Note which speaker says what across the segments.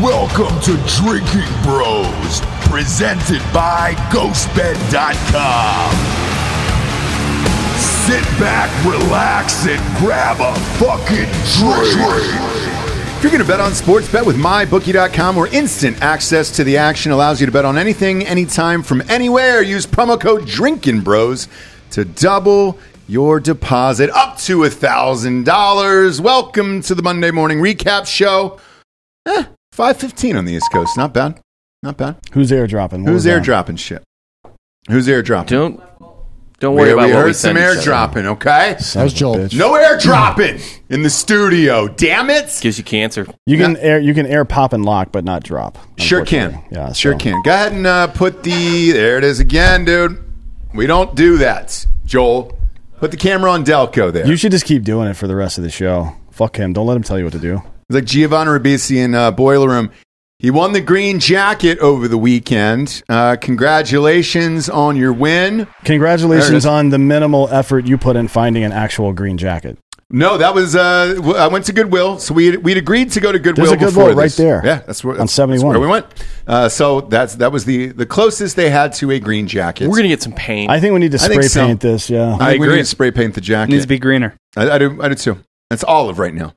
Speaker 1: Welcome to Drinking Bros, presented by GhostBed.com. Sit back, relax, and grab a fucking drink.
Speaker 2: If you're going to bet on sports, bet with mybookie.com where instant access to the action allows you to bet on anything, anytime, from anywhere. Use promo code Drinking Bros to double your deposit up to $1,000. Welcome to the Monday Morning Recap Show. Eh, 515 on the East Coast. Not bad. Not bad.
Speaker 3: Who's airdropping? What
Speaker 2: Who's
Speaker 3: was that?
Speaker 2: airdropping shit? Who's airdropping?
Speaker 4: Don't don't worry
Speaker 2: we,
Speaker 4: about
Speaker 2: we
Speaker 4: what
Speaker 2: heard
Speaker 4: we
Speaker 2: some
Speaker 4: send each other.
Speaker 2: airdropping, okay?
Speaker 3: That was Joel.
Speaker 2: No airdropping in the studio. Damn it.
Speaker 4: Gives you cancer.
Speaker 3: You can air you can air pop and lock, but not drop.
Speaker 2: Sure can.
Speaker 3: unfortunately. Yeah,
Speaker 2: sure
Speaker 3: so.
Speaker 2: can. Go ahead and uh, put the. There it is again, dude. We don't do that, Joel. Put the camera on Delco there.
Speaker 3: You should just keep doing it for the rest of the show. Fuck him. Don't let him tell you what to do.
Speaker 2: It's like Giovanni Ribisi in uh, Boiler Room. He won the green jacket over the weekend. Uh, congratulations on your win. There it is.
Speaker 3: Congratulations on the minimal effort you put in finding an actual green jacket.
Speaker 2: No, that was uh, w- I went to Goodwill, so we we'd agreed to go to Goodwill.
Speaker 3: There's a
Speaker 2: before
Speaker 3: Goodwill right
Speaker 2: this.
Speaker 3: there.
Speaker 2: Yeah, that's where
Speaker 3: On
Speaker 2: that's- that's
Speaker 3: 71.
Speaker 2: where we went. Uh, so that's that was the the closest they had to a green jacket.
Speaker 4: We're gonna get some pain.
Speaker 3: I think we need to
Speaker 2: I think
Speaker 3: spray
Speaker 2: so.
Speaker 3: paint this. Yeah.
Speaker 2: I, think we
Speaker 5: agree.
Speaker 2: need to spray paint the jacket.
Speaker 5: Needs to be greener.
Speaker 2: I, I do. I do too. It's olive right now.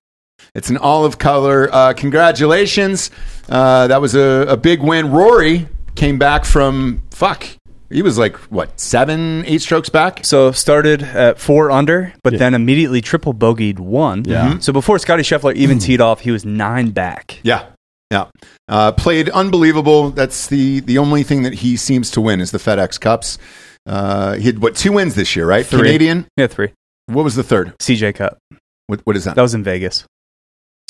Speaker 2: It's an olive color. Uh, congratulations. Uh, that was a, a big win. Rory came back from fuck. He was like what seven, eight strokes back.
Speaker 5: So started at four under, but then immediately triple bogeyed one.
Speaker 3: Yeah.
Speaker 2: Mm-hmm.
Speaker 3: Mm. Mhm.
Speaker 5: So before Scotty Scheffler even teed off, he was nine back.
Speaker 2: Yeah, yeah. Uh, played unbelievable. That's the the only thing that he seems to win is the FedEx Cups. Uh, he had what two wins this year, right?
Speaker 5: Three.
Speaker 2: Canadian.
Speaker 5: Yeah, three.
Speaker 2: What was the third?
Speaker 5: CJ Cup.
Speaker 2: What, what is that?
Speaker 5: That was in Vegas.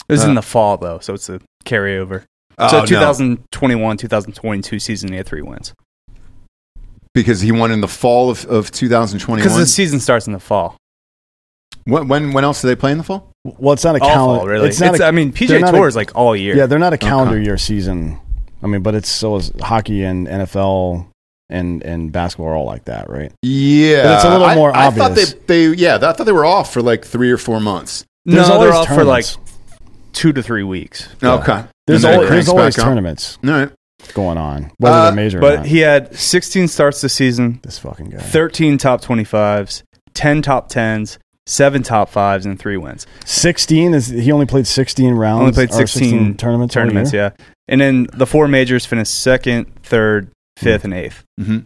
Speaker 5: It was
Speaker 2: Uh,
Speaker 5: in the fall though, so it's a carryover.
Speaker 2: Oh,
Speaker 5: So
Speaker 2: no.
Speaker 5: 2021, 2022 season, he had three wins
Speaker 2: because he won in the fall of, of 2021.
Speaker 5: because the season starts in the fall.
Speaker 2: when, when when else do they play in the fall?
Speaker 3: Well, it's not a
Speaker 5: All
Speaker 3: calendar.
Speaker 5: fall, really.
Speaker 3: It's not.
Speaker 5: It's-
Speaker 3: a-
Speaker 5: I mean,
Speaker 3: they're
Speaker 5: PJ
Speaker 3: not
Speaker 5: Tour
Speaker 3: a-
Speaker 5: is like all year.
Speaker 3: Yeah, they're not a calendar
Speaker 2: Okay.
Speaker 3: year season. I mean, but it's so is hockey and NFL and and basketball are all like that, right?
Speaker 2: Yeah,
Speaker 3: But it's a little
Speaker 2: I-
Speaker 3: more
Speaker 2: I
Speaker 3: obvious.
Speaker 2: thought they, they, yeah, I thought they were off for like three or four months.
Speaker 3: There's
Speaker 5: no, they're
Speaker 3: always
Speaker 5: off for like
Speaker 3: tournaments.
Speaker 5: two to three weeks.
Speaker 2: Okay,
Speaker 3: There's,
Speaker 2: And then
Speaker 3: al-
Speaker 2: it
Speaker 3: there's
Speaker 2: cranks
Speaker 3: always
Speaker 2: back up.
Speaker 3: tournaments
Speaker 2: All right.
Speaker 3: going on, whether
Speaker 2: Uh,
Speaker 3: they're major or
Speaker 5: But
Speaker 3: not.
Speaker 5: he had 16 starts this season,
Speaker 3: this fucking guy.
Speaker 5: 13 top 25s, 10 top 10s, 7 top 5s, and 3 wins.
Speaker 3: 16 is he only played 16 rounds
Speaker 5: Only played
Speaker 3: or
Speaker 5: 16,
Speaker 3: tournaments all
Speaker 5: Tournaments,
Speaker 3: year?
Speaker 5: yeah. And then the four majors finished second, third,
Speaker 3: Hmm.
Speaker 5: fifth, and eighth.
Speaker 3: Mm-hmm.
Speaker 2: Mhm.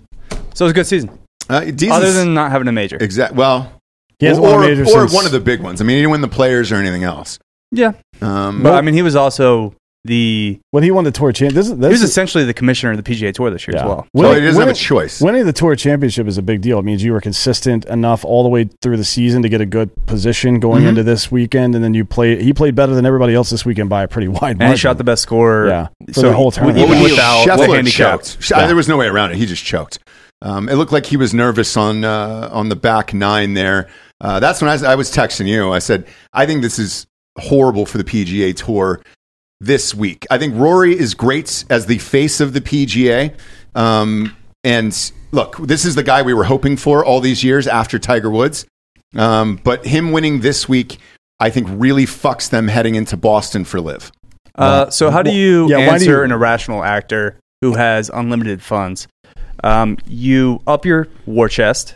Speaker 5: So it was a good season,
Speaker 2: Uh, decent-
Speaker 5: other than not having a major.
Speaker 2: exact, well,
Speaker 3: he hasn't
Speaker 2: or,
Speaker 3: won a major
Speaker 2: or
Speaker 3: since-
Speaker 2: one of the big ones. I mean, he didn't win the players or anything else.
Speaker 5: Yeah.
Speaker 2: Um,
Speaker 5: But I mean, he was also the,
Speaker 3: when he won the tour championship this, is-
Speaker 5: he
Speaker 3: this
Speaker 5: was
Speaker 3: is-
Speaker 5: essentially the commissioner of the PGA Tour this year as
Speaker 3: yeah.
Speaker 5: well.
Speaker 2: so he doesn't have a
Speaker 3: winning-
Speaker 2: choice.
Speaker 3: winning the tour championship is a big deal it means you were consistent enough all the way through the season to get a good position going
Speaker 5: Mm-hmm.
Speaker 3: into this weekend and then you play he played better than everybody else this weekend by a pretty wide margin
Speaker 5: And he shot the best score.
Speaker 3: Yeah, for the whole tournament.
Speaker 2: What
Speaker 5: Even
Speaker 2: would he-
Speaker 5: without
Speaker 2: Scheffler
Speaker 5: the handicap.
Speaker 2: choked. Sh- There was no way around it. He just choked. Um, it looked like he was nervous on uh, on the back nine there. Uh, that's when I was, I was texting you. I said, I think this is horrible for the PGA Tour this week. I think Rory is great as the face of the PGA. Um, and look, this is the guy we were hoping for all these years after Tiger Woods. Um, but him winning this week, I think, really fucks them heading into Boston for Live.
Speaker 5: Uh, so how do you
Speaker 3: Yeah, why do
Speaker 5: answer
Speaker 3: you-
Speaker 5: an irrational actor who has unlimited funds? Um, you up your war chest.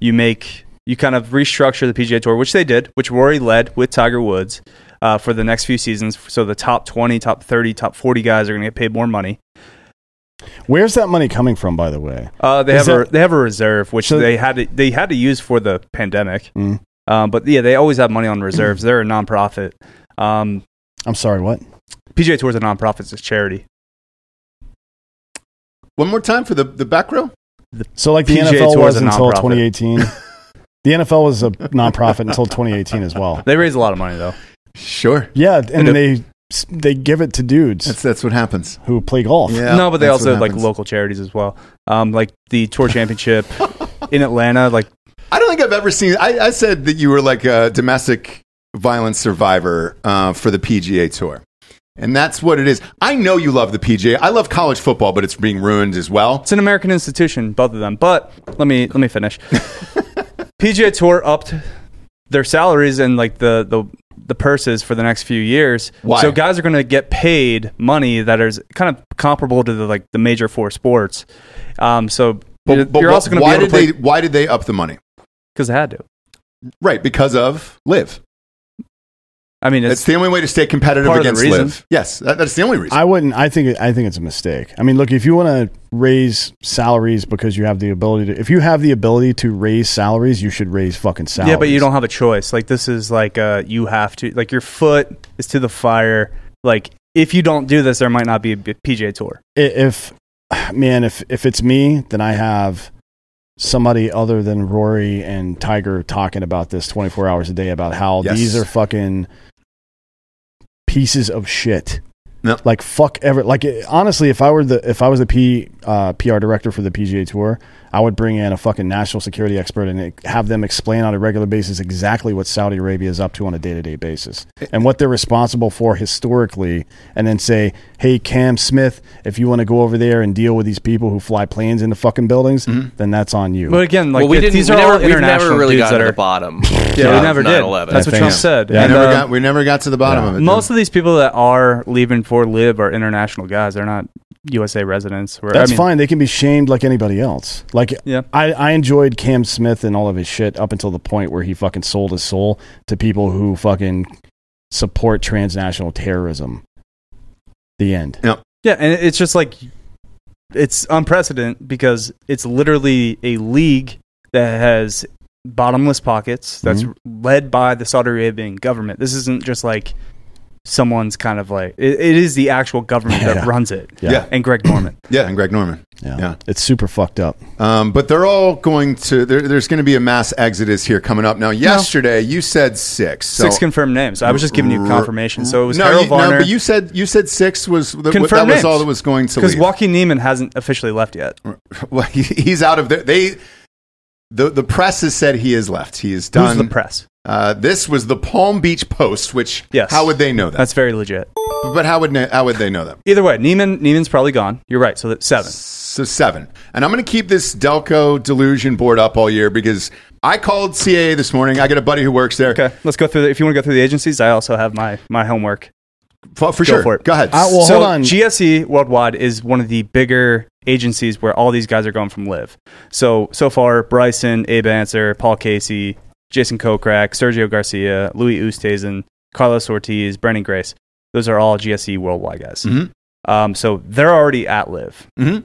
Speaker 5: You make you kind of restructure the PGA Tour, which they did, which Rory led with Tiger Woods uh, for the next few seasons. So the top twenty, top thirty, top forty guys are going to get paid more money.
Speaker 3: where's that money coming from by the way
Speaker 5: Uh, they
Speaker 3: Is
Speaker 5: have
Speaker 3: that-
Speaker 5: a they have a reserve, which
Speaker 3: So-
Speaker 5: they had to, they had to use for the pandemic.
Speaker 3: Mm.
Speaker 5: Um, but yeah, they always have money on reserves. They're a nonprofit. Um,
Speaker 3: i'm sorry what
Speaker 5: PGA Tour is a nonprofit. It's a charity.
Speaker 2: One more time for the, the back row.
Speaker 3: so like the
Speaker 5: PGA
Speaker 3: nfl
Speaker 5: Tour
Speaker 3: was
Speaker 5: is a
Speaker 3: until
Speaker 5: nonprofit.
Speaker 3: 2018 the nfl was a nonprofit until 2018 as well
Speaker 5: They raise a lot of money though.
Speaker 2: Sure.
Speaker 3: yeah and
Speaker 5: And
Speaker 3: then they they give it to dudes
Speaker 2: That's that's what happens.
Speaker 3: who play golf.
Speaker 2: Yeah,
Speaker 5: no, but they
Speaker 2: that's what
Speaker 5: also like
Speaker 2: happens.
Speaker 5: local charities as well. Um, like the tour championship in Atlanta. Like
Speaker 2: I don't think I've ever seen. I, I said that you were like a domestic violence survivor uh, for the PGA Tour, and that's what it is. I know you love the PGA. I love college football, but it's being ruined as well.
Speaker 5: it's an American institution, both of them. But let me let me finish. PGA Tour upped their salaries and like the the the purses for the next few years.
Speaker 2: Why?
Speaker 5: So guys are going to get paid money that is kind of comparable to the like the major four sports. Um, so you're, you're
Speaker 2: wh-
Speaker 5: also going to be
Speaker 2: why
Speaker 5: able
Speaker 2: did
Speaker 5: to play
Speaker 2: they why did they up the money?
Speaker 5: because they had to.
Speaker 2: Right, because of Live.
Speaker 5: I mean,
Speaker 2: That's
Speaker 5: it's
Speaker 2: the only way to stay competitive
Speaker 5: Part of the
Speaker 2: against
Speaker 5: reason.
Speaker 2: Live. Yes, that, that's the only reason.
Speaker 3: I wouldn't. I think. I think it's a mistake. I mean, look, if you want to raise salaries because you have the ability to, if you have the ability to raise salaries, you should raise fucking salaries.
Speaker 5: yeah, but you don't have a choice. Like this is like uh, you have to like your foot is to the fire. Like if you don't do this, there might not be a B- PGA tour.
Speaker 3: I- If man, if if it's me, then I have somebody other than Rory and Tiger talking about this twenty four hours a day about how
Speaker 2: Yes.
Speaker 3: these are fucking pieces of shit.
Speaker 2: No.
Speaker 3: Like fuck ever. Like it, honestly, if I were the if I was the P uh, PR director for the PGA Tour, I would bring in a fucking national security expert and have them explain on a regular basis exactly what Saudi Arabia is up to on a day to day basis and what they're responsible for historically, and then say, hey Cam Smith, if you want to go over there and deal with these people who fly planes into fucking buildings, then that's on you.
Speaker 5: But again, like
Speaker 4: well, we
Speaker 5: it-
Speaker 4: didn't.
Speaker 5: these
Speaker 4: we
Speaker 5: are
Speaker 4: never,
Speaker 5: all
Speaker 4: we've
Speaker 5: international
Speaker 4: never really got
Speaker 5: dudes that
Speaker 4: to
Speaker 5: are
Speaker 4: the bottom.
Speaker 5: Yeah,
Speaker 4: of
Speaker 5: we never did.
Speaker 4: 9/11.
Speaker 5: That's what
Speaker 3: Yeah.
Speaker 5: Trump said.
Speaker 3: Yeah.
Speaker 2: we,
Speaker 5: And,
Speaker 2: never
Speaker 5: uh,
Speaker 2: got, we never got to the bottom
Speaker 3: yeah.
Speaker 2: of it.
Speaker 5: most of these people that are leaving for Lib are international guys. They're not USA residents. Or, I
Speaker 3: That's
Speaker 5: mean,
Speaker 3: fine. They can be shamed like anybody else. Like
Speaker 5: Yeah.
Speaker 3: I, I enjoyed Cam Smith and all of his shit up until the point where he fucking sold his soul to people who fucking support transnational terrorism. The end.
Speaker 5: Yeah, and it- it's just like it's unprecedented because it's literally a league that has bottomless pockets that's
Speaker 3: Mm-hmm.
Speaker 5: led by the Saudi Arabian government. This isn't just like someone's kind of like it, it is the actual government
Speaker 3: Yeah.
Speaker 5: that runs it.
Speaker 3: Yeah.
Speaker 2: Yeah.
Speaker 5: And Greg Norman.
Speaker 2: yeah, and Greg Norman.
Speaker 3: Yeah.
Speaker 2: Yeah.
Speaker 3: It's super fucked up.
Speaker 2: Um, but they're all going to. There, there's going to be a mass exodus here coming up. Now, yesterday you said six. So
Speaker 5: Six confirmed names. I was just giving you confirmation. So it was
Speaker 2: no,
Speaker 5: Harold
Speaker 2: you,
Speaker 5: Varner.
Speaker 2: no, but you said you said six was the, that was
Speaker 5: Confirmed names.
Speaker 2: all that was going to
Speaker 5: because
Speaker 2: leave.
Speaker 5: Joaquin Neiman hasn't officially left yet.
Speaker 2: well, he, he's out of there. They the the press has said he is left. He is
Speaker 5: Who's
Speaker 2: done.
Speaker 5: the press?
Speaker 2: Uh, this was the Palm Beach Post, which
Speaker 5: Yes.
Speaker 2: how would they know that?
Speaker 5: That's very legit.
Speaker 2: but how would na- how would they know that?
Speaker 5: Either way, Neiman Neiman's probably gone. You're right. So that's seven.
Speaker 2: So seven. And I'm going to keep this Delco delusion board up all year because I called CAA this morning. I got a buddy who works there.
Speaker 5: Okay, let's go through. The, if you want to go through the agencies, I also have my my homework.
Speaker 2: For, for
Speaker 5: Go
Speaker 2: sure.
Speaker 5: for it.
Speaker 2: Go ahead.
Speaker 3: I will- Uh, Well,
Speaker 5: so
Speaker 3: hold on.
Speaker 5: GSE Worldwide is one of the bigger agencies where all these guys are going from live. So so far, Bryson, Abe Answer, Paul Casey, Jason Kokrak, Sergio Garcia, Louis Oosthuizen, Carlos Ortiz, Brandon Grace. Those are all GSE Worldwide guys.
Speaker 2: Mhm.
Speaker 5: Um, so they're already at live.
Speaker 2: Mhm.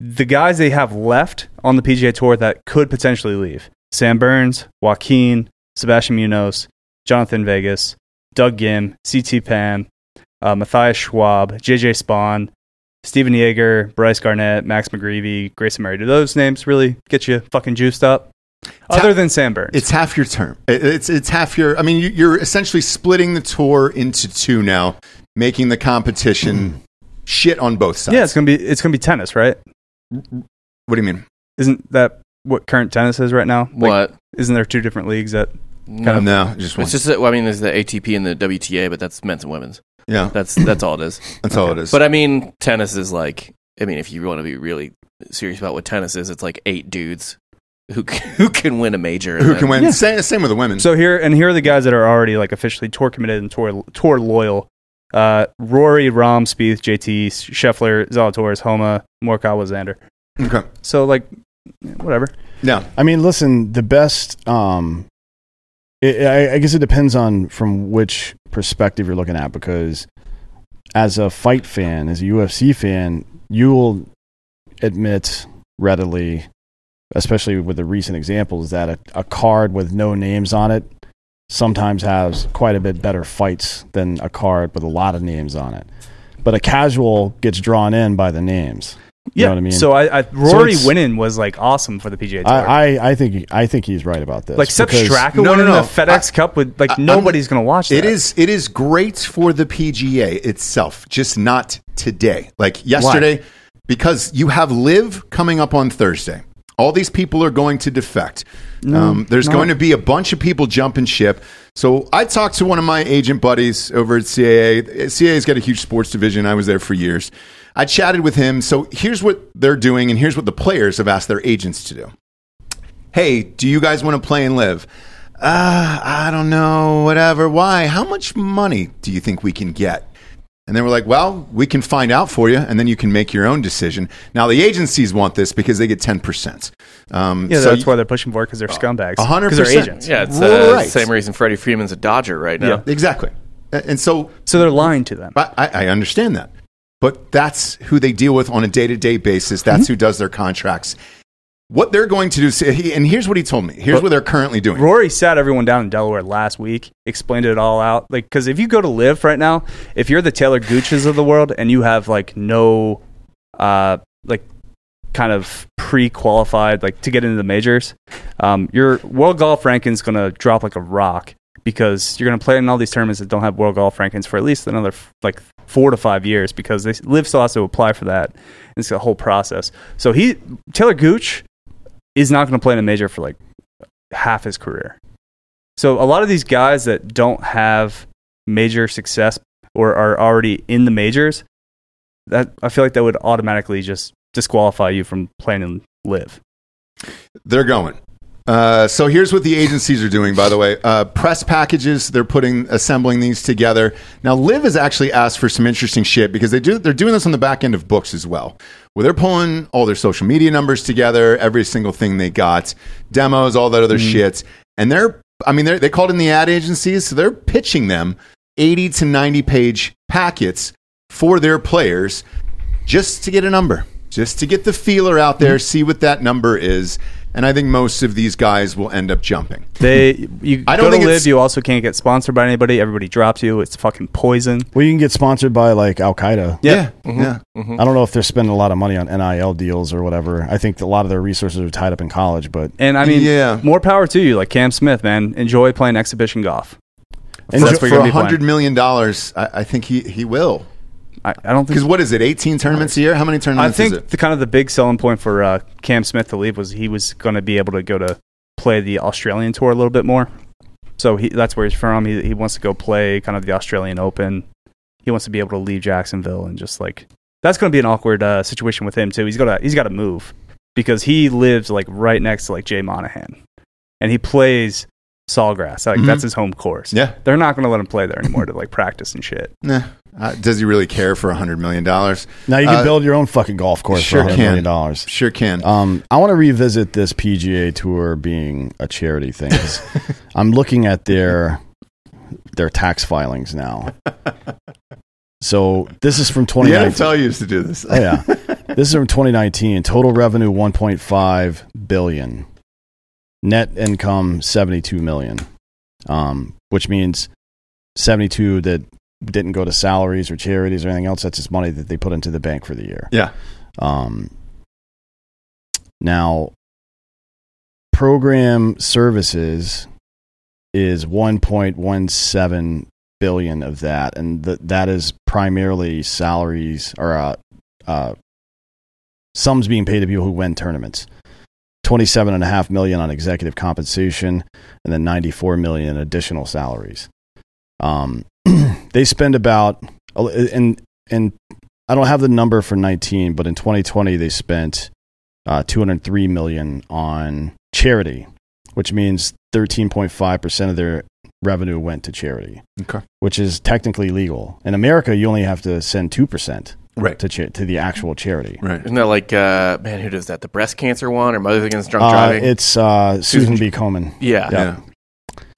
Speaker 5: The guys they have left on the PGA Tour that could potentially leave: Sam Burns, Joaquin, Sebastian Munoz, Jonathan Vegas, Doug Gim, CT Pan, uh, Matthias Schwab, JJ Spawn, Steven Yeager, Bryce Garnett, Max McGreevy, Grayson Murray. Do those names really get you fucking juiced up? Other than Sam Burns.
Speaker 2: It's half your term. It- It's it's half your. I mean, you- you're essentially splitting the tour into two now, making the competition shit on both sides.
Speaker 5: Hmm. yeah, it's gonna be it's gonna be tennis, right?
Speaker 2: What do you mean?
Speaker 5: Isn't that what current tennis is right now? Like,
Speaker 4: What?
Speaker 5: Isn't there two different leagues that
Speaker 4: No.
Speaker 5: Uh,
Speaker 2: No, just one.
Speaker 4: It's just. that- Well, I mean, there's the ATP and the WTA, but that's men's and women's.
Speaker 2: yeah,
Speaker 4: That's that's all it is.
Speaker 2: that's all it is.
Speaker 4: But I mean, tennis is like. I mean, if you want to be really serious about what tennis is, it's like eight dudes who c- who can win a major. and
Speaker 2: Who
Speaker 4: then-
Speaker 2: can win? Same, same with the women.
Speaker 5: So here and here are the guys that are already like officially tour committed and tour tour loyal. Uh, Rory, Rom, Spieth, JT, Scheffler, Zalatoris, Homa, Morikawa, Xander.
Speaker 2: okay.
Speaker 5: So like, whatever.
Speaker 2: Yeah.
Speaker 3: I mean, listen, the best. Um, it, I, I guess it depends on from which perspective you're looking at because, as a fight fan, as a UFC fan, you will admit readily, especially with the recent examples, that a, a card with no names on it sometimes has quite a bit better fights than a card with a lot of names on it. But a casual gets drawn in by the names. You know what I mean?
Speaker 5: So I, I Rory
Speaker 3: it's-
Speaker 5: winning was like awesome for the PGA Tour.
Speaker 3: I, I, I think I think he's right about this.
Speaker 5: like Sepp
Speaker 3: because-
Speaker 5: Straka
Speaker 2: No, no,
Speaker 5: winning
Speaker 2: no.
Speaker 5: the FedEx Cup with like
Speaker 2: I- I'm-
Speaker 5: nobody's gonna watch that.
Speaker 2: It is it is great for the PGA itself, just not today. Like yesterday, because you have Live coming up on Thursday. All these people are going to defect. um, there's going to be a bunch of people jumping ship. So I talked to one of my agent buddies over at CAA. CAA's got a huge sports division. I was there for years. I chatted with him. So here's what they're doing, and here's what the players have asked their agents to do hey, do you guys want to play and live? uh, I don't know, whatever. Why? How much money do you think we can get? And they were like, well, we can find out for you, and then you can make your own decision. Now, the agencies want this because they get 10%. Um,
Speaker 5: Yeah,
Speaker 2: so
Speaker 5: that's
Speaker 2: you- Uh,
Speaker 5: why they're pushing for it because they're scumbags.
Speaker 2: 100%.
Speaker 5: Because they're agents.
Speaker 4: Yeah, it's
Speaker 2: Well,
Speaker 4: the
Speaker 2: right.
Speaker 4: same reason Freddie Freeman's a Dodger right now.
Speaker 5: Yeah.
Speaker 2: Exactly. A- And so
Speaker 5: So they're lying to them.
Speaker 2: I, I I understand that. But that's who they deal with on a day to day basis. That's
Speaker 5: Mm-hmm.
Speaker 2: who does their contracts. What they're going to do, so he- and here's what he told me. Here's what they're currently doing.
Speaker 5: Rory sat everyone down in Delaware last week, explained it all out. Like, because if you go to live right now, if you're the Taylor Gooches of the world and you have like no, uh, like kind of pre-qualified like to get into the majors, um, your world golf ranking's gonna drop like a rock because you're gonna play in all these tournaments that don't have world golf rankings for at least another f- like four to five years because they live still has to apply for that. It's a whole process. So he Taylor Gooch is not going to play in a major for like half his career. So a lot of these guys that don't have major success or are already in the majors, that I feel like that would automatically just disqualify you from playing and live.
Speaker 2: They're going. Uh, so here's what the agencies are doing, by the way. Uh, press packages, they're putting assembling these together. Now, Liv has actually asked for some interesting shit because they do they're doing this on the back end of books as well, where they're pulling all their social media numbers together, every single thing they got, demos, all that other shit, and they're I mean they're, they called in the ad agencies, so they're pitching them 80 to 90 page packets for their players just to get a number, just to get the feeler out there,
Speaker 5: Mm-hmm.
Speaker 2: see what that number is. And I think most of these guys will end up jumping.
Speaker 5: They you
Speaker 2: I
Speaker 5: I
Speaker 2: don't
Speaker 5: don't go
Speaker 2: think
Speaker 5: to
Speaker 2: it's-
Speaker 5: live, you also can't get sponsored by anybody. Everybody drops you. It's fucking poison.
Speaker 3: Well, you can get sponsored by like Al Qaeda.
Speaker 5: Yeah. Mm-hmm.
Speaker 2: Yeah. yeah.
Speaker 3: I don't know if they're spending a lot of money on NIL deals or whatever. I think a lot of their resources are tied up in college, but
Speaker 5: And I mean,
Speaker 2: Yeah.
Speaker 5: more power to you. Like Cam Smith, man, enjoy playing exhibition golf.
Speaker 3: Enjoy-
Speaker 5: that's what
Speaker 2: for
Speaker 5: you're
Speaker 2: a
Speaker 5: gonna be
Speaker 2: hundred
Speaker 5: playing.
Speaker 2: million dollars, I, I think he, he will.
Speaker 5: I, I don't think
Speaker 2: Because what is it? Eighteen tournaments a year? How many
Speaker 5: I
Speaker 2: tournaments is
Speaker 5: think
Speaker 2: it?
Speaker 5: the kind of the big selling point for uh, Cam Smith to leave was he was going to be able to go to play the Australian tour a little bit more. So he, that's where he's from. He, he wants to go play kind of the Australian Open. He wants to be able to leave Jacksonville and just like that's going to be an awkward uh, situation with him too. He's got to he's got to move because he lives like right next to like Jay Monahan, and he plays Sawgrass. Like
Speaker 2: Mhm.
Speaker 5: that's his home course.
Speaker 2: Yeah.
Speaker 5: they're not going to let him play there anymore to like practice and shit.
Speaker 2: Nah. Uh, does he really care for a hundred million dollars?
Speaker 3: now you can
Speaker 2: Uh,
Speaker 3: build your own fucking golf course
Speaker 2: sure
Speaker 3: for $100
Speaker 2: can.
Speaker 3: million dollars.
Speaker 2: Sure can.
Speaker 5: Uh,
Speaker 3: Um, I want to revisit this PGA Tour being a charity thing. 'cause I'm looking at their their tax filings now. So this is from
Speaker 2: the
Speaker 3: 2019.
Speaker 2: NFL used to do this.
Speaker 3: Oh yeah. this is from 2019. Total revenue 1.5 billion. Net income 72 million. Um, which means 72 that didn't go to salaries or charities or anything else. That's just money that they put into the bank for the year.
Speaker 2: Yeah.
Speaker 3: Um, now, program services is 1.17 billion of that, and th- that is primarily salaries or uh, uh, sums being paid to people who win tournaments. 27.5 million on executive compensation and then 94 million in additional salaries. Um, they spend about and and I don't have the number for 19, but in 2020 they spent uh, 203 million on charity, which means 13.5 percent of their revenue went to charity,
Speaker 2: Okay.
Speaker 3: which is technically legal. In America, you only have to send two percent
Speaker 2: Right.
Speaker 3: to cha- to the actual charity.
Speaker 2: Right.
Speaker 4: Isn't that like, uh, man, who does that? The breast cancer one or Mothers Against Drunk
Speaker 3: Uh,
Speaker 4: Driving?
Speaker 3: it's uh, Susan
Speaker 4: Susan-
Speaker 3: B. Komen.
Speaker 4: yeah.
Speaker 3: Yeah.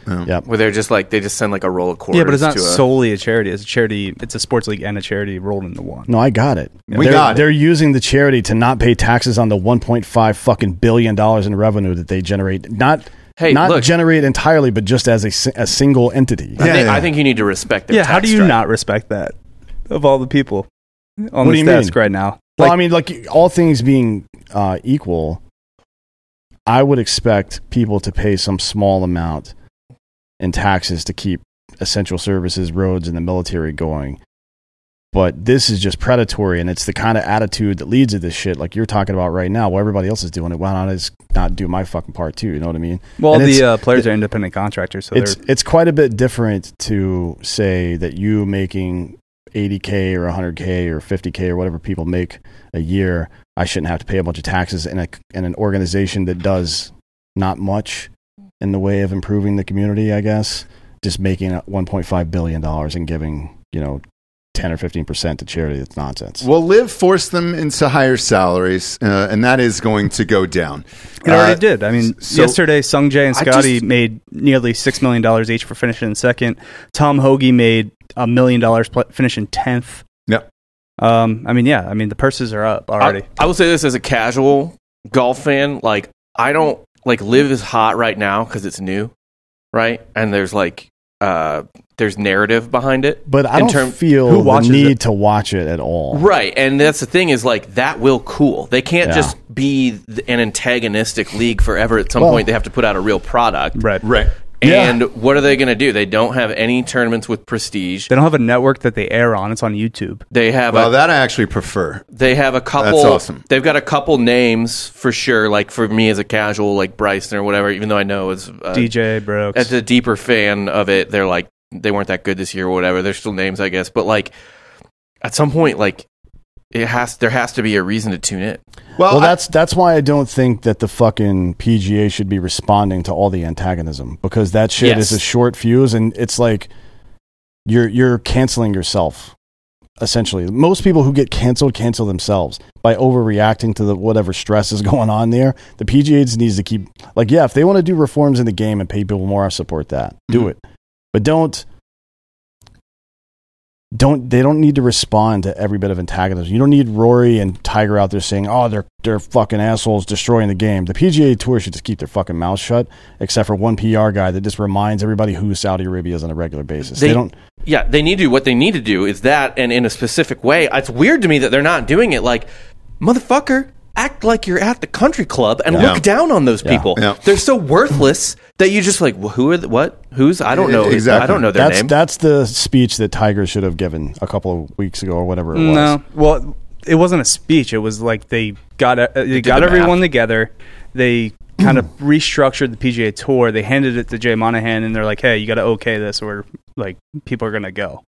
Speaker 2: Yeah.
Speaker 3: Yeah.
Speaker 4: Where they're just like, they just send like a roll of quarters
Speaker 5: yeah, but it's not
Speaker 4: to a,
Speaker 5: solely a charity. It's a charity. It's a sports league and a charity rolled into one.
Speaker 3: No, I got it.
Speaker 2: We
Speaker 3: they're,
Speaker 2: got it.
Speaker 3: They're using the charity to not pay taxes on the 1.5 fucking billion dollars in revenue that they generate. Not
Speaker 4: Hey,
Speaker 3: not
Speaker 4: look.
Speaker 3: generate entirely, but just as a, si- a single entity.
Speaker 4: I,
Speaker 2: Yeah,
Speaker 4: think,
Speaker 2: yeah.
Speaker 4: I think you need to respect their
Speaker 5: Yeah, how
Speaker 4: tax
Speaker 5: do you
Speaker 4: stru-
Speaker 5: not respect that of all the people on
Speaker 3: What do
Speaker 5: this
Speaker 3: you mean?
Speaker 5: desk right now?
Speaker 3: well, I mean, like all things being uh, equal, I would expect people to pay some small amount in taxes to keep essential services, roads, and the military going. But this is just predatory, and it's the kind of attitude that leads to this shit, like you're talking about right now. Well, everybody else is doing it. Why not just not do my fucking part too? You know what I mean?
Speaker 5: Well,
Speaker 3: And it's-
Speaker 5: the uh, players are independent contractors, so they're
Speaker 3: it's it's quite a bit different to say that you making 80k or 100k or 50k or whatever people make a year I shouldn't have to pay a bunch of taxes in a in an organization that does not much in the way of improving the community, I guess, just making a $1.5 billion and giving, you know, 10 or 15% to charity. It's nonsense.
Speaker 2: Well, Liv forced them into higher salaries, uh, and that is going to go down.
Speaker 5: It already
Speaker 2: Uh,
Speaker 5: did. I mean,
Speaker 2: so-
Speaker 5: yesterday, Sung Jae and
Speaker 2: I
Speaker 5: Scotty
Speaker 2: just-
Speaker 5: made nearly $6 million each for finishing in second. Tom Hoagie made a million dollars pl- finishing 10th.
Speaker 2: Yep.
Speaker 5: Um, I mean, yeah, I mean, the purses are up already.
Speaker 4: I, I will say this as a casual golf fan, like I don't like live is hot right now because it's new, right? And there's like uh there's narrative behind it,
Speaker 3: but I
Speaker 4: in
Speaker 3: don't
Speaker 4: term-
Speaker 3: feel
Speaker 5: who
Speaker 3: the
Speaker 5: watches
Speaker 3: need
Speaker 5: it?
Speaker 3: to watch it at all.
Speaker 4: right? And that's the thing is like that will cool. They can't
Speaker 3: Yeah.
Speaker 4: just be th- an antagonistic league forever. At some
Speaker 3: Well-
Speaker 4: point, they have to put out a real product.
Speaker 5: right.
Speaker 2: Right.
Speaker 3: Yeah.
Speaker 4: And what are they going to do? They don't have any tournaments with prestige.
Speaker 5: They don't have a network that they air on. It's on YouTube.
Speaker 4: They have
Speaker 2: Well,
Speaker 4: a
Speaker 2: that I actually prefer.
Speaker 4: They have a couple.
Speaker 2: That's awesome.
Speaker 4: They've got a couple names for sure. Like for me as a casual, like Bryson or whatever. Even though I know as uh,
Speaker 5: DJ Brooks.
Speaker 4: as a deeper fan of it, they're like they weren't that good this year or whatever. They're still names, I guess. But like at some point, like it has there has to be a reason to tune it.
Speaker 2: Well,
Speaker 3: Well,
Speaker 2: I-
Speaker 3: that's that's why I don't think that the fucking PGA should be responding to all the antagonism because that shit is
Speaker 4: Yes.
Speaker 3: a short fuse, and it's like you're you're canceling yourself. Essentially, most people who get canceled cancel themselves by overreacting to the whatever stress is going on there. The PGA needs to keep like, yeah, if they want to do reforms in the game and pay people more, I support that.
Speaker 2: Mm-hmm.
Speaker 3: Do it, but don't don't they don't need to respond to every bit of antagonism. You don't need Rory and Tiger out there saying, "Oh, they're they're fucking assholes destroying the game." The PGA Tour should just keep their fucking mouth shut, except for one PR guy that just reminds everybody who Saudi Arabia is on a regular basis. They,
Speaker 4: They-
Speaker 3: don't.
Speaker 4: Yeah, they need to. What they need to do is that, and in a specific way. It's weird to me that they're not doing it. Like, motherfucker, act like you're at the country club and
Speaker 2: Yeah.
Speaker 4: look down on those people.
Speaker 2: Yeah.
Speaker 4: They're so worthless that you just like, wh- who are the, what? Who's? I don't know.
Speaker 2: Exactly.
Speaker 4: I don't know their
Speaker 3: That's
Speaker 4: name.
Speaker 3: that's the speech that Tiger should have given a couple of weeks ago or whatever it was.
Speaker 5: No, well, it wasn't a speech. It was like they got uh, they got
Speaker 4: the
Speaker 5: everyone
Speaker 4: math.
Speaker 5: together. They kind of restructured the PGA Tour. They handed it to Jay Monahan, and they're like, "Hey, you got to okay this, or like people are gonna go."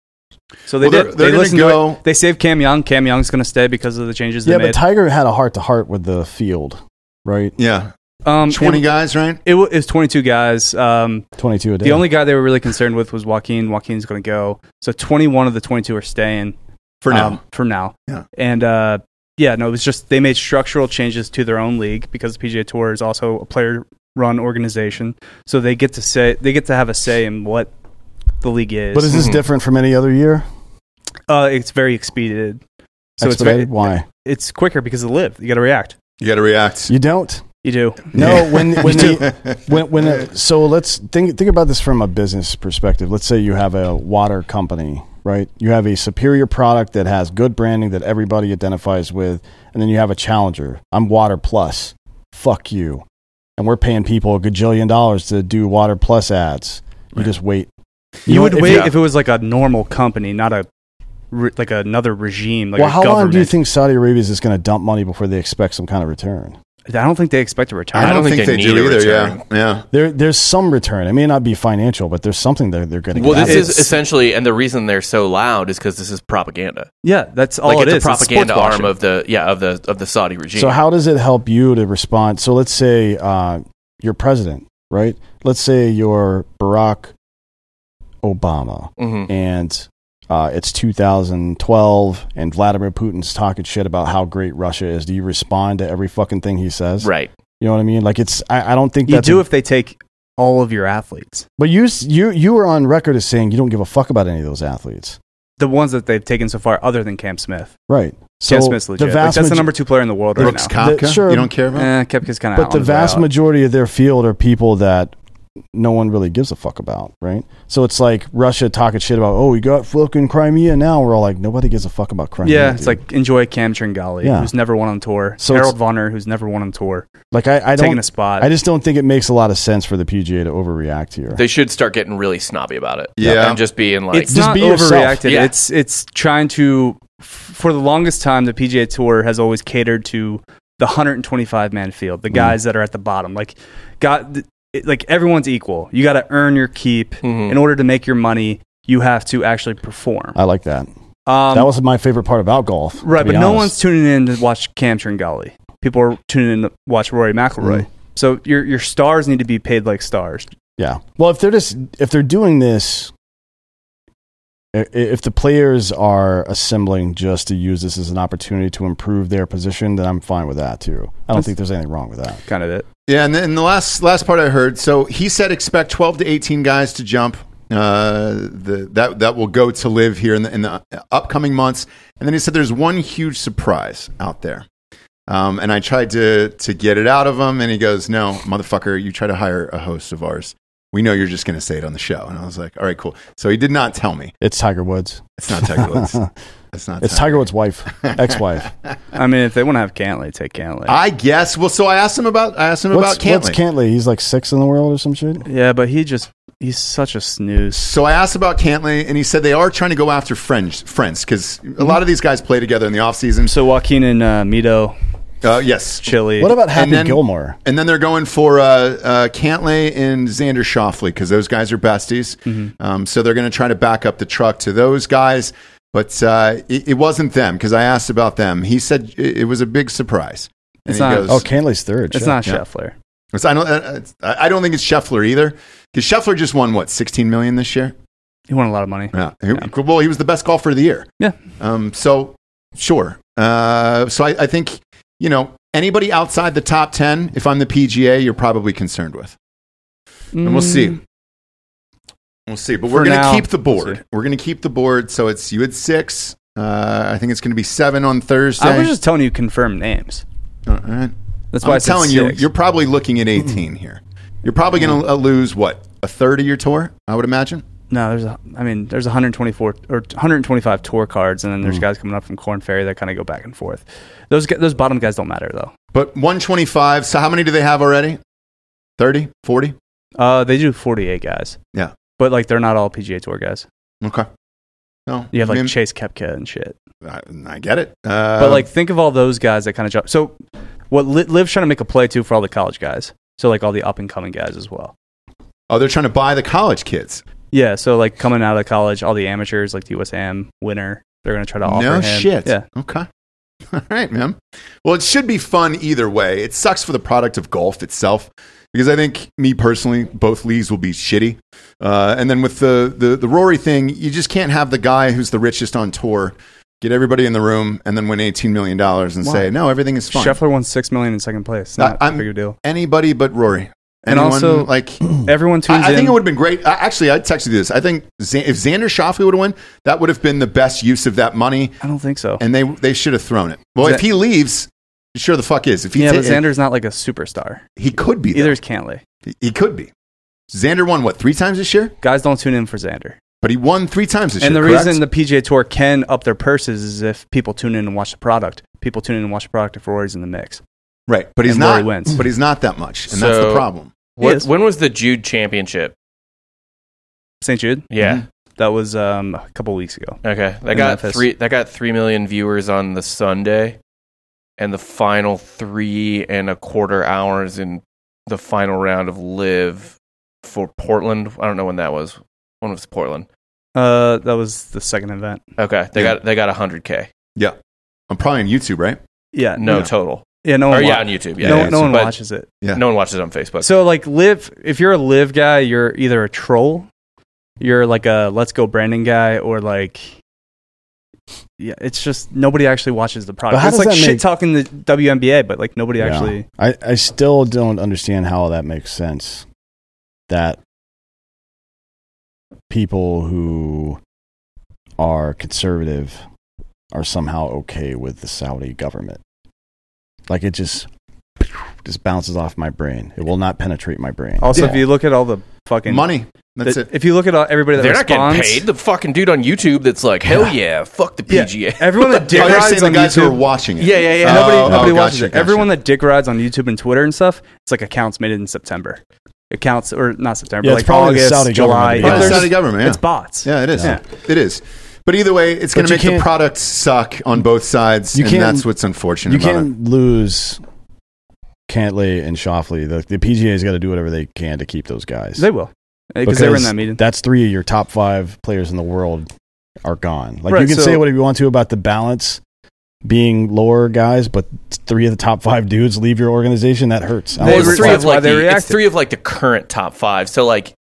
Speaker 5: So they
Speaker 2: Well, they're-
Speaker 5: did.
Speaker 2: they're
Speaker 5: they
Speaker 2: gonna
Speaker 5: listened to
Speaker 2: go.
Speaker 5: it. They saved Cam Young. Cam Young's gonna stay because of the changes they
Speaker 3: Yeah,
Speaker 5: made.
Speaker 3: but Tiger had a heart to heart with the field, right?
Speaker 2: yeah,
Speaker 5: um,
Speaker 2: twenty
Speaker 5: It,
Speaker 2: guys, right?
Speaker 5: it, wa- it was twenty-two guys. Um,
Speaker 3: Twenty two a day.
Speaker 5: the only guy they were really concerned with was Joaquin. Joaquin's gonna go. So twenty-one of the twenty-two are staying.
Speaker 2: For now.
Speaker 5: Um, for now.
Speaker 2: Yeah.
Speaker 5: And uh, yeah, no, it was just they made structural changes to their own league because the PGA Tour is also a player run organization. So they get to say they get to have a say in what the league is.
Speaker 3: but is this
Speaker 4: Mhm.
Speaker 3: different from any other year?
Speaker 5: uh, it's very expedited. So it's
Speaker 3: Expedited?
Speaker 5: very,
Speaker 3: Why
Speaker 5: it's quicker because of live. You got to react.
Speaker 2: you got to react.
Speaker 3: you don't?
Speaker 5: You do.
Speaker 3: No, when when
Speaker 2: You
Speaker 3: they,
Speaker 2: do.
Speaker 3: when, when uh, so let's think think about this from a business perspective. Let's say you have a water company, right? You have a superior product that has good branding that everybody identifies with, and then you have a challenger. I'm Water Plus. Fuck you. And we're paying people a gajillion dollars to do Water Plus ads. You just wait.
Speaker 5: You,
Speaker 3: know
Speaker 5: would
Speaker 3: what, if
Speaker 5: wait if it was like a normal company, not a re- like another regime. Like
Speaker 3: well,
Speaker 5: a
Speaker 3: how long do you
Speaker 5: government.
Speaker 3: think Saudi Arabia is just going to dump money before they expect some kind of return?
Speaker 5: I don't think they expect a
Speaker 2: I
Speaker 5: retirement.
Speaker 2: don't think they,
Speaker 4: need
Speaker 2: do
Speaker 4: a
Speaker 2: either.
Speaker 4: return.
Speaker 2: Yeah, yeah.
Speaker 3: There, there's some return. It may not be financial, but there's something that they're going to.
Speaker 4: Well,
Speaker 3: get
Speaker 4: this
Speaker 3: out of
Speaker 4: is
Speaker 3: it.
Speaker 4: essentially, and the reason they're so loud is because this is propaganda.
Speaker 5: Yeah, that's all
Speaker 4: like
Speaker 5: Oh,
Speaker 4: it's
Speaker 5: it is.
Speaker 4: a
Speaker 5: It's sports
Speaker 4: propaganda arm
Speaker 5: washing.
Speaker 4: of the yeah of the of the Saudi regime.
Speaker 3: So how does it help you to respond? So let's say uh, you're president, right? Let's say you're Barack Obama,
Speaker 5: Mm-hmm.
Speaker 4: Mhm.
Speaker 3: and uh, it's 2012, and Vladimir Putin's talking shit about how great Russia is. Do you respond to every fucking thing he says?
Speaker 4: right?
Speaker 3: You know what I mean? Like it's I, I don't think
Speaker 5: You
Speaker 3: that's
Speaker 5: do
Speaker 3: a-
Speaker 5: if they take all of your athletes.
Speaker 3: but you s- you you were on record as saying you don't give a fuck about any of those athletes,
Speaker 5: the ones that they've taken so far, other than Cam Smith.
Speaker 3: right? So
Speaker 5: Cam Smith's legit.
Speaker 3: the
Speaker 5: Like,
Speaker 3: vast
Speaker 5: that's the
Speaker 3: major-
Speaker 5: number two player in the world right
Speaker 2: Brooks
Speaker 5: now.
Speaker 2: Koepka,
Speaker 3: The- sure.
Speaker 2: you don't care about.
Speaker 5: Eh, Kepka's kind of
Speaker 3: but the vast majority of their field are people that no one really gives a fuck about, right? So it's like Russia talking shit about, oh, we got fucking Crimea now. We're all like, nobody gives a fuck about Crimea.
Speaker 5: Yeah, it's
Speaker 3: dude.
Speaker 5: like enjoy Cam Tringali,
Speaker 3: Yeah.
Speaker 5: who's never won on tour.
Speaker 3: So
Speaker 5: Harold
Speaker 3: it's-
Speaker 5: Vonner, who's never won on tour,
Speaker 3: like I, I
Speaker 5: taking
Speaker 3: don't,
Speaker 5: a spot.
Speaker 3: I just don't think it makes a lot of sense for the PGA to overreact here.
Speaker 4: They should start getting really snobby about it.
Speaker 2: Yeah.
Speaker 4: and just being like,
Speaker 5: it's
Speaker 3: Just
Speaker 5: not
Speaker 3: be yourself.
Speaker 5: overreacted.
Speaker 4: Yeah.
Speaker 5: It's it's trying to. f- For the longest time, the PGA Tour has always catered to the 125 man field,
Speaker 3: Mm.
Speaker 5: the guys that are at the bottom. Like, got th- it- like everyone's equal. You got to earn your keep.
Speaker 4: Mhm.
Speaker 5: In order to make your money, you have to actually perform.
Speaker 3: I like that.
Speaker 5: Um,
Speaker 3: Uh, that was my favorite part about golf. to
Speaker 5: Right,
Speaker 3: be
Speaker 5: but
Speaker 3: honest.
Speaker 5: no
Speaker 2: Mm-hmm.
Speaker 5: one's tuning in to watch Cam Tringale. People are tuning in to watch Rory McIlroy. So your your stars need to be paid like stars.
Speaker 3: Yeah. Well, if they're just if they're doing this, i- if the players are assembling just to use this as an opportunity to improve their position, then I'm fine with that too. I don't
Speaker 5: That's-
Speaker 3: think there's anything wrong with that.
Speaker 5: Kind of it.
Speaker 2: Yeah, and then the last last part I heard. So he said expect 12 to 18 guys to jump. Uh, the, that that will go to live here in the, in the upcoming months. And then he said there's one huge surprise out there. Um, and I tried to to get it out of him, and he goes, "No, motherfucker, you try to hire a host of ours. We know you're just going to say it on the show." And I was like, "All right, cool." So he did not tell me.
Speaker 3: It's Tiger Woods.
Speaker 2: It's not Tiger Woods. It's not.
Speaker 3: It's Tiger Woods' wife, ex-wife.
Speaker 5: I mean, if they want to have Cantley, take Cantley.
Speaker 2: I guess. Well, so I asked him about. I asked him
Speaker 3: what's,
Speaker 2: about Cantley.
Speaker 3: what's Cantley? He's like six in the world or some shit.
Speaker 5: yeah, but he just he's such a snooze.
Speaker 2: So I asked about Cantley, and he said they are trying to go after friends, friends, because a lot of these guys play together in the offseason.
Speaker 5: So Joaquin and uh, Mito,
Speaker 2: Uh, yes,
Speaker 5: Chili.
Speaker 3: What about Happy
Speaker 2: then-
Speaker 3: Gilmore?
Speaker 2: and then they're going for uh, uh, Cantley and Xander Shoffley because those guys are besties.
Speaker 3: Mm-hmm.
Speaker 2: Um, so they're going to try to back up the truck to those guys. But uh, it, it wasn't them because I asked about them. He said it, it was a big surprise. And
Speaker 5: It's
Speaker 2: he
Speaker 5: not-
Speaker 2: goes,
Speaker 3: Oh, Cantley's third.
Speaker 5: it's
Speaker 3: shit.
Speaker 5: not
Speaker 2: Yeah.
Speaker 5: Scheffler.
Speaker 2: It's- I don't. uh, it's- I I don't think it's Scheffler either because Scheffler just won what sixteen million this year.
Speaker 5: He won a lot of money.
Speaker 2: Yeah. He- Well, he was the best golfer of the year.
Speaker 5: Yeah.
Speaker 2: Um, so, sure. Uh, so I, I think, you know, anybody outside the top 10, if I'm the PGA, you're probably concerned with. And we'll
Speaker 5: Mm.
Speaker 2: see. We'll see. But we're
Speaker 5: For
Speaker 2: going to
Speaker 5: now,
Speaker 2: keep the
Speaker 5: we'll
Speaker 2: board.
Speaker 5: see.
Speaker 2: we're going to keep the board. So it's you at six. Uh, I think it's going to be seven on Thursday.
Speaker 5: I was just telling you confirmed names.
Speaker 2: All right.
Speaker 5: That's why
Speaker 2: I'm
Speaker 5: I said
Speaker 2: telling
Speaker 5: six. Mm.
Speaker 2: you, you're probably looking at 18 here. You're probably going to lose, what, a third of your tour, I would imagine?
Speaker 5: No, there's a, I mean, there's 124 or 125 tour cards, and then
Speaker 2: Mm.
Speaker 5: there's guys coming up from Corn Ferry that kind of go back and forth. Those gu- those bottom guys don't matter though.
Speaker 2: But 125. So how many do they have already? 30? 40?
Speaker 5: Uh, they do 48 guys.
Speaker 2: Yeah.
Speaker 5: but like they're not all PGA Tour guys.
Speaker 2: Okay. No,
Speaker 5: You have like
Speaker 2: I mean,
Speaker 5: Chase Kepka and shit.
Speaker 2: I, I get it, uh,
Speaker 5: But like, think of all those guys that kind of jump. So, what Li- Liv's trying to make a play too for all the college guys. So like all the up and coming guys as well.
Speaker 2: oh, they're trying to buy the college kids.
Speaker 5: Yeah, so like coming out of college, all the amateurs like the USM winner, they're gonna try to offer
Speaker 2: No
Speaker 5: him.
Speaker 2: shit.
Speaker 5: Yeah,
Speaker 2: Okay. All right, man. Well, it should be fun either way. It sucks for the product of golf itself because I think me personally, both leagues will be shitty. Uh, and then with the, the the Rory thing, you just can't have the guy who's the richest on tour get everybody in the room and then win eighteen million dollars and
Speaker 5: Why?
Speaker 2: say no, everything is fine.
Speaker 5: Scheffler won six million in second place. Not
Speaker 2: I-
Speaker 5: a
Speaker 2: I'm-
Speaker 5: big deal.
Speaker 2: Anybody but Rory.
Speaker 5: And
Speaker 2: Anyone,
Speaker 5: also-
Speaker 2: like
Speaker 5: Everyone tunes
Speaker 2: I, I
Speaker 5: in.
Speaker 2: think it would have been great. I, actually, I texted you this. I think Xan- if Xander Shoffley would have won, that would have been the best use of that money,
Speaker 5: I don't think so.
Speaker 2: and they they should have thrown it. Well, if
Speaker 5: Xan-
Speaker 2: he leaves, sure the fuck is. If he
Speaker 5: yeah,
Speaker 2: ta-
Speaker 5: but Xander's not like a superstar.
Speaker 2: he could be
Speaker 5: Either
Speaker 2: either.
Speaker 5: is Cantley.
Speaker 2: He could be. Xander won what three times this year,
Speaker 5: Guys don't tune in for Xander.
Speaker 2: but he won three times this
Speaker 5: and
Speaker 2: year.
Speaker 5: the
Speaker 2: correct?
Speaker 5: reason the PGA Tour can up their purses is if people tune in and watch the product. People tune in and watch the product if Rory's in the mix.
Speaker 2: right, but he's
Speaker 5: and
Speaker 2: not.
Speaker 5: Rory wins.
Speaker 2: But he's not that much, and that's the
Speaker 4: So-
Speaker 2: problem.
Speaker 4: What,
Speaker 5: Yes.
Speaker 4: When was the Jude Championship?
Speaker 5: St. Jude,
Speaker 4: Yeah.
Speaker 5: that was um, a couple weeks ago.
Speaker 4: Okay, that
Speaker 5: In
Speaker 4: got
Speaker 5: Memphis.
Speaker 4: three. That got three million viewers on the Sunday, and the final three and a quarter hours in the final round of Live for Portland. I don't know when that was. When was Portland?
Speaker 5: Uh, that was the second event.
Speaker 4: Okay, they
Speaker 2: Yeah.
Speaker 4: got they got hundred k.
Speaker 2: I'm probably on YouTube, right?
Speaker 5: Yeah,
Speaker 4: No
Speaker 2: Yeah.
Speaker 4: total.
Speaker 5: yeah, no
Speaker 4: Or
Speaker 5: one,
Speaker 4: yeah,
Speaker 5: wa-
Speaker 4: on YouTube. Yeah,
Speaker 5: no,
Speaker 2: yeah,
Speaker 5: no one
Speaker 4: but
Speaker 5: watches it.
Speaker 2: Yeah.
Speaker 4: No one watches it on Facebook.
Speaker 5: So like live if you're a live guy, you're either a troll, you're like a let's go Brandon guy, or like yeah, it's just nobody actually watches the
Speaker 3: But
Speaker 5: product.
Speaker 3: how
Speaker 5: It's
Speaker 3: does
Speaker 5: like
Speaker 3: that
Speaker 5: shit
Speaker 3: make-
Speaker 5: talking the WNBA, but like nobody
Speaker 3: Yeah.
Speaker 5: actually.
Speaker 3: I, I still don't understand how that makes sense. That people who are conservative are somehow okay with the Saudi government. Like it just just bounces off my brain. It will not penetrate my brain.
Speaker 5: Also, if you look at all the fucking
Speaker 2: Money. That's
Speaker 5: the-
Speaker 2: it.
Speaker 5: If you look at all, everybody that
Speaker 4: they're
Speaker 5: responds,
Speaker 4: not getting paid. The fucking dude on YouTube that's like, hell yeah, fuck the
Speaker 5: Yeah.
Speaker 4: PGA.
Speaker 5: Everyone that dick
Speaker 2: Oh, you're
Speaker 5: rides
Speaker 2: saying the
Speaker 5: on
Speaker 2: guys who are
Speaker 5: YouTube.
Speaker 2: watching it.
Speaker 4: Yeah, yeah, yeah.
Speaker 5: Nobody,
Speaker 2: Oh,
Speaker 5: nobody
Speaker 2: oh,
Speaker 5: watches
Speaker 2: gotcha,
Speaker 5: it.
Speaker 2: gotcha.
Speaker 5: Everyone that dick rides on YouTube and Twitter and stuff, it's like accounts made in September. Accounts or not September,
Speaker 3: Yeah,
Speaker 5: like
Speaker 3: it's probably the
Speaker 5: August,
Speaker 3: Saudi government,
Speaker 5: July.
Speaker 3: to be
Speaker 2: By
Speaker 5: Yeah,
Speaker 2: the
Speaker 3: honest.
Speaker 5: there's-
Speaker 2: Saudi government. Yeah.
Speaker 5: It's bots.
Speaker 2: Yeah, it is.
Speaker 5: Yeah.
Speaker 2: It is. But either way, it's going
Speaker 3: But
Speaker 2: to
Speaker 3: you
Speaker 2: make the
Speaker 3: can't-
Speaker 2: product suck on both sides,
Speaker 3: You
Speaker 2: and
Speaker 3: can't-
Speaker 2: that's what's unfortunate
Speaker 3: You
Speaker 2: about it.
Speaker 3: can't lose Cantley and Shoffley. The, the PGA's got to do whatever they can to keep those guys.
Speaker 5: They will. Because they were in
Speaker 3: Because
Speaker 5: that meeting.
Speaker 3: That's three of your top five players in the world are gone. Like
Speaker 5: Right,
Speaker 3: you can
Speaker 5: so-
Speaker 3: say whatever you want to about the balance, being lower guys, but three of the top five dudes leave your organization. That hurts. I
Speaker 5: They
Speaker 4: Well,
Speaker 3: don't
Speaker 4: it's
Speaker 5: re-
Speaker 3: like that.
Speaker 4: three
Speaker 5: that's
Speaker 4: of
Speaker 5: why
Speaker 4: like
Speaker 5: they
Speaker 4: the, it's
Speaker 5: reacted.
Speaker 4: three of like the current top five. So like,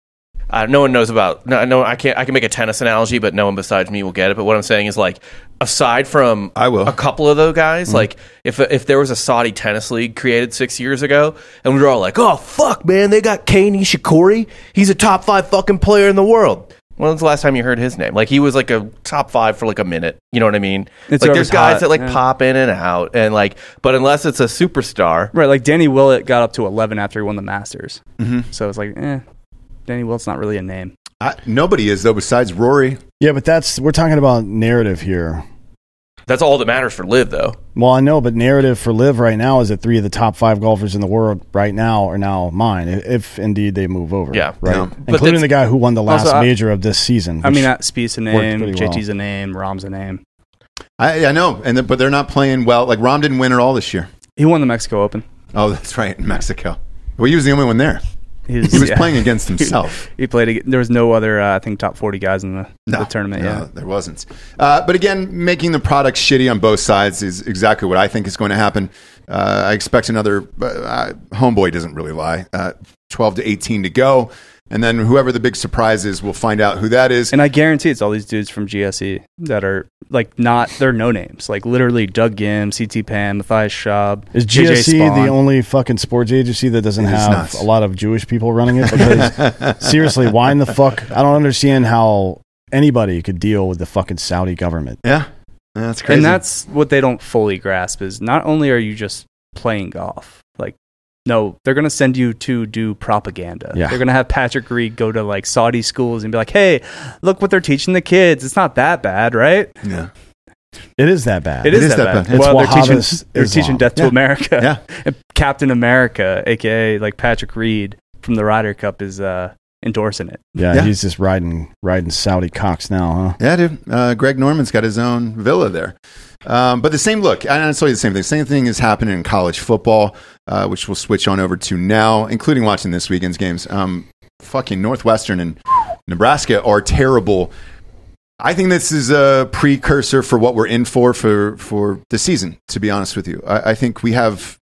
Speaker 4: uh, no one knows about. No, no, I can't. I can make a tennis analogy, but no one besides me will get it. But what I'm saying is like, aside from
Speaker 2: I will.
Speaker 4: a couple of those guys,
Speaker 5: Mm-hmm.
Speaker 4: like if if there was a Saudi tennis league created six years ago, and we were all like, oh fuck, man, they got Kane Ishikori. He's a top five fucking player in the world. When was the last time you heard his name? Like he was like a top five for like a minute. You know what I mean?
Speaker 5: It's
Speaker 4: like
Speaker 5: always
Speaker 4: there's guys
Speaker 5: hot,
Speaker 4: that like
Speaker 5: yeah.
Speaker 4: pop in and out, and like, but unless it's a superstar,
Speaker 5: Right, like Danny Willett got up to 11 after he won the Masters.
Speaker 2: Mm-hmm.
Speaker 5: So it's like, eh, Danny Willett's not really a name.
Speaker 2: I, nobody is though besides Rory.
Speaker 3: yeah, but that's we're talking about narrative here.
Speaker 4: that's all that matters for live though.
Speaker 3: Well, I know, but narrative for live right now is that three of the top five golfers in the world right now are now mine, i- if indeed they move over.
Speaker 4: Yeah.
Speaker 3: right.
Speaker 2: Yeah.
Speaker 4: But
Speaker 3: Including
Speaker 4: that's-
Speaker 3: the guy who won the last
Speaker 5: Also, I-
Speaker 3: major of this season.
Speaker 5: I
Speaker 3: which-
Speaker 5: mean, uh, Spieth's a name,
Speaker 3: pretty well.
Speaker 5: JT's a name, Rom's a name.
Speaker 2: I, I know, and the, but they're not playing well. Like Rom didn't win at all this year.
Speaker 5: He won the Mexico Open.
Speaker 2: Oh, that's right, in Mexico. Well, he was the only one there. He was
Speaker 5: yeah.
Speaker 2: playing against himself.
Speaker 5: He played. ag- There was no other, uh, I think, top forty guys in the, the tournament.
Speaker 2: no,
Speaker 5: yeah,
Speaker 2: there wasn't. Uh, but again, making the product shitty on both sides is exactly what I think is going to happen. Uh, I expect another uh, uh, homeboy doesn't really lie. Uh, Twelve to eighteen to go, and then whoever the big surprise is, we'll find out who that is.
Speaker 5: and I guarantee it's all these dudes from GSE that are like not. They're no names. Like literally, Doug Gim, CT Pan, Matthias Schaub,
Speaker 3: Is
Speaker 5: JJ
Speaker 3: GSC
Speaker 5: Spawn.
Speaker 3: the only fucking sports agency that doesn't
Speaker 2: It is
Speaker 3: have
Speaker 2: nuts.
Speaker 3: a lot of Jewish people running it? Because seriously, why in the fuck? I don't understand how anybody could deal with the fucking Saudi government.
Speaker 2: yeah, that's crazy.
Speaker 5: And that's what they don't fully grasp is not only are you just playing golf, like no, they're gonna send you to do propaganda.
Speaker 3: Yeah.
Speaker 5: They're gonna have Patrick Reed go to like Saudi schools and be like, Hey, look what they're teaching the kids. It's not that bad, right?
Speaker 2: yeah,
Speaker 3: It is that bad.
Speaker 5: It is,
Speaker 2: is
Speaker 5: that, bad.
Speaker 3: It's
Speaker 5: Well, they're
Speaker 3: Wahhabist
Speaker 5: teaching they're
Speaker 3: Islam.
Speaker 5: teaching Death to
Speaker 2: Yeah.
Speaker 5: America.
Speaker 2: yeah.
Speaker 5: And Captain America, aka like Patrick Reed from the Ryder Cup is uh endorsing it.
Speaker 3: Yeah,
Speaker 2: Yeah.
Speaker 3: he's just riding riding Saudi cocks now, huh?
Speaker 2: Yeah, dude. Uh, Greg Norman's got his own villa there. Um, but the same look, and it's totally the same thing. Same thing is happening in college football, uh, which we'll switch on over to now, including watching this weekend's games. Um, fucking Northwestern and Nebraska are terrible. I think this is a precursor for what we're in for for, for the season, to be honest with you. I, I think we have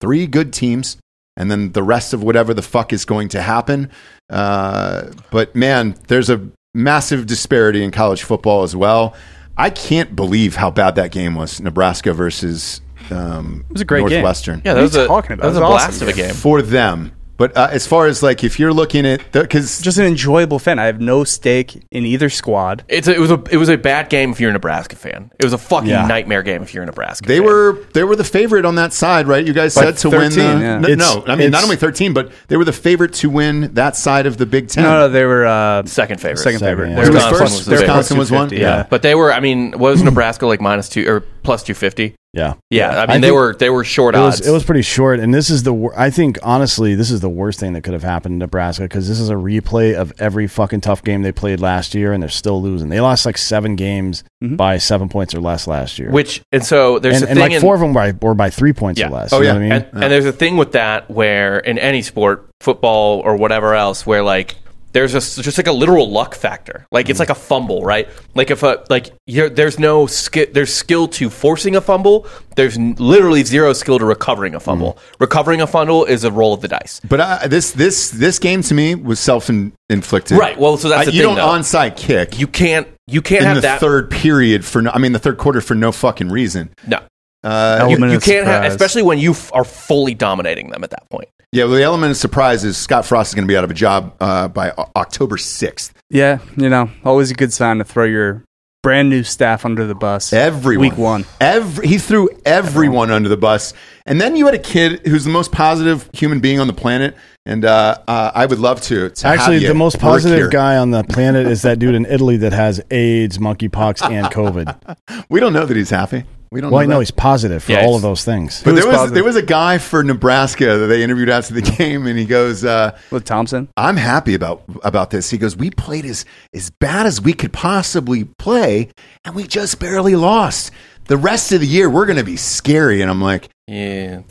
Speaker 2: three good teams and then the rest of whatever the fuck is going to happen. Uh, but man, there's a massive disparity in college football as well. I can't believe how bad that game was, Nebraska versus um,
Speaker 5: was a great game.
Speaker 2: Northwestern
Speaker 4: Yeah,
Speaker 5: What
Speaker 4: that
Speaker 5: are
Speaker 4: was
Speaker 5: you
Speaker 4: a,
Speaker 5: talking about?
Speaker 4: That was
Speaker 5: It
Speaker 4: a
Speaker 5: was
Speaker 4: blast
Speaker 5: awesome.
Speaker 4: of a game.
Speaker 2: for them. But uh, as far as like if you're looking at because
Speaker 5: Just an enjoyable fan. I have no stake in either squad.
Speaker 4: It's a, it was a it was a bad game if you're a Nebraska fan. It was a fucking
Speaker 3: Yeah.
Speaker 4: nightmare game if you're a Nebraska.
Speaker 2: They
Speaker 4: fan.
Speaker 2: were they were the favorite on that side, right? You guys
Speaker 5: By
Speaker 2: said to win the
Speaker 5: 13, yeah.
Speaker 2: no,
Speaker 3: It's-
Speaker 2: no, I mean
Speaker 3: it's-
Speaker 2: not only thirteen, but they were the favorite to win that side of the Big Ten.
Speaker 5: No, no, they were uh,
Speaker 4: second favorite.
Speaker 5: Second
Speaker 3: Second,
Speaker 5: favorite.
Speaker 3: yeah.
Speaker 5: Their
Speaker 2: Who was
Speaker 5: Wisconsin
Speaker 2: first?
Speaker 5: was the favorite.
Speaker 2: Wisconsin was one?
Speaker 5: 250, Yeah.
Speaker 4: But they were. I mean, what was Nebraska like minus two or plus two fifty?
Speaker 3: Yeah.
Speaker 4: Yeah, I mean
Speaker 3: I
Speaker 4: they
Speaker 3: think
Speaker 4: were they were short
Speaker 3: It
Speaker 4: odds.
Speaker 3: was, it was pretty short, and this is the. wor- I think honestly, this is the worst thing that could have happened to Nebraska because this is a replay of every fucking tough game they played last year, and they're still losing. They lost like seven games
Speaker 2: Mm-hmm.
Speaker 5: Mhm.
Speaker 3: by seven points or less last year,
Speaker 4: which and so there's
Speaker 3: and,
Speaker 4: a
Speaker 3: and
Speaker 4: thing
Speaker 3: like
Speaker 4: in-
Speaker 3: four of them by, were by three points
Speaker 4: Yeah.
Speaker 3: or less.
Speaker 2: Oh,
Speaker 3: you
Speaker 2: yeah.
Speaker 3: know what I mean?
Speaker 4: and, and there's a thing with that where in any sport, football or whatever else, where like there's just just like a literal luck factor. Like it's like a fumble, right? Like if a like you're, there's no skill, there's skill to forcing a fumble. There's n- literally zero skill to recovering a fumble. Recovering a fumble is a roll of the dice.
Speaker 2: But I, this this this game to me was self inflicted.
Speaker 4: Right, well, so that's the
Speaker 2: you
Speaker 4: thing,
Speaker 2: don't
Speaker 4: though.
Speaker 2: onside kick
Speaker 4: You can't you can't
Speaker 2: in
Speaker 4: have
Speaker 2: the
Speaker 4: that
Speaker 2: third period for no, I mean the third quarter for no fucking reason.
Speaker 4: no.
Speaker 2: Uh,
Speaker 4: You,
Speaker 5: Element
Speaker 4: you
Speaker 5: of
Speaker 4: can't have,
Speaker 5: surprise.
Speaker 4: especially when you f- are fully dominating them at that point.
Speaker 2: yeah, well, the element of surprise is Scott Frost is going to be out of a job uh, by O- October sixth.
Speaker 5: Yeah, you know, always a good sign to throw your brand new staff under the bus.
Speaker 2: Everyone.
Speaker 5: Week one.
Speaker 2: Every, he threw everyone under the bus. And then you had a kid who's the most positive human being on the planet. And uh, uh, I would love to. to have
Speaker 3: Actually,
Speaker 2: you
Speaker 3: the most
Speaker 2: work
Speaker 3: positive
Speaker 2: here.
Speaker 3: guy on the planet is that dude in Italy that has AIDS, monkeypox, and COVID.
Speaker 2: We don't know that he's happy. We don't
Speaker 3: Well, I
Speaker 2: know.
Speaker 3: know
Speaker 2: that.
Speaker 3: he's positive for
Speaker 4: Yeah,
Speaker 3: all
Speaker 4: he's-
Speaker 3: of those things.
Speaker 2: But
Speaker 5: Who's
Speaker 2: there was
Speaker 5: positive?
Speaker 2: there was a guy for Nebraska that they interviewed after the game, and he goes, uh,
Speaker 5: with Thompson.
Speaker 2: "I'm happy about about this." He goes, "We played as as bad as we could possibly play, and we just barely lost. The rest of the year, we're going to be scary." And I'm like,
Speaker 4: Yeah,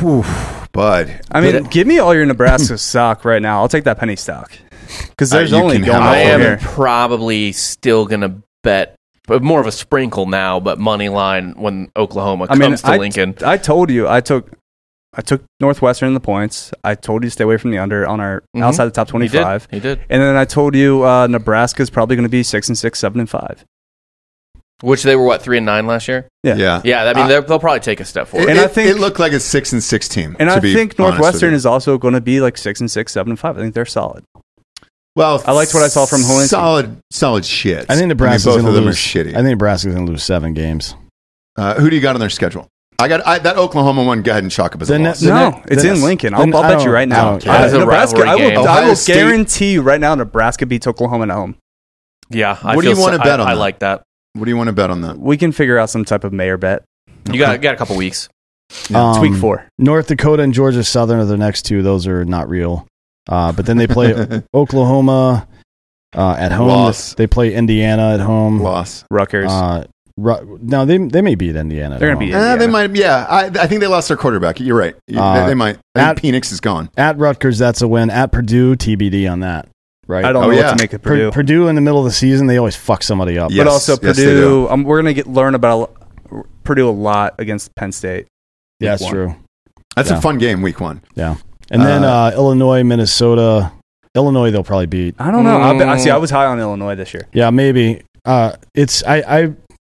Speaker 2: "Whew, bud,
Speaker 5: I mean, give me all your Nebraska stock right now. I'll take that penny stock because
Speaker 2: Uh,
Speaker 5: there's
Speaker 2: you
Speaker 5: only
Speaker 2: can
Speaker 5: going
Speaker 2: have
Speaker 5: up
Speaker 4: I
Speaker 2: all
Speaker 5: from
Speaker 2: of
Speaker 4: am
Speaker 2: it.
Speaker 5: here.
Speaker 4: probably still gonna bet but more of a sprinkle now, but money line when Oklahoma
Speaker 5: I
Speaker 4: comes
Speaker 5: mean,
Speaker 4: to
Speaker 5: I-
Speaker 4: Lincoln.
Speaker 5: I told you, I took, I took Northwestern in the points. I told you to stay away from the under on our
Speaker 4: Mhm.
Speaker 5: outside the top
Speaker 4: He did.
Speaker 5: twenty-five.
Speaker 4: He did.
Speaker 5: And then I told you uh, Nebraska's probably going to be six and six, seven and five.
Speaker 4: Which they were what three and nine last year.
Speaker 5: Yeah.
Speaker 2: yeah.
Speaker 4: Yeah, I mean
Speaker 5: Uh,
Speaker 4: they'll they'll probably take a step
Speaker 2: It,
Speaker 4: forward.
Speaker 5: And
Speaker 2: and
Speaker 5: I
Speaker 2: I think
Speaker 5: think-
Speaker 2: it looked like a six and six team.
Speaker 5: And
Speaker 2: to
Speaker 5: I
Speaker 2: be
Speaker 5: think
Speaker 2: honest with
Speaker 5: Northwestern
Speaker 2: you.
Speaker 5: is also going to be like six and six, seven and five. I think they're solid.
Speaker 2: Well,
Speaker 5: I liked what I saw from Helene.
Speaker 2: Solid, solid shit.
Speaker 3: I think Nebraska's
Speaker 2: both
Speaker 3: going
Speaker 2: of
Speaker 3: to
Speaker 2: them
Speaker 3: lose.
Speaker 2: are shitty.
Speaker 3: I think Nebraska's going to lose seven games.
Speaker 2: uh, who do you got on their schedule? I got I, that Oklahoma one. Go ahead and chalk up as a
Speaker 3: The ne-
Speaker 2: loss.
Speaker 3: the-
Speaker 5: no,
Speaker 3: ne-
Speaker 5: it's
Speaker 3: the
Speaker 5: in
Speaker 3: ne-
Speaker 5: Lincoln.
Speaker 3: the
Speaker 5: I'll,
Speaker 3: ne-
Speaker 5: I'll
Speaker 3: I
Speaker 5: bet
Speaker 3: don't-
Speaker 5: you right
Speaker 3: I
Speaker 5: now.
Speaker 3: don't
Speaker 5: Uh,
Speaker 4: care. That is a
Speaker 5: Nebraska,
Speaker 4: rivalry
Speaker 5: I
Speaker 4: game.
Speaker 5: will, I
Speaker 2: Ohio
Speaker 5: will
Speaker 2: State-
Speaker 5: guarantee you right now Nebraska beats Oklahoma at home.
Speaker 4: Yeah, I
Speaker 2: What do you
Speaker 4: feel
Speaker 2: wanna
Speaker 4: so-
Speaker 2: bet
Speaker 4: I,
Speaker 2: on
Speaker 4: I
Speaker 2: that?
Speaker 4: like that.
Speaker 2: What do you want to bet on that?
Speaker 5: We can figure out some type of mayor bet.
Speaker 4: You got got a couple weeks.
Speaker 3: Um,
Speaker 2: Yeah,
Speaker 5: it's week four.
Speaker 3: North Dakota and Georgia Southern are the next two. Those are not real. Uh, but then they play Oklahoma uh, at home.
Speaker 2: Loss.
Speaker 3: They play Indiana at home.
Speaker 2: Loss.
Speaker 5: Rutgers.
Speaker 3: Uh, Ru- no, they they may beat Indiana. at
Speaker 5: They're
Speaker 3: home.
Speaker 5: gonna beat
Speaker 2: Eh, they
Speaker 5: Indiana.
Speaker 2: might. Yeah, I, I think they lost their quarterback. You're right. You-
Speaker 3: Uh,
Speaker 2: they, they might. I think
Speaker 3: at-
Speaker 2: Phoenix is gone.
Speaker 3: at Rutgers. That's a win. At Purdue, TBD on that. Right.
Speaker 5: I don't
Speaker 2: oh,
Speaker 5: know
Speaker 2: yeah.
Speaker 5: what to make of
Speaker 3: Pur-
Speaker 5: Uh, Purdue.
Speaker 3: Purdue. in the middle of the season, they always fuck somebody up.
Speaker 2: Yeah.
Speaker 5: but
Speaker 2: Yes,
Speaker 5: also
Speaker 2: yes, they
Speaker 5: Purdue. um, we're going to get learn about a lo- Purdue a lot against Penn State.
Speaker 3: Yeah, that's
Speaker 5: Week one.
Speaker 3: true.
Speaker 2: That's
Speaker 3: Yeah.
Speaker 2: a fun game. Week one.
Speaker 3: And then
Speaker 2: Uh,
Speaker 3: uh, Illinois, Minnesota, Illinois, they'll probably beat.
Speaker 5: I don't know. I, bet, I see.
Speaker 4: Mm.
Speaker 5: I was high on Illinois this year.
Speaker 3: Yeah, maybe. Uh, it's I, I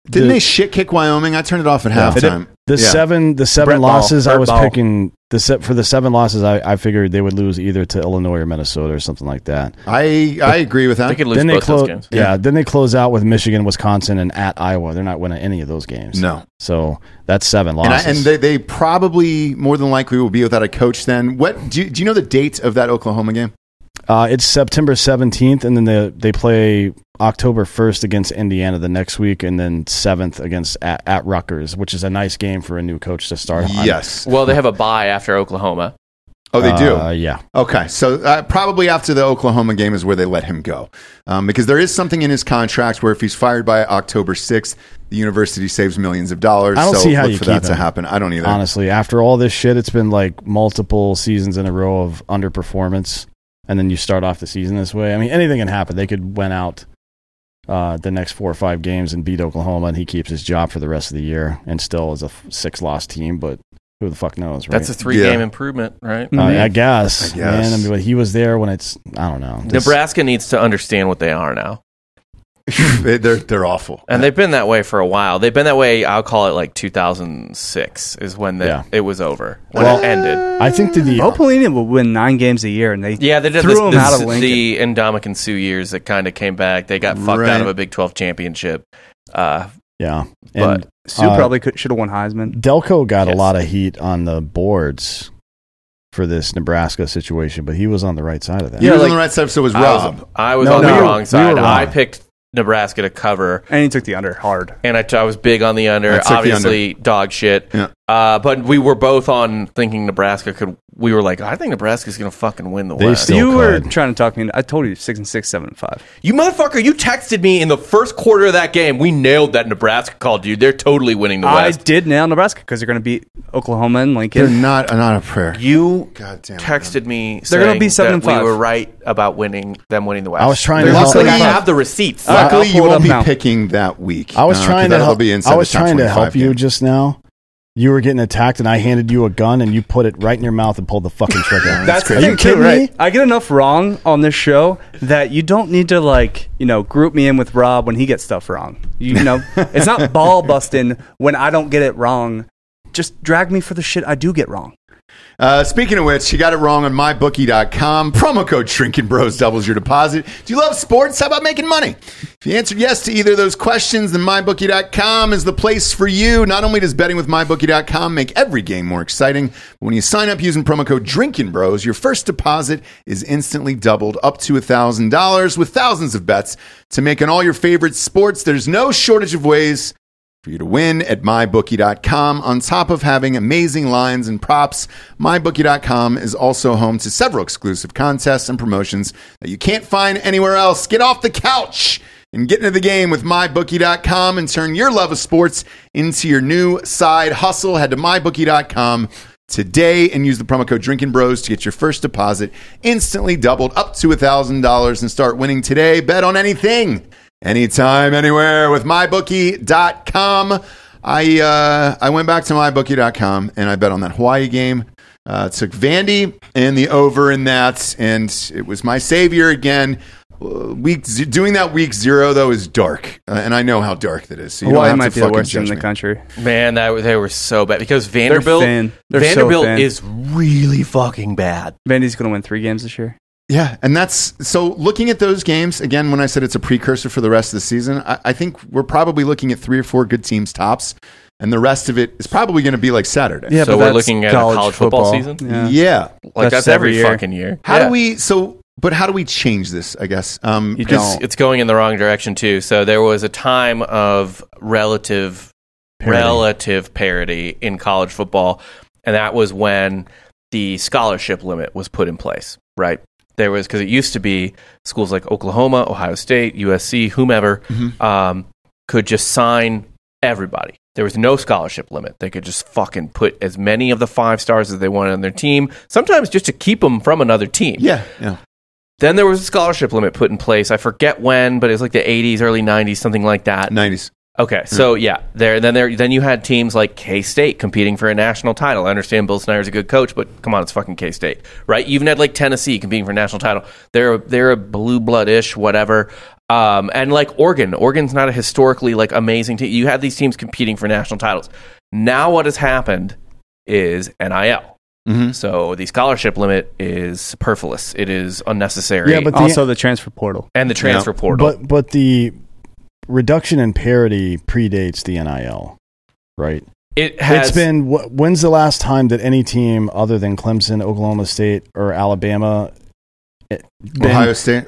Speaker 2: Didn't
Speaker 3: The-
Speaker 2: they shit kick Wyoming? I turned it off at
Speaker 3: Yeah.
Speaker 2: halftime.
Speaker 3: the
Speaker 2: Yeah.
Speaker 3: seven the seven
Speaker 5: Brett Ball.
Speaker 3: losses I
Speaker 5: Brett
Speaker 3: was
Speaker 5: Ball.
Speaker 3: picking the set for the seven losses I, I figured they would lose either to Illinois or Minnesota or something like that.
Speaker 2: I I agree with
Speaker 4: They
Speaker 2: that.
Speaker 4: could lose
Speaker 3: then they
Speaker 4: both those
Speaker 3: close
Speaker 4: games.
Speaker 3: yeah, then they close out with Michigan, Wisconsin, and at Iowa. They're not winning any of those games.
Speaker 2: No,
Speaker 3: So that's seven
Speaker 2: and, I,
Speaker 3: losses.
Speaker 2: and they, they probably more than likely will be without a coach. Then what? Do you, do you know the date of that Oklahoma game?
Speaker 3: Uh, it's September seventeenth, and then they they play October first against Indiana the next week, and then seventh against at, at Rutgers, which is a nice game for a new coach to start. on.
Speaker 2: Yes.
Speaker 4: Well, they have a bye after Oklahoma.
Speaker 2: Oh, they do.
Speaker 3: Uh, yeah,
Speaker 2: Okay, so uh, probably after the Oklahoma game is where they let him go, um, because there is something in his contract where if he's fired by October sixth, the university saves millions of dollars.
Speaker 3: I don't
Speaker 2: so
Speaker 3: see how
Speaker 2: look
Speaker 3: you
Speaker 2: for
Speaker 3: keep
Speaker 2: that to
Speaker 3: him.
Speaker 2: happen. I don't either.
Speaker 3: honestly, after all this shit, it's been like multiple seasons in a row of underperformance, and then you start off the season this way. I mean, anything can happen. They could win out uh, the next four or five games and beat Oklahoma, and he keeps his job for the rest of the year, and still is a six loss team. But who the fuck knows? Right?
Speaker 4: That's a three game improvement, right?
Speaker 3: Uh, I guess.
Speaker 2: I guess.
Speaker 3: Man, I mean, but he was there when it's. I don't know. This-
Speaker 4: Nebraska needs to understand what they are now.
Speaker 2: They- they're they're awful.
Speaker 4: And they've been that way for a while. They've been that way, I'll call it like 2006 is when the,
Speaker 3: Yeah.
Speaker 4: it was over, when
Speaker 3: Well-
Speaker 4: it ended.
Speaker 3: I think that the
Speaker 5: Bo Pelini will win nine games a year, and they
Speaker 4: Yeah, they did
Speaker 5: Threw
Speaker 4: this,
Speaker 5: them
Speaker 4: this,
Speaker 5: out of Lincoln.
Speaker 4: the Indomik and Sioux years that kind of came back. They got fucked
Speaker 2: Right.
Speaker 4: out of a Big 12 championship. Uh,
Speaker 3: yeah,
Speaker 4: But-
Speaker 3: and
Speaker 5: Sue
Speaker 3: Uh,
Speaker 5: probably could, should have won Heisman.
Speaker 3: Delco got
Speaker 4: Yes.
Speaker 3: a lot of heat on the boards for this Nebraska situation, but he was on the right side of that.
Speaker 2: he
Speaker 4: Yeah,
Speaker 2: was
Speaker 4: like-
Speaker 2: on the right side, so was
Speaker 4: I was,
Speaker 2: Rob.
Speaker 4: I was
Speaker 5: No,
Speaker 4: on
Speaker 5: no,
Speaker 4: the
Speaker 5: we were-
Speaker 4: wrong
Speaker 3: we
Speaker 4: side.
Speaker 3: were
Speaker 4: I
Speaker 3: wrong.
Speaker 4: picked Nebraska to cover,
Speaker 5: And he took the under hard.
Speaker 4: and I, t- I was big on the
Speaker 2: I
Speaker 4: under.
Speaker 2: took the
Speaker 4: Obviously, dog shit.
Speaker 2: Yeah.
Speaker 4: Uh, but we were both on thinking Nebraska could. We were like, I think Nebraska's going to fucking win the
Speaker 3: They
Speaker 4: West.
Speaker 3: Still
Speaker 5: you were
Speaker 3: could.
Speaker 5: trying to talk me into. I told you six and six, seven and five.
Speaker 4: You motherfucker, you texted me in the first quarter of that game. We nailed that Nebraska call, dude. They're totally winning the
Speaker 5: I
Speaker 4: West.
Speaker 5: did nail Nebraska because they're going to beat Oklahoma and
Speaker 2: They're
Speaker 5: Lincoln.
Speaker 2: not not a prayer.
Speaker 4: you
Speaker 2: God damn it,
Speaker 4: texted me
Speaker 5: They're gonna
Speaker 4: saying
Speaker 5: be seven
Speaker 4: that
Speaker 5: and five.
Speaker 4: We were right about winning them winning the West.
Speaker 3: I was trying
Speaker 4: They're
Speaker 3: to
Speaker 4: luckily
Speaker 3: help-
Speaker 4: I
Speaker 2: Luckily-
Speaker 4: have the receipts.
Speaker 5: All right, I'll
Speaker 2: Luckily, you
Speaker 5: pull it up
Speaker 2: won't be
Speaker 5: now.
Speaker 2: picking that week.
Speaker 3: I was
Speaker 2: uh, 'cause
Speaker 3: trying to
Speaker 2: that'll
Speaker 3: help.
Speaker 2: Be inside
Speaker 3: I was
Speaker 2: the top
Speaker 3: trying to
Speaker 2: 25
Speaker 3: help you
Speaker 2: game.
Speaker 3: just now. You were getting attacked, and I handed you a gun, and you put it right in your mouth and pulled the fucking trigger.
Speaker 5: That's
Speaker 3: Are
Speaker 5: the
Speaker 3: you
Speaker 5: thing, too,
Speaker 3: kidding
Speaker 5: right?
Speaker 3: me?
Speaker 5: I get enough wrong on this show that you don't need to like you know group me in with Rob when he gets stuff wrong. You know, it's not ball busting when I don't get it wrong. Just drag me for the shit I do get wrong.
Speaker 2: Uh, speaking of which, you got it wrong on mybookie.com. Promo code Shrinking Bros doubles your deposit. Do you love sports? How about making money? If you answered yes to either of those questions, then mybookie.com is the place for you. Not only does betting with mybookie.com make every game more exciting, but when you sign up using promo code Drinking Bros, your first deposit is instantly doubled up to $1,000 with thousands of bets to make on all your favorite sports. There's no shortage of ways for you to win at mybookie.com. On top of having amazing lines and props, mybookie.com is also home to several exclusive contests and promotions that you can't find anywhere else. Get off the couch and get into the game with mybookie.com and turn your love of sports into your new side hustle. Head to mybookie.com today and use the promo code drinking bros to get your first deposit instantly doubled up to $1000 and start winning today bet on anything anytime, anywhere with mybookie.com. I, uh, I went back to mybookie.com and I bet on that Hawaii game. Uh, took Vandy and the over in that, and it was my savior again. Uh, Week z- doing that week zero though is dark, uh, and I know how dark that is. So you don't
Speaker 5: Hawaii
Speaker 2: have
Speaker 5: might
Speaker 2: to
Speaker 5: be the
Speaker 2: fucking
Speaker 5: worst team
Speaker 2: judge
Speaker 5: in the
Speaker 2: me.
Speaker 5: country.
Speaker 4: Man, that they were so bad because Vanderbilt.
Speaker 5: thin. They're so
Speaker 4: Vanderbilt
Speaker 5: thin.
Speaker 4: is really fucking bad.
Speaker 5: Vandy's going to win three games this year.
Speaker 2: Yeah, and that's so looking at those games again. When I said it's a precursor for the rest of the season, I, I think we're probably looking at three or four good teams tops, and the rest of it is probably going to be like Saturday.
Speaker 5: Yeah,
Speaker 4: so we're looking at a college football, season.
Speaker 5: Yeah.
Speaker 2: yeah.
Speaker 4: Like
Speaker 5: That's
Speaker 4: that's,
Speaker 5: every
Speaker 4: every,
Speaker 5: year.
Speaker 4: fucking year.
Speaker 2: How
Speaker 4: Yeah.
Speaker 2: do we? So, but how do we change this? I guess. Um,
Speaker 5: You
Speaker 4: It's,
Speaker 5: don't.
Speaker 4: it's going in the wrong direction too. So there was a time of relative
Speaker 5: Parity.
Speaker 4: relative parity in college football, and that was when the scholarship limit was put in place. Right there was because it used to be schools like Oklahoma, Ohio State, USC, whomever
Speaker 2: Mm-hmm.
Speaker 4: um, could just sign everybody. There was no scholarship limit. They could just fucking put as many of the five stars as they wanted on their team. Sometimes just to keep them from another team.
Speaker 2: yeah, yeah.
Speaker 4: Then there was a scholarship limit put in place. I forget when, but it was like the 80s, early 90s, something like that.
Speaker 2: Nineties.
Speaker 4: Okay,
Speaker 3: Hmm.
Speaker 4: so yeah, there. Then there. Then you had teams like K State competing for a national title. I understand Bill Snyder's a good coach, but come on, it's fucking K State, right? You even had like Tennessee competing for a national title. They're they're a blue blood-ish, whatever. Um, and like Oregon, Oregon's not a historically like amazing team. You had these teams competing for national titles. Now what has happened is NIL.
Speaker 3: Mm-hmm.
Speaker 4: So the scholarship limit is superfluous. It is unnecessary.
Speaker 3: Yeah, but the-
Speaker 5: Also, the transfer portal.
Speaker 4: and the transfer portal.
Speaker 3: But but the reduction in parity predates the NIL, right?
Speaker 4: it has
Speaker 3: it's been wh- when's the last time that any team other than Clemson, Oklahoma State, or Alabama, eh, been-
Speaker 2: Ohio State.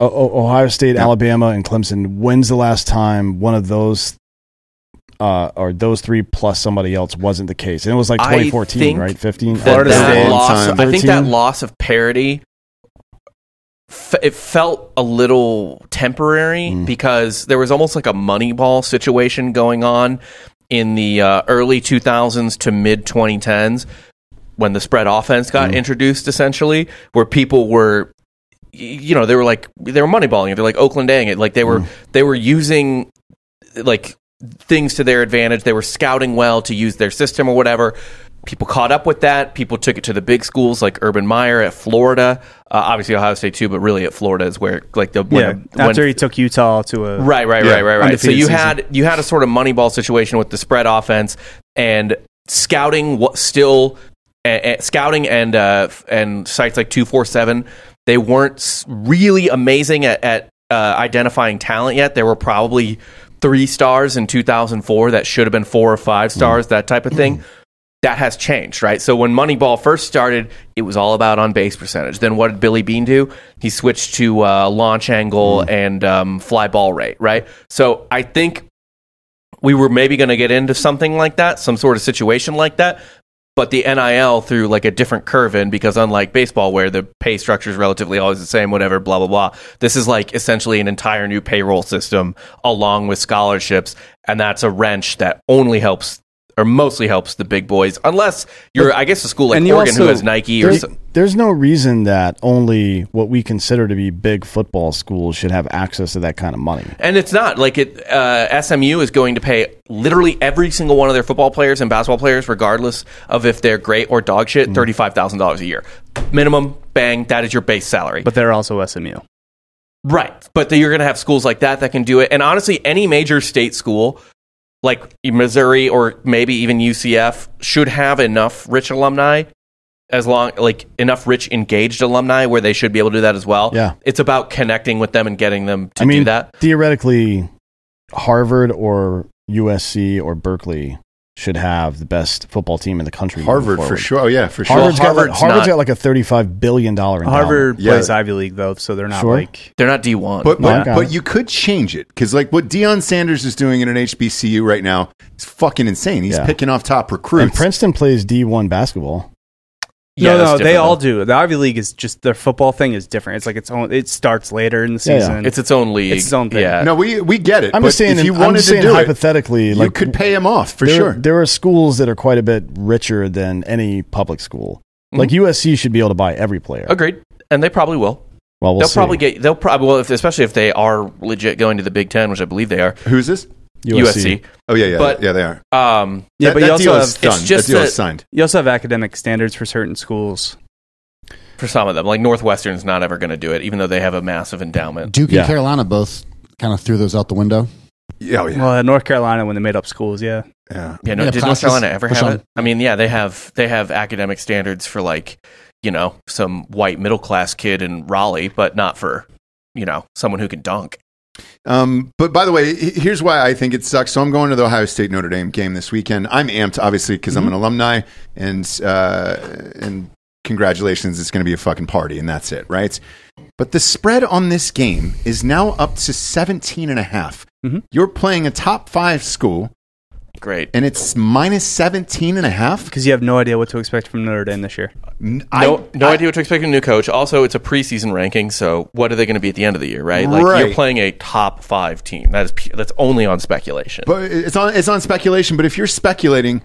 Speaker 3: O- O- Ohio State,
Speaker 2: Yeah.
Speaker 3: Alabama, and Clemson? When's the last time one of those? Uh, or those three plus somebody else wasn't the case, and it was like
Speaker 4: I
Speaker 3: 2014,
Speaker 4: think
Speaker 3: right? 15.
Speaker 4: that,
Speaker 2: Florida
Speaker 4: that
Speaker 2: State.
Speaker 4: loss.
Speaker 2: Time.
Speaker 4: I think that
Speaker 3: 13?
Speaker 4: loss of parity. f- It felt a little temporary because there was almost like a Moneyball situation going on in the uh, early 2000s to mid 2010s when the spread offense got introduced, essentially, where people were y- you know they were like they were moneyballing it. They're like Oakland dang it. Like they
Speaker 5: Mm.
Speaker 4: were they were using like things to their advantage. They were scouting well to use their system or whatever. People caught up with that. People took it to the big schools like Urban Meyer at Florida, uh, obviously Ohio State too, but really at Florida is where like the when,
Speaker 5: yeah,
Speaker 4: when-
Speaker 5: after he took Utah to a
Speaker 4: Right, right,
Speaker 2: Yeah,
Speaker 4: right, right, right. So
Speaker 5: undefeated
Speaker 4: you
Speaker 5: season.
Speaker 4: had you had a sort of Moneyball situation with the spread offense and scouting. What still a, a- scouting and uh, f- and sites like two four seven. They weren't s- really amazing at, at uh, identifying talent yet. There were probably three stars in 2004 that should have been four or
Speaker 5: Mm.
Speaker 4: five stars, that type of thing that has changed, right? So when Moneyball first started, it was all about on base percentage. Then what did Billy Bean do? He switched to uh, launch angle and um, fly ball rate, right? So I think we were maybe going to get into something like that, some sort of situation like that. But the NIL threw like a different curve in because unlike baseball, where the pay structure is relatively always the same, whatever, blah blah blah. This is like essentially an entire new payroll system along with scholarships, and that's a wrench that only helps or mostly helps the big boys, unless you're, I guess, a school like
Speaker 5: and you
Speaker 4: Oregon who
Speaker 5: also-
Speaker 4: has Nike or
Speaker 3: There's,
Speaker 4: some,
Speaker 3: there's no reason that only what we consider to be big football schools should have access to that kind of money.
Speaker 4: And it's not like it. Uh, SMU is going to pay literally every single one of their football players and basketball players, regardless of if they're great or dog
Speaker 3: Mm-hmm.
Speaker 4: shit, thirty five thousand dollars a year minimum. Bang, that is your base salary.
Speaker 5: but they're also SMU.
Speaker 4: Right. But then you're going to have schools like that that can do it. And honestly, any major state school, like Missouri or maybe even UCF, should have enough rich alumni, as long like enough rich engaged alumni where they should be able to do that as well.
Speaker 3: Yeah.
Speaker 4: It's about connecting with them and getting them to
Speaker 3: I mean,
Speaker 4: do that.
Speaker 3: theoretically, Harvard or USC or Berkeley should have the best football team in the country. moving
Speaker 2: Harvard for
Speaker 3: forward.
Speaker 2: sure. Oh yeah, for sure.
Speaker 3: Harvard's
Speaker 4: Well,
Speaker 3: got like,
Speaker 4: Harvard's
Speaker 3: Harvard's
Speaker 4: not-
Speaker 3: got like a thirty-five billion dollar endowment.
Speaker 5: Harvard
Speaker 2: Yeah.
Speaker 5: plays Ivy League though, so they're not
Speaker 3: Sure.
Speaker 5: like
Speaker 4: They're not D1.
Speaker 2: But
Speaker 3: No, I
Speaker 2: but,
Speaker 3: got
Speaker 2: but
Speaker 3: it.
Speaker 2: you could change it because like what Deion Sanders is doing at an HBCU right now is fucking insane. He's
Speaker 3: Yeah.
Speaker 2: picking off top
Speaker 3: and
Speaker 2: recruits.
Speaker 3: Princeton plays D one basketball.
Speaker 4: yeah,
Speaker 5: no,
Speaker 4: that's
Speaker 5: no, they
Speaker 4: different,
Speaker 5: all
Speaker 4: though.
Speaker 5: do. The Ivy League is just their football thing is different. It's like its own. It starts later in the
Speaker 3: Yeah, yeah.
Speaker 5: season.
Speaker 4: It's its own league.
Speaker 5: It's its own thing.
Speaker 4: Yeah.
Speaker 2: no, we we get it.
Speaker 3: I'm
Speaker 2: but
Speaker 3: just saying.
Speaker 2: if you
Speaker 3: I'm
Speaker 2: wanted
Speaker 3: just
Speaker 2: to
Speaker 3: saying
Speaker 2: do it,
Speaker 3: hypothetically,
Speaker 2: you
Speaker 3: like
Speaker 2: could pay him off for
Speaker 3: there,
Speaker 2: sure.
Speaker 3: There are schools that are quite a bit richer Mm-hmm. than any public school. Like USC should be able to buy every player.
Speaker 4: Agreed. And they probably will.
Speaker 3: Well, we'll
Speaker 4: they'll
Speaker 3: see.
Speaker 4: probably get they'll probably well if, especially if they are legit going to the Big Ten, which I believe they are.
Speaker 2: Who's this?
Speaker 4: USC.
Speaker 2: Oh yeah, yeah,
Speaker 4: But-
Speaker 2: yeah. They are.
Speaker 4: Um,
Speaker 5: Yeah,
Speaker 2: that,
Speaker 5: but
Speaker 2: that
Speaker 5: you also
Speaker 2: deal
Speaker 5: have
Speaker 2: is done.
Speaker 4: it's just
Speaker 2: that deal
Speaker 4: that-
Speaker 2: is signed.
Speaker 5: you also have academic standards for certain schools.
Speaker 4: for some of them, like Northwestern's not ever going to do it, even though they have a massive endowment.
Speaker 6: Duke
Speaker 3: Yeah.
Speaker 6: and Carolina both kind of threw those out the window.
Speaker 2: Yeah, oh, yeah,
Speaker 5: Well, uh, North Carolina when they made up schools, yeah.
Speaker 2: yeah.
Speaker 4: Yeah, no,
Speaker 6: Yeah,
Speaker 4: did
Speaker 6: classes
Speaker 4: North Carolina ever
Speaker 6: for
Speaker 4: have
Speaker 6: some-
Speaker 4: it? I mean, yeah, they have they have academic standards for like you know some white middle class kid in Raleigh, but not for you know someone who can dunk.
Speaker 2: Um, but by the way, he- here's why I think it sucks. So I'm going to the Ohio State Notre Dame game this weekend. I'm amped, obviously, because
Speaker 4: Mm-hmm.
Speaker 2: I'm an alumni, and uh, and congratulations, it's going to be a fucking party, and that's it, right? But the spread on this game is now up to 17 and a half.
Speaker 4: Mm-hmm.
Speaker 5: Mhm.
Speaker 2: You're playing a top five school,
Speaker 4: Great.
Speaker 2: and it's minus 17 and a half.
Speaker 5: Because you have no idea what to expect from Notre Dame this year.
Speaker 2: No,
Speaker 4: no, no idea what to expect from a new coach. Also, it's a preseason ranking, so what are they going to be at the end of the year? Right? Like
Speaker 2: Right.
Speaker 4: you're playing a top five team. That is pu- that's only on speculation.
Speaker 2: But it's on it's on speculation. But if you're speculating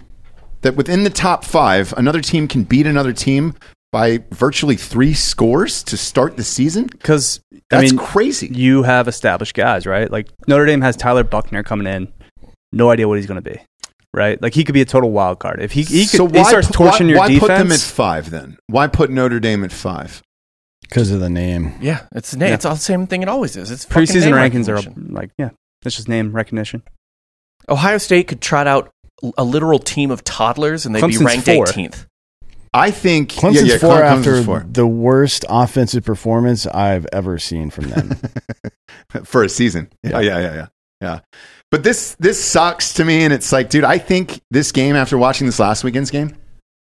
Speaker 2: that within the top five, another team can beat another team by virtually three scores to start the season,
Speaker 5: Because I
Speaker 2: that's
Speaker 5: mean,
Speaker 2: crazy.
Speaker 5: you have established guys, right? Like Notre Dame has Tyler Buckner coming in. No idea what he's going to be, right? Like he could be a total wild card. If he he, could,
Speaker 2: so
Speaker 5: he
Speaker 2: why,
Speaker 5: starts
Speaker 2: pu-
Speaker 5: torching
Speaker 2: why,
Speaker 5: your
Speaker 2: why
Speaker 5: defense,
Speaker 2: put them at five then? Why put Notre Dame at five?
Speaker 3: because of the name.
Speaker 4: yeah, it's na- it's all the same thing it always is. It's fucking
Speaker 5: preseason
Speaker 4: name
Speaker 5: rankings are
Speaker 4: recognition.
Speaker 5: like yeah, that's just name recognition.
Speaker 4: Ohio State could trot out l- a literal team of toddlers and they'd
Speaker 5: Clemson's
Speaker 4: be ranked
Speaker 5: four.
Speaker 4: 18th.
Speaker 2: I think
Speaker 3: Clemson's
Speaker 2: yeah, yeah,
Speaker 3: four
Speaker 2: Clemson's
Speaker 3: after
Speaker 2: four.
Speaker 3: the worst offensive performance I've ever seen from them.
Speaker 2: for a season. Yeah, yeah, yeah, yeah. yeah. But this this sucks to me, and it's like, dude, I think this game after watching this last weekend's game,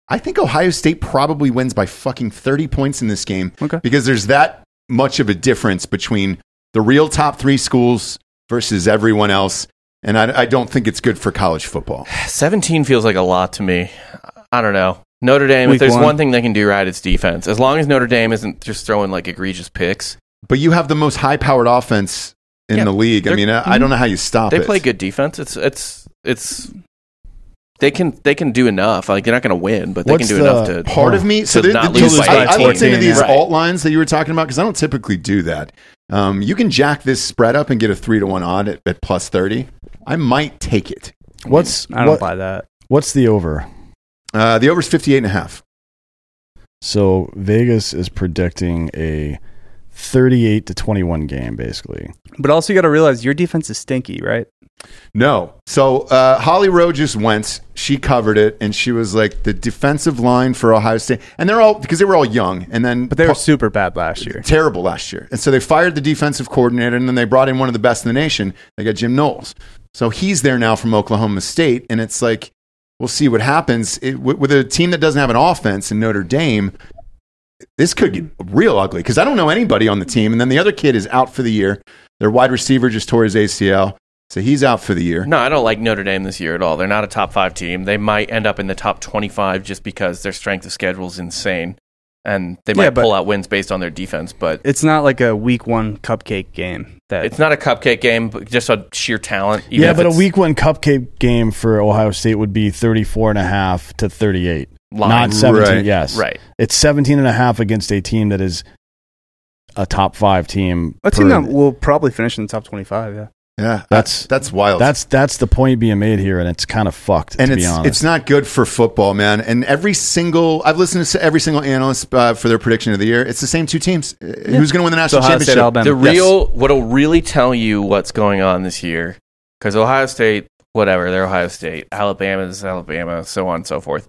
Speaker 2: I think Ohio State probably wins by fucking thirty points in this game.
Speaker 5: Okay.
Speaker 2: Because there's that much of a difference between the real top three schools versus everyone else, and I, I don't think it's good for college football.
Speaker 4: 17 feels like a lot to me. I don't know. Notre Dame,
Speaker 5: Week
Speaker 4: if there's
Speaker 5: one.
Speaker 4: one. thing they can do right, it's defense. As long as Notre Dame isn't just throwing like egregious picks,
Speaker 2: But you have the most high powered offense in
Speaker 4: Yeah,
Speaker 2: the league. I
Speaker 4: they're- mm-hmm.
Speaker 2: mean, I, I don't know how you stop
Speaker 4: they
Speaker 2: it.
Speaker 4: play good defense. It's it's it's they can they can do enough. Like they're not going to win, but they
Speaker 3: What's
Speaker 4: can do
Speaker 3: the
Speaker 4: enough to
Speaker 2: part
Speaker 5: Oh.
Speaker 2: of me. So
Speaker 4: to
Speaker 2: there-
Speaker 4: not
Speaker 2: there-
Speaker 4: lose by
Speaker 2: I, I looked
Speaker 5: 14,
Speaker 2: into these
Speaker 4: yeah.
Speaker 2: alt lines that you were talking about because I don't typically do that. Um, you can jack this spread up and get a three to one odd at, at plus thirty. I might take it.
Speaker 3: What's
Speaker 5: I don't
Speaker 3: what-
Speaker 5: buy that.
Speaker 3: what's the over?
Speaker 2: Uh, the over's 58 and a half.
Speaker 3: So Vegas is predicting a 38 to 21 game, basically.
Speaker 5: But also, you got to realize your defense is stinky, right?
Speaker 2: No. So uh, Holly Rowe just went. She covered it, and she was like the defensive line for Ohio State, and they're all because they were all young, and then
Speaker 5: But they were super bad last year.
Speaker 2: terrible last year. And so they fired the defensive coordinator and then they brought in one of the best in the nation. They got Jim Knowles. So he's there now from Oklahoma State. And it's like, we'll see what happens. It, with, with a team that doesn't have an offense in Notre Dame, this could get real ugly because I don't know anybody on the team. And then the other kid is out for the year. Their wide receiver just tore his ACL. So he's out for the year.
Speaker 4: No, I don't like Notre Dame this year at all. They're not a top five team. They might end up in the top 25 just because their strength of schedule is insane. And they might
Speaker 5: Yeah, but-
Speaker 4: pull out wins based on their defense, but
Speaker 5: It's not like a week one cupcake game. That
Speaker 4: it's not a cupcake game, but just on sheer talent. even
Speaker 3: yeah,
Speaker 4: if
Speaker 3: but a
Speaker 4: it's
Speaker 3: week one cupcake game for Ohio State would be 34 and a half to 38.
Speaker 4: line.
Speaker 3: Not 17,
Speaker 2: Right,
Speaker 3: yes.
Speaker 4: Right.
Speaker 3: It's 17 and a half against a team that is a top five team.
Speaker 5: a team
Speaker 3: per-
Speaker 5: that will probably finish in the top twenty-five. Yeah,
Speaker 2: Yeah.
Speaker 3: That's-
Speaker 2: that's wild.
Speaker 3: That's that's the point being made here, and it's kind of fucked.
Speaker 2: and
Speaker 3: to
Speaker 2: it's
Speaker 3: be honest,
Speaker 2: it's not good for football, man. And every single I've listened to every single analyst uh, for their prediction of the year. It's the same two teams. Uh, Who's going to win the
Speaker 5: so
Speaker 2: national
Speaker 5: Ohio State,
Speaker 2: championship?
Speaker 5: Alabama.
Speaker 4: The
Speaker 2: Yes.
Speaker 4: real, what'll really tell you what's going on this year, because Ohio State, whatever, they're Ohio State. Alabama's Alabama, so on and so forth.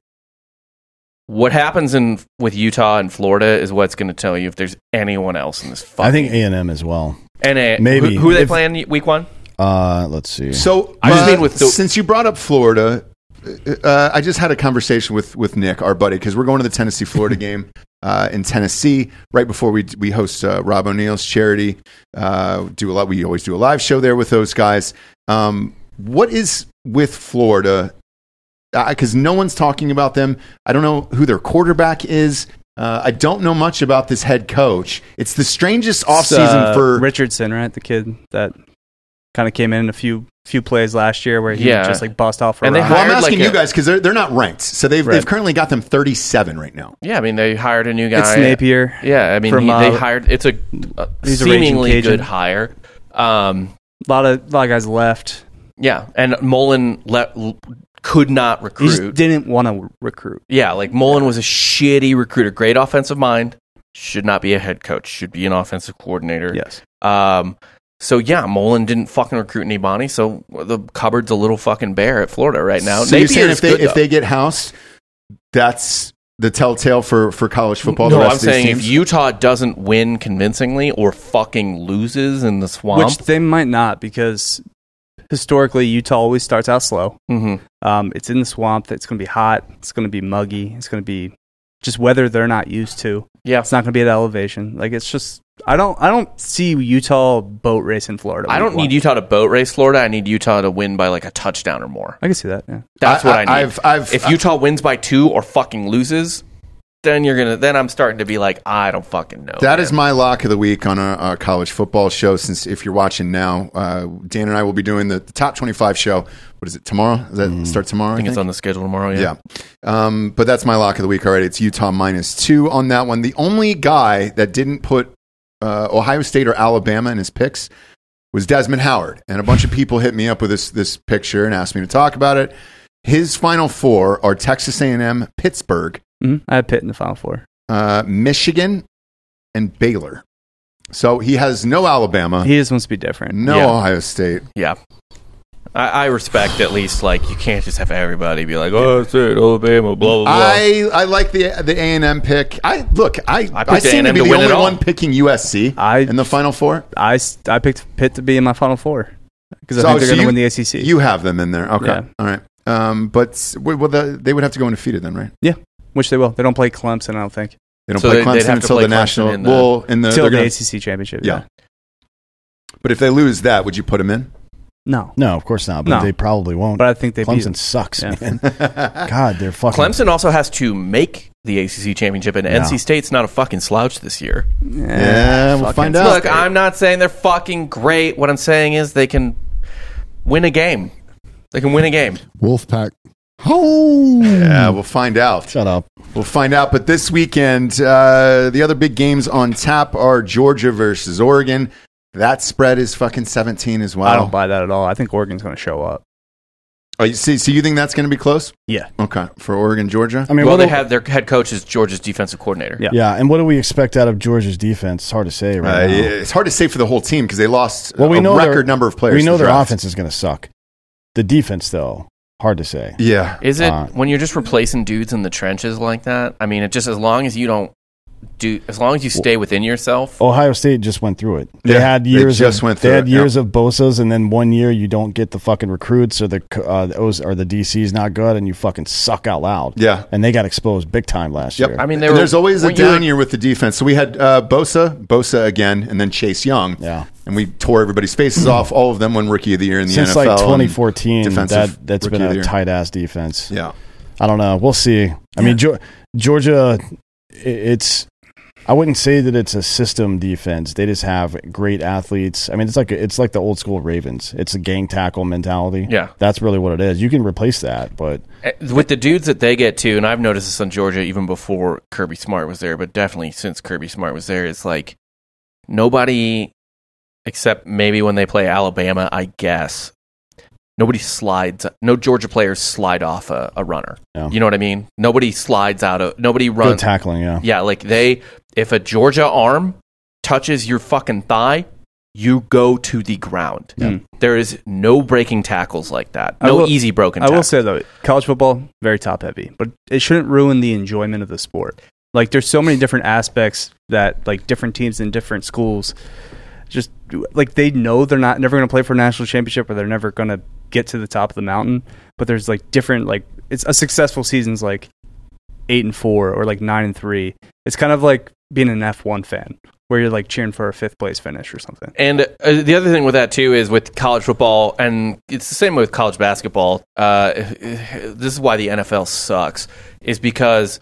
Speaker 4: What happens in with Utah and Florida is what's going to tell you if there's anyone else in this fight.
Speaker 3: I think A and M as well.
Speaker 4: And uh,
Speaker 3: Maybe.
Speaker 4: who, who are they
Speaker 3: If-
Speaker 4: playing week one?
Speaker 3: Uh, let's see.
Speaker 2: So
Speaker 4: I just
Speaker 2: uh,
Speaker 4: mean with the-
Speaker 2: since you brought up Florida, uh, uh, I just had a conversation with with Nick, our buddy, because we're going to the Tennessee Florida game uh, in Tennessee right before we we host uh, Rob O'Neill's charity. Uh, do a lot. We always do a live show there with those guys. Um, what is with Florida? Because no one's talking about them. I don't know who their quarterback is. Uh, I don't know much about this head coach. It's the strangest offseason
Speaker 5: Uh,
Speaker 2: for
Speaker 5: Richardson, right? The kid that kind of came in in a few few plays last year where he
Speaker 4: Yeah.
Speaker 5: just like bust off.
Speaker 4: And they
Speaker 5: Ryan.
Speaker 2: Well, I'm
Speaker 4: hired,
Speaker 2: asking
Speaker 4: like,
Speaker 2: you
Speaker 4: a-
Speaker 2: guys because they're, they're not ranked. So they've,
Speaker 5: Right.
Speaker 2: they've currently got them 37 right now.
Speaker 4: Yeah, I mean they hired a new guy.
Speaker 5: it's Napier.
Speaker 4: Yeah, I mean
Speaker 5: From,
Speaker 4: he, they
Speaker 5: uh,
Speaker 4: hired. It's a, a
Speaker 5: he's a raging
Speaker 4: seemingly
Speaker 5: Cajun.
Speaker 4: good hire. Um,
Speaker 5: A lot of lot of guys left.
Speaker 4: yeah, and Mullen le- l- could not
Speaker 5: He just
Speaker 4: recruit.
Speaker 5: didn't want to recruit.
Speaker 4: yeah, like Mullen was a shitty recruiter. Great offensive mind, should not be a head coach. Should be an offensive coordinator.
Speaker 5: Yes.
Speaker 4: Um, so yeah, Mullen didn't fucking recruit anybody. So the cupboard's a little fucking bare at Florida right now.
Speaker 2: so you're
Speaker 4: Napier
Speaker 2: saying
Speaker 4: is
Speaker 2: if they,
Speaker 4: good,
Speaker 2: if
Speaker 4: though.
Speaker 2: they get housed, that's the telltale for, for college football? the
Speaker 4: no,
Speaker 2: rest
Speaker 4: I'm
Speaker 2: of these
Speaker 4: saying if
Speaker 2: teams?
Speaker 4: Utah doesn't win convincingly or fucking loses in the swamp,
Speaker 5: Which they might not because historically Utah always starts out slow.
Speaker 4: Mhm.
Speaker 5: Um, it's in the swamp. It's going to be hot. It's going to be muggy. It's going to be just weather they're not used to.
Speaker 4: yeah,
Speaker 5: It's not going to be at elevation. Like it's just I don't I don't see Utah boat race in Florida.
Speaker 4: I
Speaker 5: week
Speaker 4: don't
Speaker 5: one.
Speaker 4: need Utah to boat race Florida. I need Utah to win by like a touchdown or more.
Speaker 5: I can see that. Yeah.
Speaker 4: That's what I, need.
Speaker 2: I've, I've,
Speaker 4: if Utah wins by two or fucking loses, then you're gonna. Then I'm starting to be like, I don't fucking know.
Speaker 2: That is my lock of the week on our, our college football show. Since if you're watching now, uh, Dan and I will be doing the, the top 25 show. What is it tomorrow? Does that start tomorrow? I
Speaker 4: Mm. I think it's
Speaker 2: think?
Speaker 4: on the schedule tomorrow. Yeah.
Speaker 2: yeah. Um, but that's my lock of the week already. It's Utah minus two on that one. The only guy that didn't put uh, Ohio State or Alabama in his picks was Desmond Howard, and a bunch of people hit me up with this this picture and asked me to talk about it. His final four are Texas A&M, Pittsburgh,
Speaker 5: Mhm.
Speaker 4: Mm-hmm.
Speaker 5: I had Pitt in the final four.
Speaker 2: uh, Michigan, and Baylor. So he has no Alabama,
Speaker 5: He just wants to be different.
Speaker 2: no
Speaker 4: Yeah.
Speaker 2: Ohio State.
Speaker 4: Yeah. I, I respect at least like you can't just have everybody be like, oh, that's it, Alabama, blah blah blah.
Speaker 2: I, I like the the A and M pick. I look. I I,
Speaker 4: picked
Speaker 2: seem to
Speaker 4: A&M
Speaker 2: be
Speaker 4: to
Speaker 2: the
Speaker 4: win
Speaker 2: only
Speaker 4: it all.
Speaker 2: one picking USC
Speaker 5: I-
Speaker 2: in the final four.
Speaker 5: I, s- I picked Pitt to be in my final four because I
Speaker 2: So-
Speaker 5: think they're
Speaker 2: so
Speaker 5: going to
Speaker 2: you-
Speaker 5: win the ACC.
Speaker 2: You have them in there. Okay.
Speaker 5: Yeah.
Speaker 2: All right. Um, but s- w- well, the, they would have to go undefeated then, right?
Speaker 5: which they will. They don't play Clemson, I don't think,
Speaker 2: They don't
Speaker 4: So
Speaker 2: play
Speaker 4: they- they'd
Speaker 2: Clemson
Speaker 4: have to
Speaker 2: until
Speaker 4: play
Speaker 2: the
Speaker 4: Clemson
Speaker 2: national.
Speaker 4: in the-
Speaker 2: well, in the,
Speaker 5: until
Speaker 2: Uh, they're
Speaker 5: the
Speaker 2: gonna-
Speaker 5: ACC championship.
Speaker 2: Yeah. But if they lose that, would you put them in?
Speaker 5: No,
Speaker 3: No, of course not. But
Speaker 5: No.
Speaker 3: they probably won't.
Speaker 5: but I think they beat
Speaker 3: Clemson sucks,
Speaker 5: Yeah.
Speaker 3: man. God, they're fucking.
Speaker 4: Clemson also has to make the ACC championship, and NC State's not a fucking slouch this year.
Speaker 2: Yeah, we'll find out.
Speaker 4: Look, I'm not saying they're fucking great. What I'm saying is they can win a game. They can win a game.
Speaker 6: Wolfpack.
Speaker 4: Hmm.
Speaker 2: Yeah, we'll find out.
Speaker 3: Shut up.
Speaker 2: We'll find out. But this weekend, uh, the other big games on tap are Georgia versus Oregon. That spread is fucking 17 as well.
Speaker 5: I don't buy that at all. I think Oregon's going to show up.
Speaker 2: Oh, you see, so you think that's going to be close?
Speaker 5: Yeah.
Speaker 2: Okay, for Oregon, Georgia.
Speaker 3: I mean,
Speaker 4: well,
Speaker 3: what
Speaker 4: they
Speaker 3: do-
Speaker 4: have their head coach is Georgia's defensive coordinator.
Speaker 5: Yeah.
Speaker 3: yeah, and what do we expect out of Georgia's defense? It's hard to say right
Speaker 2: Uh,
Speaker 3: now.
Speaker 2: It's hard to say for the whole team because they lost
Speaker 3: Well, we
Speaker 2: a
Speaker 3: know their-
Speaker 2: record number of players.
Speaker 3: we know
Speaker 2: to
Speaker 3: their
Speaker 2: draft.
Speaker 3: offense is going to suck. The defense, though, hard to say.
Speaker 2: Yeah,
Speaker 4: Is it
Speaker 3: Uh,
Speaker 4: when you're just replacing dudes in the trenches like that? I mean, it just as long as you don't do, as long as you stay within yourself.
Speaker 3: Ohio State just went through it. They
Speaker 2: Yeah,
Speaker 3: had
Speaker 2: they
Speaker 3: years.
Speaker 2: just
Speaker 3: of,
Speaker 2: went
Speaker 3: They
Speaker 2: through
Speaker 3: had
Speaker 2: it,
Speaker 3: years of Bosa's, and then one year you don't get the fucking recruits, or the co- uh, the O's, or the DC's not good, and you fucking suck out loud.
Speaker 2: yeah.
Speaker 3: and they got exposed big time last
Speaker 2: Yep.
Speaker 3: year.
Speaker 4: I mean, they
Speaker 2: And
Speaker 4: were-
Speaker 2: there's always a
Speaker 4: weren't you-
Speaker 2: down year with the defense. So we had uh, Bosa, Bosa again, and then Chase Young.
Speaker 3: Yeah. Mm.
Speaker 2: And we tore everybody's faces off. All of them won Rookie of the Year in the
Speaker 3: Since
Speaker 2: NFL.
Speaker 3: like
Speaker 2: and
Speaker 3: 2014,
Speaker 2: defensive
Speaker 3: that that's been
Speaker 2: Rookie of the
Speaker 3: a
Speaker 2: Year.
Speaker 3: tight ass defense.
Speaker 2: Yeah.
Speaker 3: I don't know. We'll see. I mean, Geor Georgia, i- it's. I wouldn't say that it's a system defense. They just have great athletes. I mean, it's like it's like the old school Ravens. It's a gang tackle mentality.
Speaker 4: Yeah.
Speaker 3: that's really what it is. You can replace that, but
Speaker 4: Eh, With the dudes that they get to, and I've noticed this on Georgia even before Kirby Smart was there, but definitely since Kirby Smart was there, it's like nobody, except maybe when they play Alabama, I guess. Nobody slides. No Georgia players slide off a, a runner.
Speaker 3: Yeah.
Speaker 4: You know what I mean? Nobody slides out of. Nobody
Speaker 3: good
Speaker 4: runs.
Speaker 3: tackling. Yeah,
Speaker 4: Yeah, like they, if a Georgia arm touches your fucking thigh, you go to the ground. There is no breaking tackles like that.
Speaker 5: Hmm. I
Speaker 4: No
Speaker 5: will-
Speaker 4: easy broken.
Speaker 5: I will
Speaker 4: tackles.
Speaker 5: say though, college football very top heavy, but it shouldn't ruin the enjoyment of the sport. Like there's so many different aspects that like different teams in different schools just like they know they're not never going to play for a national championship or they're never going to get to the top of the mountain, but there's like different like it's a successful season's like 8 and 4 or like 9 and 3. It's kind of like being an F1 fan where you're like cheering for a fifth place finish or something.
Speaker 4: And uh, the other thing with that too is with college football, and it's the same with college basketball. Uh, this is why the NFL sucks, is because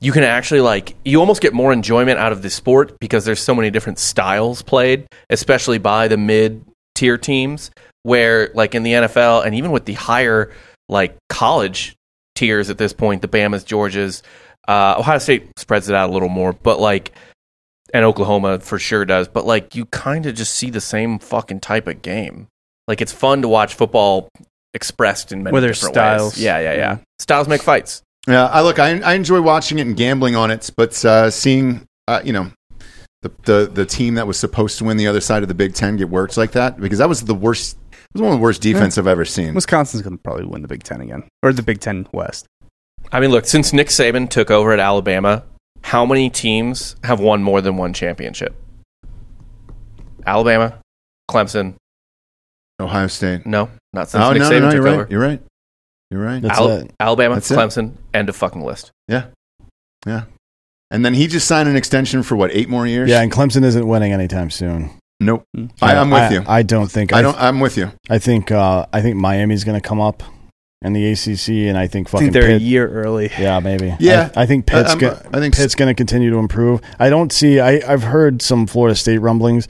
Speaker 4: you can actually like you almost get more enjoyment out of the sport because there's so many different styles played, especially by the mid tier teams. where like in the NFL and even with the higher like college tiers at this point, the Bama's, Georgia's, uh, Ohio State spreads it out a little more, but like and Oklahoma for sure does, but like you kind of just see the same fucking type of game. Like it's fun to watch football expressed in many
Speaker 5: Where there's
Speaker 4: different
Speaker 5: styles. Mm-hmm.
Speaker 4: ways. Yeah, yeah, yeah. Styles make fights.
Speaker 2: Yeah, I look, I, I enjoy watching it and gambling on it, but uh, seeing, uh, you know, the, the the team that was supposed to win the other side of the Big Ten get worked like that because that was the worst. It was one of the worst defense I've ever seen.
Speaker 5: Wisconsin's going to probably win the Big Ten again, or the Big Ten West.
Speaker 4: I mean, look, since Nick Saban took over at Alabama, how many teams have won more than one championship? Alabama, Clemson,
Speaker 2: Ohio State.
Speaker 4: no, not since
Speaker 2: Oh
Speaker 4: Nick
Speaker 2: no, no,
Speaker 4: Saban
Speaker 2: no,
Speaker 4: took
Speaker 2: you're
Speaker 4: over.
Speaker 2: right. You're right. You're right.
Speaker 3: That's
Speaker 4: Al-
Speaker 3: it.
Speaker 4: Alabama,
Speaker 2: That's it.
Speaker 4: Clemson, end of fucking list.
Speaker 2: And then he just signed an extension for what eight more years?
Speaker 3: Yeah, and Clemson isn't winning anytime soon.
Speaker 2: Nope. I, I'm with
Speaker 3: I,
Speaker 2: you.
Speaker 3: I don't think.
Speaker 2: I
Speaker 3: I
Speaker 2: don't. I'm with you.
Speaker 3: I think. Uh, I think Miami's going to come up in the ACC, and I think
Speaker 5: I
Speaker 3: fucking
Speaker 5: think they're a
Speaker 3: Pitt-
Speaker 5: year early.
Speaker 3: Yeah, maybe.
Speaker 2: Yeah.
Speaker 3: I, I think
Speaker 2: I-
Speaker 3: Pitt's.
Speaker 2: I'm-
Speaker 3: go-
Speaker 2: I think s-
Speaker 3: Pitt's going to continue to improve. I don't see. I, I've heard some Florida State rumblings.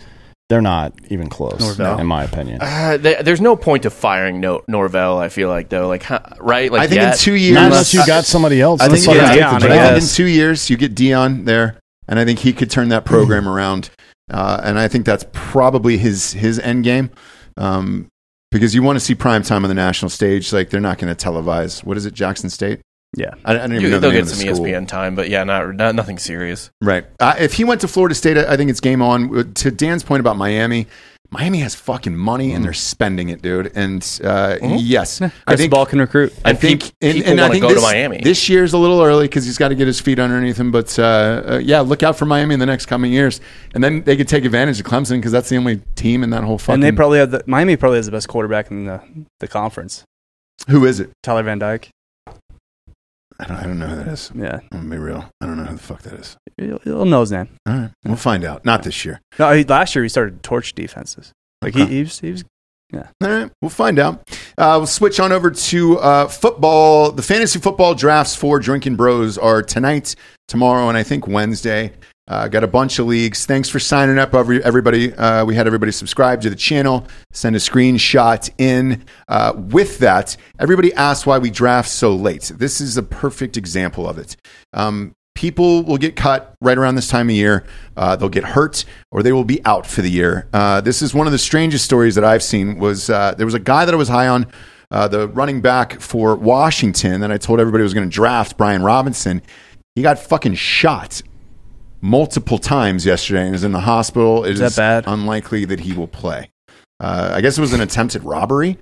Speaker 3: They're not even close,
Speaker 2: Norvell.
Speaker 3: in my opinion.
Speaker 4: Uh, th- there's no point to firing no- Norvell. I feel like though, like huh, right, like
Speaker 2: I think
Speaker 4: yet.
Speaker 2: in two years,
Speaker 3: Not unless you got somebody else.
Speaker 2: I
Speaker 3: Let's
Speaker 2: think,
Speaker 3: let
Speaker 2: yeah,
Speaker 3: them take
Speaker 5: Dion,
Speaker 3: the
Speaker 2: I
Speaker 5: I
Speaker 3: job.
Speaker 2: think in
Speaker 5: guess.
Speaker 2: two years you get Dion there, and I think he could turn that program around. Uh, and I think that's probably his his end game, um, because you want to see prime time on the national stage. Like they're not going to televise. What is it, Jackson State?
Speaker 5: Yeah.
Speaker 2: I, I don't even
Speaker 4: You-
Speaker 2: know the
Speaker 4: they'll
Speaker 2: name
Speaker 4: get
Speaker 2: of the
Speaker 4: some E
Speaker 2: school.
Speaker 4: ESPN time, but yeah, not, not nothing serious.
Speaker 2: Right. Uh, if he went to Florida State, I I think it's game on. Uh, To Dan's point about Miami, Miami has fucking money and they're spending it, dude. And uh, yes, I
Speaker 5: Chris
Speaker 2: think
Speaker 5: Ball can recruit.
Speaker 2: I
Speaker 4: And
Speaker 2: think
Speaker 4: peop- people wanna go to
Speaker 2: this,
Speaker 4: Miami.
Speaker 2: This year's a little early because he's got to get his feet underneath him. But uh, uh, yeah, look out for Miami in the next coming years, and then they could take advantage of Clemson because that's the only team in that whole fucking.
Speaker 5: and they probably have the Miami probably has the best quarterback in the, the conference.
Speaker 2: who is it?
Speaker 5: Tyler Van Dyke.
Speaker 2: I don't, I don't know who that is.
Speaker 5: Yeah,
Speaker 2: I'm gonna be real. I don't know who the fuck that is.
Speaker 5: he'll, he'll know his name.
Speaker 2: All right, we'll find out. Not this year.
Speaker 5: No, he, last year he started to torch defenses. Like he,
Speaker 2: Okay.
Speaker 5: he was, he was
Speaker 2: All right, we'll find out. Uh, we'll switch on over to uh, football. The fantasy football drafts for Drinking Bros are tonight, tomorrow, and I think Wednesday. Uh, got a bunch of leagues. Thanks for signing up, every, everybody. Uh, we had everybody subscribe to the channel, send a screenshot in. Uh, with that, everybody asked why we draft so late. This is a perfect example of it. Um, people will get cut right around this time of year. Uh, they'll get hurt or they will be out for the year. Uh, this is one of the strangest stories that I've seen. Was uh, there was a guy that I was high on, uh, the running back for Washington, that I told everybody was going to draft Brian Robinson. He got fucking shot multiple times yesterday and is in the hospital. It is
Speaker 5: that bad?
Speaker 2: unlikely that he will play. Uh, I guess it was an attempted robbery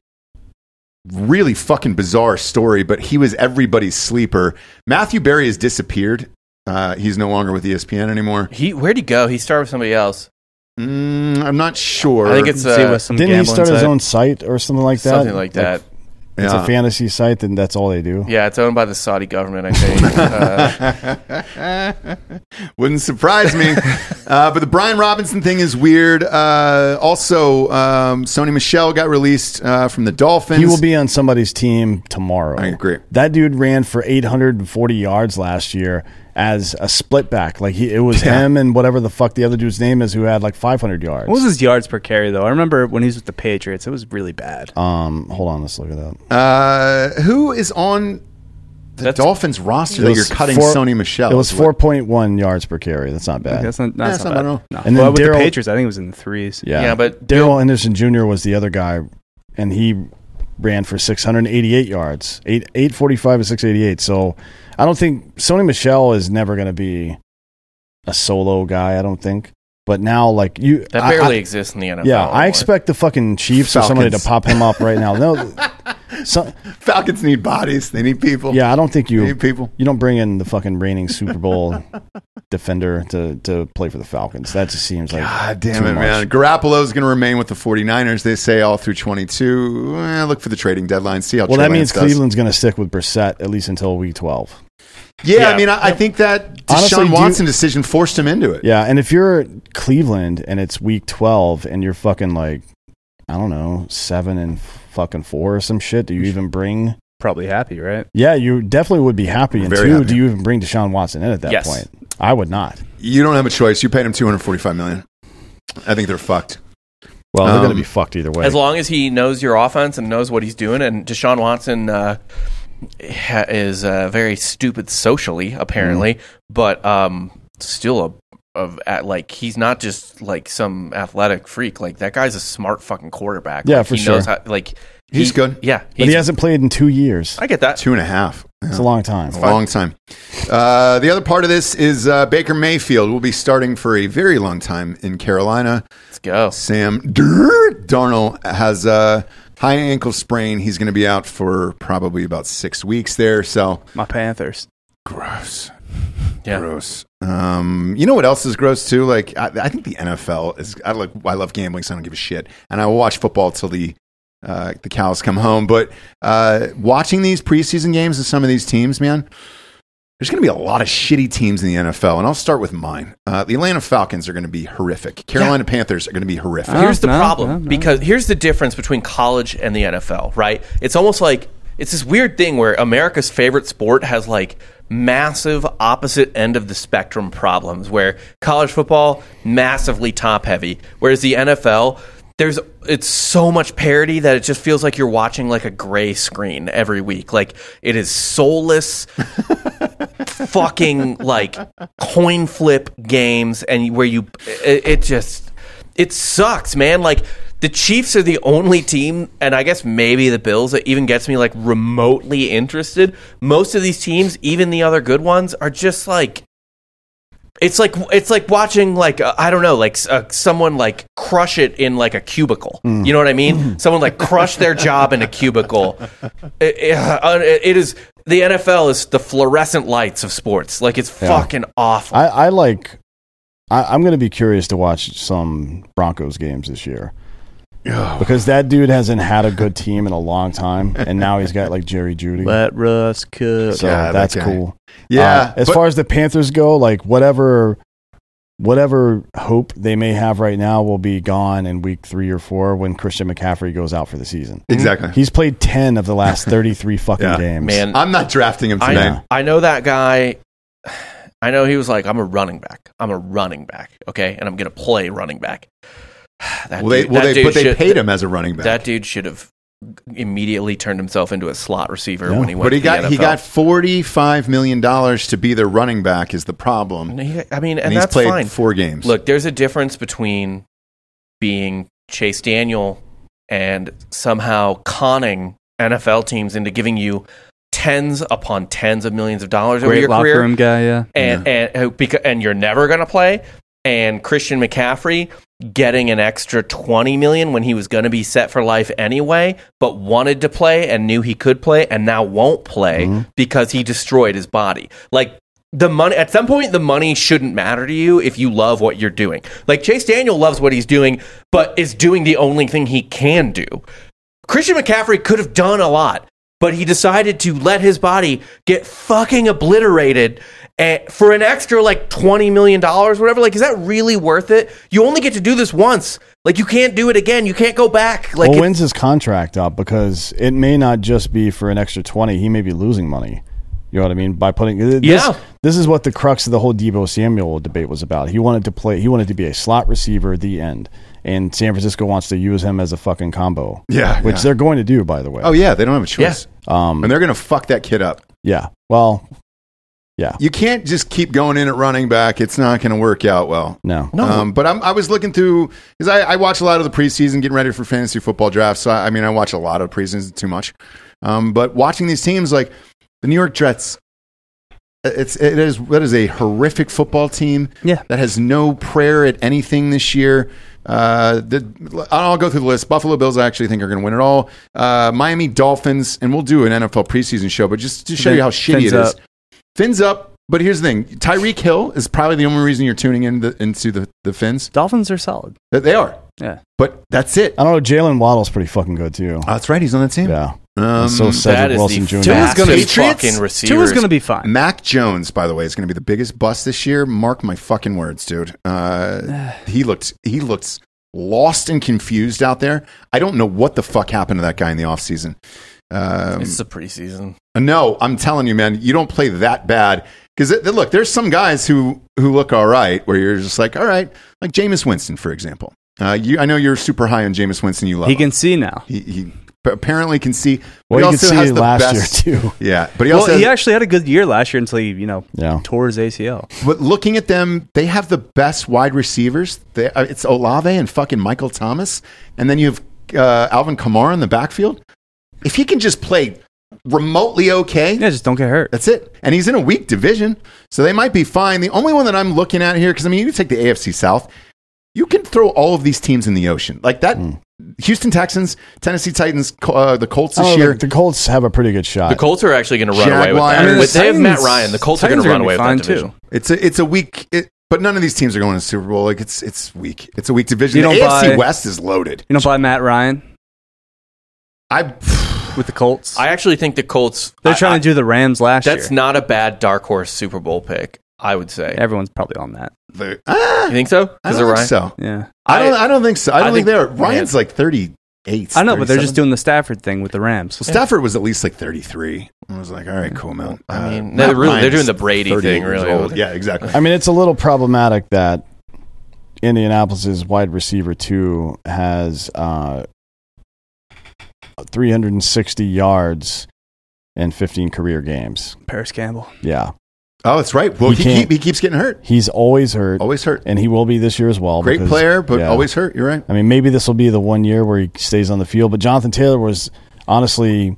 Speaker 2: really fucking bizarre story, but he was everybody's sleeper. Matthew Berry has disappeared. Uh, he's no longer with ESPN anymore.
Speaker 4: He where'd he go? He started with somebody else.
Speaker 2: Mm, I'm not sure.
Speaker 4: I think it's
Speaker 5: see
Speaker 4: uh,
Speaker 5: what some
Speaker 3: Didn't he
Speaker 5: gambling
Speaker 3: start his
Speaker 5: site-
Speaker 3: own site or something like that?
Speaker 4: something like that.
Speaker 3: It's
Speaker 2: Yeah.
Speaker 3: a fantasy site, and that's all they do.
Speaker 4: Yeah, it's owned by the Saudi government, I think. uh,
Speaker 2: Wouldn't surprise me. uh, but the Brian Robinson thing is weird. Uh, also, um, Sony Michelle got released uh, from the Dolphins.
Speaker 3: He will be on somebody's team tomorrow.
Speaker 2: I agree.
Speaker 3: That dude ran for 840 yards last year as a split back. Like he, it was him and whatever the fuck the other dude's name is who had like 500 yards.
Speaker 5: What was his yards per carry though? I remember when he was with the Patriots, it was really bad.
Speaker 3: Um, hold on, let's look at that.
Speaker 2: Uh, who is on the
Speaker 4: That's-
Speaker 2: Dolphins roster
Speaker 3: It
Speaker 2: that you're
Speaker 3: was
Speaker 2: cutting
Speaker 3: four-
Speaker 2: Sony Michelle?
Speaker 3: It was
Speaker 2: is what-
Speaker 3: 4.1 yards per carry. That's not bad.
Speaker 5: That's not, that's
Speaker 2: Yeah,
Speaker 5: not
Speaker 2: it's
Speaker 5: bad.
Speaker 2: not bad
Speaker 5: No.
Speaker 3: And then
Speaker 5: Well, with
Speaker 3: Daryl-
Speaker 5: the Patriots, I think it was in the threes.
Speaker 3: yeah.
Speaker 4: Yeah, but
Speaker 3: Daryl Anderson Jr. was the other guy, and he ran for 688 yards, eight 845 to 688. So I don't think Sony Michelle is never going to be a solo guy. I don't think. But now, like you,
Speaker 4: that
Speaker 3: I- I-
Speaker 4: barely exists in the NFL.
Speaker 3: yeah, I
Speaker 4: anymore.
Speaker 3: expect the fucking Chiefs or somebody to
Speaker 2: Falcons.
Speaker 3: pop him up right now. No, so,
Speaker 2: Falcons need bodies. They need people.
Speaker 3: yeah, I don't think
Speaker 2: They
Speaker 3: you
Speaker 2: need people.
Speaker 3: you don't bring in the fucking reigning Super Bowl defender to to play for the Falcons. That just seems like
Speaker 2: God damn
Speaker 3: too
Speaker 2: it,
Speaker 3: much.
Speaker 2: man. Garoppolo's going to remain with the 49ers, they say, all through 22. Eh, look for the trading deadline, see how
Speaker 3: Well,
Speaker 2: Trey
Speaker 3: that means
Speaker 2: Lance does.
Speaker 3: Cleveland's going to stick with Brissett at least until week 12.
Speaker 2: Yeah, I
Speaker 4: Yeah.
Speaker 2: mean, I, I think that Deshaun
Speaker 3: Honestly, do you-
Speaker 2: Watson decision forced him into it.
Speaker 3: Yeah, and if you're Cleveland and it's week 12 and you're fucking like, I don't know, seven and fucking four or some shit, do you even bring?
Speaker 5: Probably happy, right?
Speaker 3: Yeah, you definitely would be happy. And
Speaker 2: Very
Speaker 3: two,
Speaker 2: happy.
Speaker 3: do you even bring Deshaun Watson in at that
Speaker 4: Yes.
Speaker 3: point? I would not.
Speaker 2: You don't have a choice. You paid him $245 million. I think they're fucked.
Speaker 3: Well, they're going
Speaker 2: Um,
Speaker 3: to be fucked either way.
Speaker 4: As long as he knows your offense and knows what he's doing, and Deshaun Watson uh, ha- is uh, very stupid socially, apparently,
Speaker 3: Mm-hmm.
Speaker 4: but um, still a of at, like he's not just like some athletic freak. Like that guy's a smart fucking quarterback.
Speaker 3: Yeah,
Speaker 4: Like,
Speaker 3: for
Speaker 4: he knows
Speaker 3: sure.
Speaker 4: how, like
Speaker 2: He's
Speaker 4: he-
Speaker 2: good.
Speaker 4: Yeah,
Speaker 3: but he hasn't played in two years.
Speaker 4: I get that.
Speaker 2: Two and a half.
Speaker 3: It's a long time.
Speaker 2: A long time. Uh, the other part of this is uh, Baker Mayfield will be starting for a very long time in Carolina.
Speaker 4: Let's go.
Speaker 2: Sam Darnold has a high ankle sprain. He's going to be out for probably about six weeks there. So
Speaker 5: My Panthers.
Speaker 2: gross,
Speaker 4: Yeah.
Speaker 2: gross. Um, you know what else is gross too? Like I, I think the NFL is. I like. I love gambling, so I don't give a shit, and I will watch football till the. Uh, the cows come home, but uh, watching these preseason games of some of these teams, man, there's going to be a lot of shitty teams in the NFL, and I'll start with mine. Uh, the Atlanta Falcons are going to be horrific. Carolina Panthers are going to be horrific.
Speaker 5: Oh,
Speaker 4: here's the
Speaker 5: no,
Speaker 4: problem
Speaker 5: no, no.
Speaker 4: because here's the difference between college and the NFL, right? It's almost like it's this weird thing where America's favorite sport has like massive opposite end of the spectrum problems where college football massively top heavy whereas the NFL there's it's so much parody that it just feels like you're watching like a gray screen every week like it is soulless fucking like coin flip games and where you it, it just it sucks man like the chiefs are the only team and i guess maybe the bills that even gets me like remotely interested most of these teams even the other good ones are just like it's like it's like watching like uh, I don't know like s- uh, someone like crush it in like a cubicle.
Speaker 2: Mm.
Speaker 4: You know what I mean? Someone like crush their job in a cubicle. It- it- uh, it is the NFL is the fluorescent lights of sports. Like it's fucking awful.
Speaker 3: I, I like. I, I'm going to be curious to watch some Broncos games this year because that dude hasn't had a good team in a long time, and now he's got like Jerry Judy.
Speaker 5: Let Russ cook.
Speaker 3: So
Speaker 2: Yeah, that
Speaker 3: that's
Speaker 2: guy.
Speaker 3: cool.
Speaker 2: Yeah,
Speaker 3: Uh, as
Speaker 2: but-
Speaker 3: far as the Panthers go, like whatever, whatever hope they may have right now will be gone in week three or four when Christian McCaffrey goes out for the season.
Speaker 2: exactly.
Speaker 4: Mm.
Speaker 3: He's played ten of the last thirty-three fucking
Speaker 2: Yeah.
Speaker 3: games.
Speaker 4: man,
Speaker 2: I'm not drafting him tonight.
Speaker 4: I, I know that guy. I know he was like, I'm a running back. I'm a running back. Okay, and I'm gonna play running back. That
Speaker 2: Well, they,
Speaker 4: dude-
Speaker 2: well,
Speaker 4: that
Speaker 2: they,
Speaker 4: dude
Speaker 2: but they
Speaker 4: should-
Speaker 2: paid him as a running back.
Speaker 4: That dude should have immediately turned himself into a slot receiver
Speaker 3: Yeah.
Speaker 4: when he went.
Speaker 2: but he
Speaker 4: to the
Speaker 2: got he
Speaker 4: NFL.
Speaker 2: got forty five million dollars to be their running back is the problem, and,
Speaker 4: And he- I mean, and,
Speaker 2: he's
Speaker 4: that's
Speaker 2: played
Speaker 4: fine.
Speaker 2: four games.
Speaker 4: Look, there's a difference between being Chase Daniel and somehow conning NFL teams into giving you tens upon tens of millions of dollars over
Speaker 5: Great
Speaker 4: your
Speaker 5: locker
Speaker 4: career,
Speaker 5: room guy, yeah.
Speaker 4: and and who- beca- and you're never going to play, and Christian McCaffrey getting an extra 20 million when he was going to be set for life anyway, but wanted to play and knew he could play and now won't play because he destroyed his body. Like the money at some point the money shouldn't matter to you if you love what you're doing. Like Chase Daniel loves what he's doing, but is doing the only thing he can do. Christian McCaffrey could have done a lot, but he decided to let his body get fucking obliterated eh, for an extra like $20 million, whatever. Like, is that really worth it? You only get to do this once. Like, you can't do it again. You can't go back. Like,
Speaker 3: well,
Speaker 4: it-
Speaker 3: when's his contract up? Because it may not just be for an extra twenty. He may be losing money. You know what I mean? By putting this,
Speaker 4: Yeah.
Speaker 3: this is what the crux of the whole Debo Samuel debate was about. He wanted to play. He wanted to be a slot receiver at the end, and San Francisco wants to use him as a fucking combo.
Speaker 2: Yeah,
Speaker 3: which
Speaker 2: yeah.
Speaker 3: they're going to do, by the way.
Speaker 2: oh yeah, they don't have a choice,
Speaker 3: Um,
Speaker 2: and they're gonna fuck that kid up.
Speaker 3: yeah. Well,
Speaker 2: You can't just keep going in at running back; it's not gonna work out well.
Speaker 3: no.
Speaker 2: Um, but I'm, I was looking through because I, I watch a lot of the preseason, getting ready for fantasy football drafts. So I, I mean, I watch a lot of preseason, too much. Um, but watching these teams, like the New York Jets, it's it is that is a horrific football team.
Speaker 5: Yeah.
Speaker 2: that has no prayer at anything this year. Uh, the, I'll go through the list. Buffalo Bills, I actually think are going to win it all. Uh, Miami Dolphins, and we'll do an NFL preseason show, but just to show you how shitty it
Speaker 5: Fins
Speaker 2: is.
Speaker 5: up.
Speaker 2: Fins up. But here's the thing: Tyreek Hill is probably the only reason you're tuning in the, into the the Fins.
Speaker 5: Dolphins are solid.
Speaker 2: That they are.
Speaker 5: Yeah.
Speaker 2: But that's it.
Speaker 3: I don't know. Jalen Waddle's pretty fucking good too.
Speaker 2: Oh, that's right. He's on that team.
Speaker 3: Yeah.
Speaker 2: Um,
Speaker 3: so
Speaker 4: that
Speaker 3: Cedric
Speaker 4: is
Speaker 3: Wilson Jr.
Speaker 4: the
Speaker 5: Tua's
Speaker 4: fastest
Speaker 5: gonna be-
Speaker 4: fucking receiver.
Speaker 5: Tua's going to be fine.
Speaker 2: Mac Jones, by the way, is going to be the biggest bust this year. Mark my fucking words, dude. Uh, he looked he looked lost and confused out there. I don't know what the fuck happened to that guy in the offseason. Um, Uh,
Speaker 4: It's the preseason.
Speaker 2: no, I'm telling you, man, you don't play that bad. Because look, there's some guys who who look all right, where you're just like, all right, like Jameis Winston, for example. Uh, you, I know you're super high on Jameis Winston. You love
Speaker 5: He
Speaker 2: him.
Speaker 5: can see now.
Speaker 2: He, he apparently can see. but
Speaker 3: Well,
Speaker 2: he
Speaker 3: you
Speaker 2: also
Speaker 3: could see
Speaker 2: has
Speaker 3: it
Speaker 2: the
Speaker 3: last
Speaker 2: best-
Speaker 3: year too.
Speaker 2: Yeah, but he
Speaker 5: Well,
Speaker 2: also has-
Speaker 5: he actually had a good year last year until he, you know,
Speaker 3: Yeah.
Speaker 5: tore his ACL.
Speaker 2: But looking at them, they have the best wide receivers. They, uh, it's Olave and fucking Michael Thomas, and then you have uh, Alvin Kamara in the backfield. If he can just play remotely okay,
Speaker 5: Yeah, just don't get hurt.
Speaker 2: that's it. And he's in a weak division, so they might be fine. The only one that I'm looking at here, because I mean, you take the AFC South, you can throw all of these teams in the ocean like that.
Speaker 3: Hmm.
Speaker 2: Houston Texans, Tennessee Titans, Col- uh, the Colts this
Speaker 3: Oh,
Speaker 2: year.
Speaker 3: the, the Colts have a pretty good shot.
Speaker 4: The Colts are actually going to run away with
Speaker 2: Jaguars.
Speaker 4: that.
Speaker 2: I mean, the
Speaker 4: with, they have Matt
Speaker 5: Titans-
Speaker 4: Ryan. The Colts are going
Speaker 5: Titans
Speaker 4: to
Speaker 5: are
Speaker 4: run
Speaker 5: gonna
Speaker 4: away
Speaker 5: be
Speaker 4: with that division.
Speaker 5: fine, too.
Speaker 2: It's a it's a weak. It, but none of these teams are going to the Super Bowl. Like it's it's weak. It's a weak division.
Speaker 5: You
Speaker 2: the
Speaker 5: don't
Speaker 2: AFC
Speaker 5: buy-
Speaker 2: West is loaded.
Speaker 5: You don't buy Matt Ryan
Speaker 2: I
Speaker 5: with the Colts.
Speaker 4: I actually think the Colts.
Speaker 5: They're
Speaker 4: I-
Speaker 5: trying
Speaker 4: I-
Speaker 5: to do the Rams last
Speaker 4: That's
Speaker 5: year.
Speaker 4: not a bad dark horse Super Bowl pick. I would say.
Speaker 5: Everyone's probably on that.
Speaker 2: the, ah,
Speaker 4: You think so?
Speaker 2: I
Speaker 4: Because
Speaker 2: don't
Speaker 4: of
Speaker 2: think
Speaker 4: Ryan.
Speaker 2: so.
Speaker 5: Yeah,
Speaker 2: I don't.
Speaker 4: I-
Speaker 2: I don't think so. I don't
Speaker 4: I
Speaker 2: think,
Speaker 4: think-
Speaker 2: they're Ryan's like thirty eight.
Speaker 5: I know, but they're just doing the Stafford thing with the Rams.
Speaker 2: Stafford was at least like thirty three. I was like, all right, cool, man. Uh,
Speaker 4: I mean,
Speaker 2: Matt
Speaker 4: they're really-
Speaker 2: Ryan
Speaker 4: they're doing
Speaker 2: is
Speaker 4: the Brady
Speaker 2: 38
Speaker 4: thing,
Speaker 2: years
Speaker 4: really.
Speaker 2: old. Yeah, exactly.
Speaker 3: I mean, it's a little problematic that Indianapolis's wide receiver two has uh, 360 yards in 15 career games.
Speaker 5: Paris Campbell.
Speaker 3: Yeah,
Speaker 2: Oh, that's right. Well,
Speaker 3: You
Speaker 2: he,
Speaker 3: can't-
Speaker 2: keep, he keeps getting hurt.
Speaker 3: he's always hurt,
Speaker 2: Always hurt.
Speaker 3: and he will be this year as well.
Speaker 2: Great
Speaker 3: because-
Speaker 2: player, but
Speaker 3: yeah.
Speaker 2: always hurt. You're right.
Speaker 3: I mean, maybe this will be the one year where he stays on the field. But Jonathan Taylor was honestly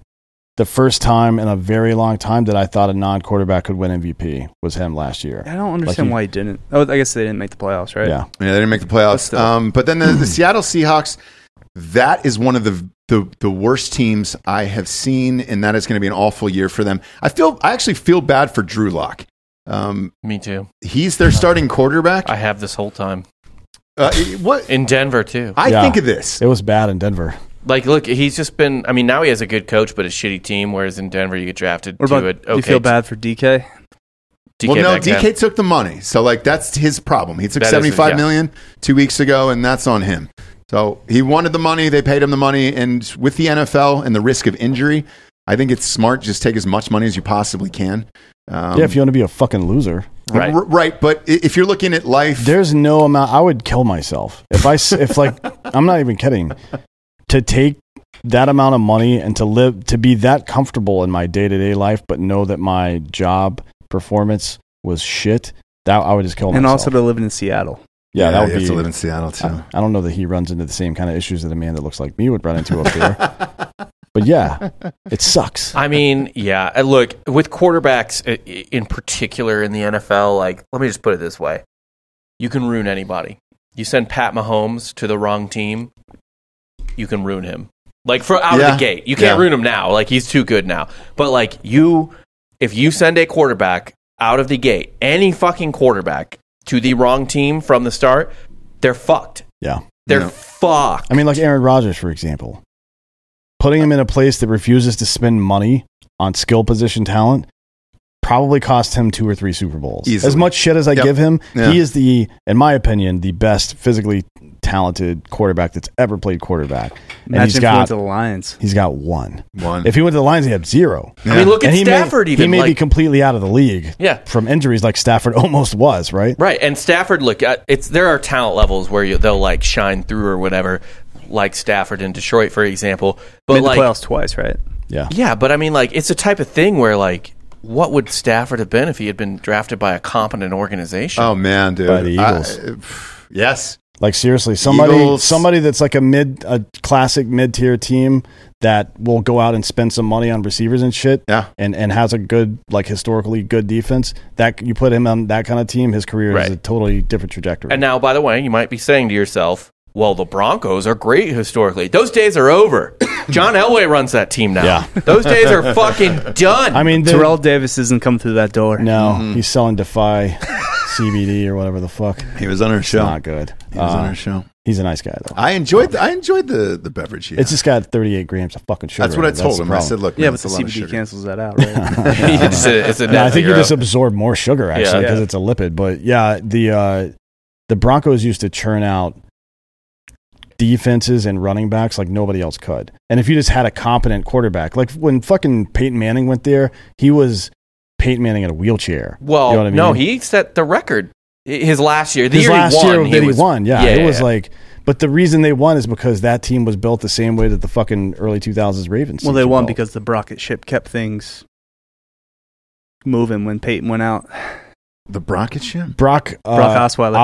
Speaker 3: the first time in a very long time that I thought a non-quarterback could win MVP was him last year.
Speaker 5: I don't understand
Speaker 3: he-
Speaker 5: why he didn't. Oh, I guess they didn't make the playoffs, right?
Speaker 3: Yeah,
Speaker 2: Yeah, they didn't make the
Speaker 5: But
Speaker 2: playoffs.
Speaker 5: still.
Speaker 2: Um, but then the, the Seattle Seahawks, that is one of the, the the worst teams I have seen, and that is going to be an awful year for them. I feel I actually feel bad for Drew Lock. Um,
Speaker 4: Me too.
Speaker 2: he's their starting quarterback.
Speaker 4: I have this whole time
Speaker 2: Uh, what
Speaker 4: in Denver too.
Speaker 2: I
Speaker 3: Yeah.
Speaker 2: think of this.
Speaker 3: it was bad in Denver.
Speaker 4: Like, look, he's just been. I mean, now he has a good coach, but a shitty team. Whereas in Denver, you get drafted
Speaker 5: What
Speaker 4: to
Speaker 5: about?
Speaker 4: a
Speaker 5: do
Speaker 4: okay
Speaker 5: you feel bad for DK?
Speaker 4: DK
Speaker 2: well, no,
Speaker 4: Metcalf.
Speaker 2: DK took the money, so like that's his problem. He took
Speaker 4: That is-
Speaker 2: seventy five
Speaker 4: yeah.
Speaker 2: million two weeks ago, and that's on him. So he wanted the money. They paid him the money, and with the NFL and the risk of injury, I think it's smart just take as much money as you possibly can. Um,
Speaker 3: yeah, if you want to be a fucking loser,
Speaker 4: Right.
Speaker 2: R- right. But i- if you're looking at life,
Speaker 3: There's no amount. I would kill myself if I s- if like I'm not even kidding. To take that amount of money and to live to be that comfortable in my day to day life, but know that my job performance was shit. That I would just kill myself.
Speaker 5: and also to live in Seattle.
Speaker 3: yeah, that would
Speaker 2: you have
Speaker 3: be.
Speaker 2: to live in Seattle too.
Speaker 3: I, I don't know that he runs into the same kind of issues that a man that looks like me would run into up there. but yeah, it sucks.
Speaker 4: I mean, yeah. uh, Look, with quarterbacks i- i- in particular in the NFL, like, let me just put it this way: you can ruin anybody. You send Pat Mahomes to the wrong team, you can ruin him. Like for out
Speaker 2: Yeah.
Speaker 4: of the gate, you can't
Speaker 2: Yeah.
Speaker 4: ruin him now. Like he's too good now. But like you, if you send a quarterback out of the gate, any fucking quarterback to the wrong team from the start, they're fucked.
Speaker 3: Yeah.
Speaker 4: They're
Speaker 2: Yeah.
Speaker 4: fucked.
Speaker 3: I mean, like Aaron Rodgers, for example, putting him in a place that refuses to spend money on skill position talent probably cost him two or three Super Bowls.
Speaker 2: Easily.
Speaker 3: As much shit as I
Speaker 2: Yep.
Speaker 3: give him,
Speaker 2: Yeah.
Speaker 3: he is the, in my opinion, the best physically talented quarterback that's ever played quarterback. And
Speaker 5: Imagine
Speaker 3: he's
Speaker 5: if he went
Speaker 3: got
Speaker 5: to the Lions.
Speaker 3: he's got one.
Speaker 2: One.
Speaker 3: If he went to the Lions, he had zero.
Speaker 4: I mean, look at
Speaker 3: And he
Speaker 4: Stafford.
Speaker 3: may,
Speaker 4: even
Speaker 3: he may be
Speaker 4: like,
Speaker 3: completely out of the league
Speaker 4: yeah,
Speaker 3: from injuries, like Stafford almost was. Right?
Speaker 4: Right, and Stafford, look, uh, it's there are talent levels where you, they'll like shine through or whatever, like Stafford in Detroit, for example. But
Speaker 5: Made
Speaker 4: like,
Speaker 5: the playoffs twice, right?
Speaker 3: Yeah.
Speaker 4: yeah, but I mean, like, it's a type of thing where like, what would Stafford have been if he had been drafted by a competent organization?
Speaker 2: oh man, dude.
Speaker 3: By the Eagles.
Speaker 2: I- pff, yes.
Speaker 3: Like seriously, somebody
Speaker 2: Eagles.
Speaker 3: somebody that's like a mid a classic mid tier team that will go out and spend some money on receivers and shit.
Speaker 2: Yeah.
Speaker 3: And and has a good like historically good defense. That you put him on that kind of team, his career
Speaker 4: Right.
Speaker 3: is a totally different trajectory.
Speaker 4: and now, by the way, you might be saying to yourself, "Well, the Broncos are great historically. Those days are over. John Elway runs that team now.
Speaker 3: Yeah.
Speaker 4: Those days are fucking done."
Speaker 3: I mean the,
Speaker 5: Terrell Davis isn't come through that door.
Speaker 3: No,
Speaker 2: Mm-hmm.
Speaker 3: he's selling Defy CBD or whatever the fuck.
Speaker 2: He was on our show.
Speaker 3: Not good.
Speaker 2: he was on
Speaker 3: Uh,
Speaker 2: our show.
Speaker 3: he's a nice guy though.
Speaker 2: I enjoyed. The, I enjoyed the the beverage. Ah, Yeah.
Speaker 3: It's just got 38 grams of fucking sugar.
Speaker 2: that's what
Speaker 3: in
Speaker 2: I
Speaker 3: it.
Speaker 2: told
Speaker 3: the
Speaker 2: him. I
Speaker 3: problem.
Speaker 2: said, look,
Speaker 5: Yeah,
Speaker 2: man,
Speaker 5: but
Speaker 2: it's
Speaker 5: the
Speaker 2: a lot of
Speaker 5: CBD
Speaker 2: sugar.
Speaker 5: cancels that out, right?
Speaker 4: it's a, it's a
Speaker 3: No,
Speaker 4: net
Speaker 3: I think you
Speaker 4: zero.
Speaker 3: just absorb more sugar actually
Speaker 4: Yeah.
Speaker 3: because it's a lipid. But yeah, the uh, the Broncos used to churn out defenses and running backs like nobody else could. And if you just had a competent quarterback, like when fucking Peyton Manning went there, he was Peyton Manning in a wheelchair.
Speaker 4: Well,
Speaker 3: You know what I
Speaker 4: no,
Speaker 3: mean?
Speaker 4: he set the record. I- His last year, the
Speaker 3: His
Speaker 4: year
Speaker 3: last
Speaker 4: he won,
Speaker 3: year that he
Speaker 4: was-
Speaker 3: won, yeah, it was like But the reason they won is because that team was built the same way that the fucking early 2000s Ravens.
Speaker 5: Well,
Speaker 3: teams
Speaker 5: they
Speaker 3: were
Speaker 5: won
Speaker 3: built.
Speaker 5: because the rocket ship kept things moving when Peyton went out.
Speaker 2: The Brocket ship?
Speaker 3: Brock uh,
Speaker 5: Brock Osweiler.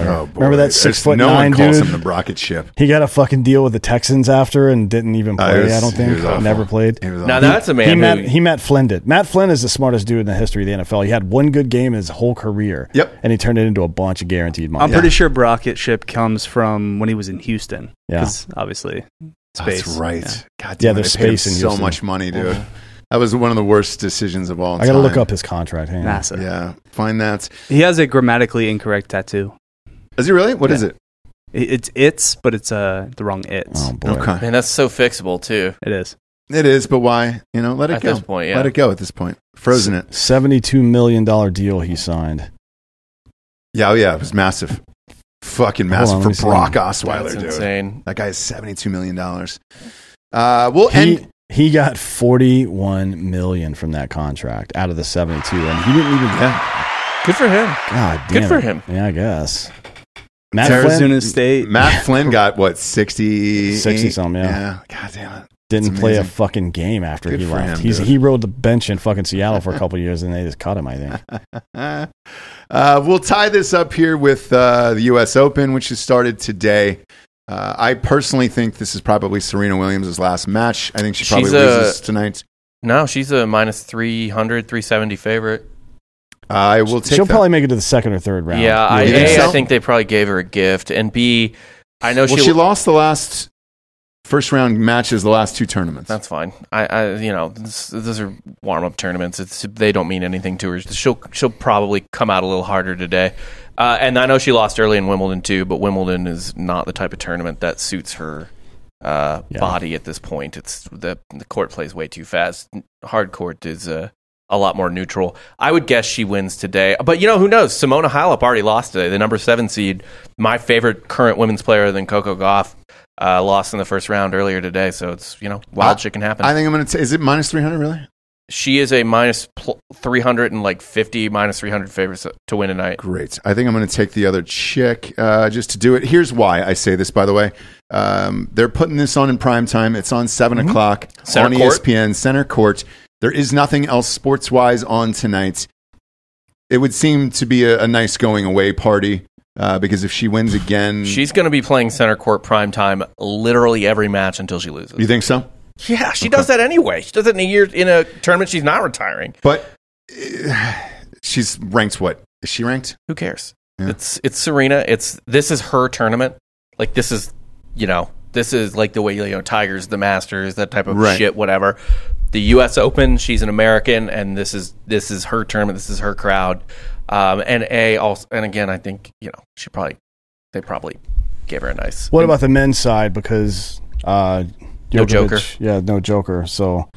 Speaker 3: Osweiler.
Speaker 4: Oh,
Speaker 3: Remember that six
Speaker 2: There's-
Speaker 3: foot
Speaker 2: no
Speaker 3: nine
Speaker 2: one calls
Speaker 3: dude?
Speaker 2: him the Brocket ship.
Speaker 3: He got a fucking deal with the Texans after and didn't even
Speaker 2: Uh,
Speaker 3: play.
Speaker 2: it was-
Speaker 3: I don't
Speaker 2: it was awful.
Speaker 3: think never played.
Speaker 2: It was
Speaker 4: Now
Speaker 2: awful.
Speaker 4: that's a man
Speaker 3: he
Speaker 4: who-
Speaker 3: met he met Flynn did. Matt Flynn is the smartest dude in the history of the NFL. He had one good game in his whole career.
Speaker 2: Yep.
Speaker 3: and he turned it into a bunch of guaranteed money.
Speaker 5: I'm pretty sure rocket ship comes from when he was in Houston.
Speaker 3: Yeah.
Speaker 5: 'Cause obviously space.
Speaker 2: That's right.
Speaker 5: Yeah.
Speaker 2: God
Speaker 3: Yeah,
Speaker 2: damn it,
Speaker 3: there's
Speaker 2: they paid him
Speaker 3: space in
Speaker 2: so
Speaker 3: Houston.
Speaker 2: much money, dude. That was one of the worst decisions of all time.
Speaker 3: Uh-huh. I got to look up his contract. Hang on.
Speaker 5: NASA.
Speaker 2: Yeah, find that.
Speaker 5: He has a grammatically incorrect tattoo.
Speaker 2: Is he really? What is it?
Speaker 5: It- It's it's, but it's uh the wrong it's.
Speaker 3: Oh boy.
Speaker 2: Okay,
Speaker 4: Man, that's so fixable too.
Speaker 5: It is.
Speaker 2: it is. But why? You know, let it
Speaker 4: At
Speaker 2: go.
Speaker 4: this point, yeah.
Speaker 2: Let it go at this point. Frozen it.
Speaker 3: Seventy-two million dollar deal he signed.
Speaker 2: Yeah, oh yeah, it was massive. Fucking massive
Speaker 3: on, let me
Speaker 2: for
Speaker 3: see.
Speaker 2: Brock Osweiler,
Speaker 4: That's
Speaker 2: dude.
Speaker 4: insane.
Speaker 2: That guy is seventy-two million dollars. Uh, well,
Speaker 3: He
Speaker 2: and
Speaker 3: he got forty-one million from that contract out of the seventy-two, and he didn't even.
Speaker 4: Good for him.
Speaker 3: God damn
Speaker 4: Good for
Speaker 3: it.
Speaker 4: him.
Speaker 3: Yeah, I guess. Matt Flynn
Speaker 5: Arizona State.
Speaker 2: Matt Flynn got what 60
Speaker 3: 60 something, yeah.
Speaker 2: God damn it.
Speaker 3: didn't
Speaker 2: It's
Speaker 3: play a
Speaker 2: amazing.
Speaker 3: fucking game after
Speaker 2: Good
Speaker 3: he
Speaker 2: for
Speaker 3: left.
Speaker 2: him,
Speaker 3: He's,
Speaker 2: dude.
Speaker 3: he rode the bench in fucking Seattle for a couple years, and they just cut him. I think.
Speaker 2: Uh, uh, we'll tie this up here with uh, the U.S. Open, which has started today. Uh, I personally think this is probably Serena Williams' last match. I think she probably
Speaker 4: She's uh, a-
Speaker 2: loses tonight.
Speaker 4: No, she's a minus 300, 370 favorite.
Speaker 2: Uh, I will take
Speaker 3: She'll
Speaker 2: that.
Speaker 3: probably make it to the second or third round.
Speaker 4: Yeah, I,
Speaker 2: You
Speaker 4: A,
Speaker 2: think so?
Speaker 4: I think they probably gave her a gift, and B, I know
Speaker 2: well, she,
Speaker 4: Oh, she.
Speaker 2: lost the last first round matches, the last two tournaments.
Speaker 4: that's fine. I, I you know, this, those are warm up tournaments. It's they don't mean anything to her. She'll she'll probably come out a little harder today. Uh, and I know she lost early in Wimbledon too, but Wimbledon is not the type of tournament that suits her uh,
Speaker 3: Yeah.
Speaker 4: body at this point. It's the the court plays way too fast. Hard court is uh, a lot more neutral. I would guess she wins today, but you know who knows? Simona Halep already lost today, the number seven seed. My favorite current women's player than Coco Gauff uh, lost in the first round earlier today, so it's you know wild
Speaker 2: I-
Speaker 4: shit can happen.
Speaker 2: I think I'm going to. Is it minus 300, really?
Speaker 4: she is a minus pl- three hundred and like fifty, minus three hundred favorites to win tonight.
Speaker 2: Great. I think I'm going to take the other chick uh, just to do it. Here's why I say this, by the way. Um, they're putting this on in prime time. It's on 7 o'clock
Speaker 4: Mm-hmm. Center
Speaker 2: on E
Speaker 4: court.
Speaker 2: ESPN Center Court. There is nothing else sports wise on tonight. It would seem to be a, a nice going away party uh, because if she wins again,
Speaker 4: She's going to be playing center court prime time literally every match until she loses.
Speaker 2: you think so?
Speaker 4: Yeah, she does that anyway. She does it in a year in a tournament. She's not retiring.
Speaker 2: But uh, she's ranked what? Is she ranked?
Speaker 4: Who cares?
Speaker 2: Yeah.
Speaker 4: It's it's Serena. It's this is her tournament. Like this is you know this is like the way you know Tigers, the Masters, that type of
Speaker 2: Right.
Speaker 4: shit, whatever. The U.S. Open. She's an American, and this is this is her tournament. This is her crowd. Um, and a also, and again, I think you know she probably they probably gave her a nice.
Speaker 3: What about the men's side? Because uh,
Speaker 4: No joker.
Speaker 3: Yeah, no joker. So,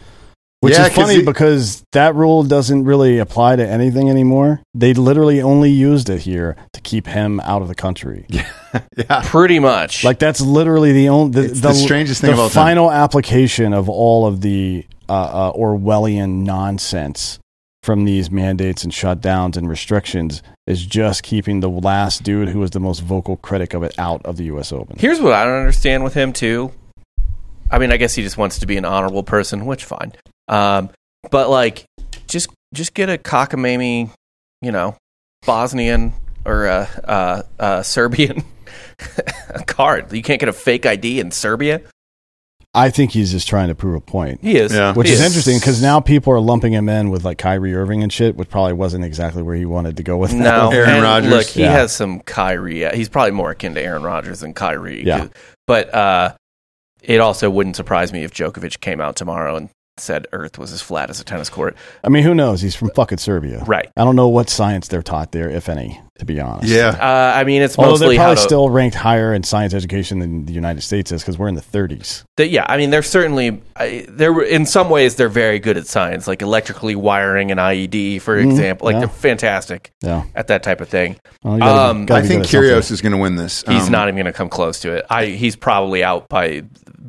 Speaker 3: which
Speaker 2: Yeah,
Speaker 3: is
Speaker 2: 'cause
Speaker 3: funny
Speaker 2: the-
Speaker 3: because that rule doesn't really apply to anything anymore. They literally only used it here to keep him out of the country.
Speaker 2: Yeah.
Speaker 4: pretty much
Speaker 3: Like that's literally the only the,
Speaker 2: It's the strangest thing
Speaker 3: the
Speaker 2: of all time.
Speaker 3: final application of all of the uh, uh, Orwellian nonsense from these mandates and shutdowns and restrictions is just keeping the last dude who was the most vocal critic of it out of the U.S. Open.
Speaker 4: Here's what I don't understand with him too. I mean, I guess he just wants to be an honorable person, which fine. Um, but like, just just get a cockamamie, you know, Bosnian or a, uh uh Serbian card. You can't get a fake ID in Serbia.
Speaker 3: I think he's just trying to prove a point.
Speaker 4: He is,
Speaker 2: Yeah.
Speaker 3: Which
Speaker 4: He
Speaker 3: is interesting because now people are lumping him in with like Kyrie Irving and shit, which probably wasn't exactly where he wanted to go with that.
Speaker 4: No,
Speaker 2: Aaron
Speaker 4: and
Speaker 2: Rodgers.
Speaker 4: Look, he
Speaker 3: Yeah.
Speaker 4: has some Kyrie. uh, He's probably more akin to Aaron Rodgers than Kyrie.
Speaker 3: Yeah.
Speaker 4: But uh, it also wouldn't surprise me if Djokovic came out tomorrow and said Earth was as flat as a tennis court.
Speaker 3: I mean, who knows? He's from fucking Serbia.
Speaker 4: Right.
Speaker 3: I don't know what science they're taught there, if any, to be honest.
Speaker 2: Yeah.
Speaker 4: Uh, I mean, it's
Speaker 3: Although
Speaker 4: mostly
Speaker 3: they're
Speaker 4: how
Speaker 3: probably
Speaker 4: to,
Speaker 3: still ranked higher in science education than the United States is because we're in the 30s.
Speaker 4: they- yeah. I mean, they're certainly I, they're in some ways they're very good at science, like electrically wiring an IED, for example. Like
Speaker 3: Mm-hmm. yeah.
Speaker 4: they're fantastic
Speaker 3: Yeah.
Speaker 4: at that type of thing.
Speaker 3: Well, you gotta be-
Speaker 4: Um,
Speaker 3: gotta
Speaker 2: I
Speaker 3: be
Speaker 2: think
Speaker 3: good at something.
Speaker 2: Curios is going to win this.
Speaker 4: He's
Speaker 2: Um,
Speaker 4: not even going to come close to it. I he's probably out by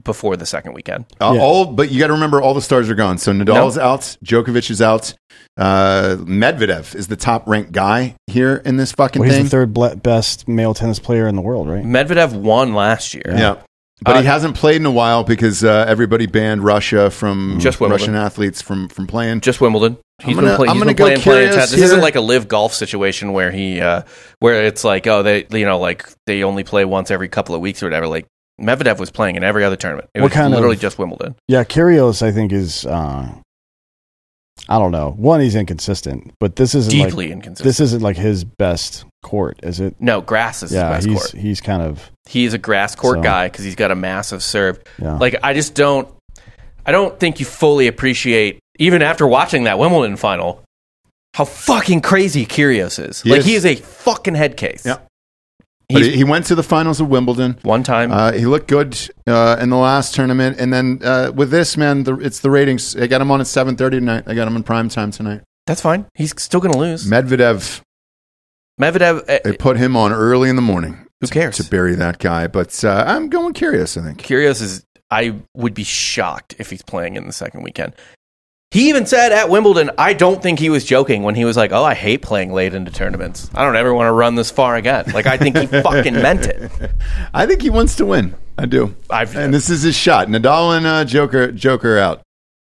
Speaker 4: before the second weekend.
Speaker 2: Uh,
Speaker 3: Yeah.
Speaker 2: All, but you got to remember, all the stars are gone. So Nadal's out, Djokovic is out. Uh, Medvedev is the top ranked guy here in this fucking
Speaker 3: Well, he's
Speaker 2: thing.
Speaker 3: the third ble- best male tennis player in the world, right?
Speaker 2: Mm.
Speaker 4: Medvedev won last year.
Speaker 2: Yeah. But he
Speaker 4: Uh,
Speaker 2: hasn't played in a while because uh, everybody banned Russia from
Speaker 4: Just Wimbledon.
Speaker 2: Russian athletes from, from playing.
Speaker 4: Just Wimbledon.
Speaker 2: I'm
Speaker 4: He's
Speaker 2: gonna-
Speaker 4: been, play,
Speaker 2: I'm
Speaker 4: he's
Speaker 2: gonna
Speaker 4: been
Speaker 2: go
Speaker 4: playing playing
Speaker 2: curious
Speaker 4: tennis. This isn't
Speaker 2: here.
Speaker 4: like a live golf situation where he uh, where it's like oh they you know like they only play once every couple of weeks or whatever. Like Medvedev was playing in every other tournament. It
Speaker 3: What
Speaker 4: was
Speaker 3: kind
Speaker 4: literally
Speaker 3: of-
Speaker 4: just Wimbledon.
Speaker 3: Yeah, Kyrgios, I think is uh, I don't know. One, he's inconsistent, but this isn't
Speaker 4: Deeply
Speaker 3: like
Speaker 4: inconsistent.
Speaker 3: this isn't like his best court, is it?
Speaker 4: no, grass is
Speaker 3: yeah,
Speaker 4: his best
Speaker 3: he's
Speaker 4: court.
Speaker 3: he's kind of
Speaker 4: He's a grass court
Speaker 3: So-
Speaker 4: guy because he's got a massive serve.
Speaker 3: yeah.
Speaker 4: Like I just don't I don't think you fully appreciate even after watching that Wimbledon final how fucking crazy Kyrgios is.
Speaker 2: He
Speaker 4: like
Speaker 2: is.
Speaker 4: he is a fucking head case.
Speaker 2: Yeah. But
Speaker 4: He's
Speaker 2: he, he went to the finals of Wimbledon.
Speaker 4: one time
Speaker 2: Uh, he looked good uh, in the last tournament, and then uh, with this man, the, it's the ratings. I got him on at seven thirty tonight. I got him in prime time tonight.
Speaker 4: that's fine. He's still going to lose.
Speaker 2: Medvedev,
Speaker 4: Medvedev eh,
Speaker 2: they put him on early in the morning
Speaker 4: who cares?
Speaker 2: to bury that guy. But uh, I'm going curious. I think
Speaker 4: Kyrgios is I would be shocked if he's playing in the second weekend. He even said at Wimbledon, I don't think he was joking when he was like, "Oh, I hate playing late into tournaments. I don't ever want to run this far again." Like I think he fucking meant it.
Speaker 2: I think he wants to win. I do.
Speaker 4: I've-
Speaker 2: and this is his shot. Nadal and uh, Joker Joker out.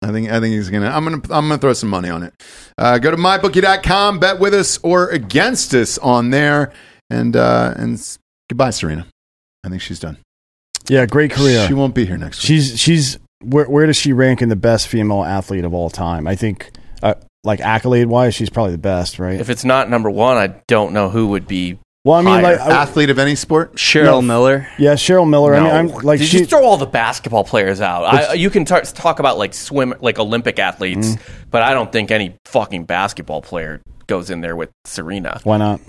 Speaker 2: I think I think he's gonna. I'm gonna I'm gonna throw some money on it. Uh, go to mybookie.com, bet with us or against us on there, and uh, and s- goodbye, Serena. I think she's done.
Speaker 3: yeah, great career.
Speaker 2: She won't be here next week.
Speaker 3: she's she's where where does she rank in the best female athlete of all time? I think uh, like accolade wise, she's probably the best, right?
Speaker 4: If it's not number 1, I don't know who would be
Speaker 3: well, I mean,
Speaker 4: higher.
Speaker 3: like I,
Speaker 2: Athlete of any sport.
Speaker 5: Cheryl Miller.
Speaker 3: yeah, Cheryl Miller. I mean, I'm like
Speaker 4: Did
Speaker 3: she.
Speaker 4: you throw all the basketball players out? I, you can tar- talk about like swim, like Olympic athletes, but I don't think any fucking basketball player goes in there with Serena.
Speaker 3: why not?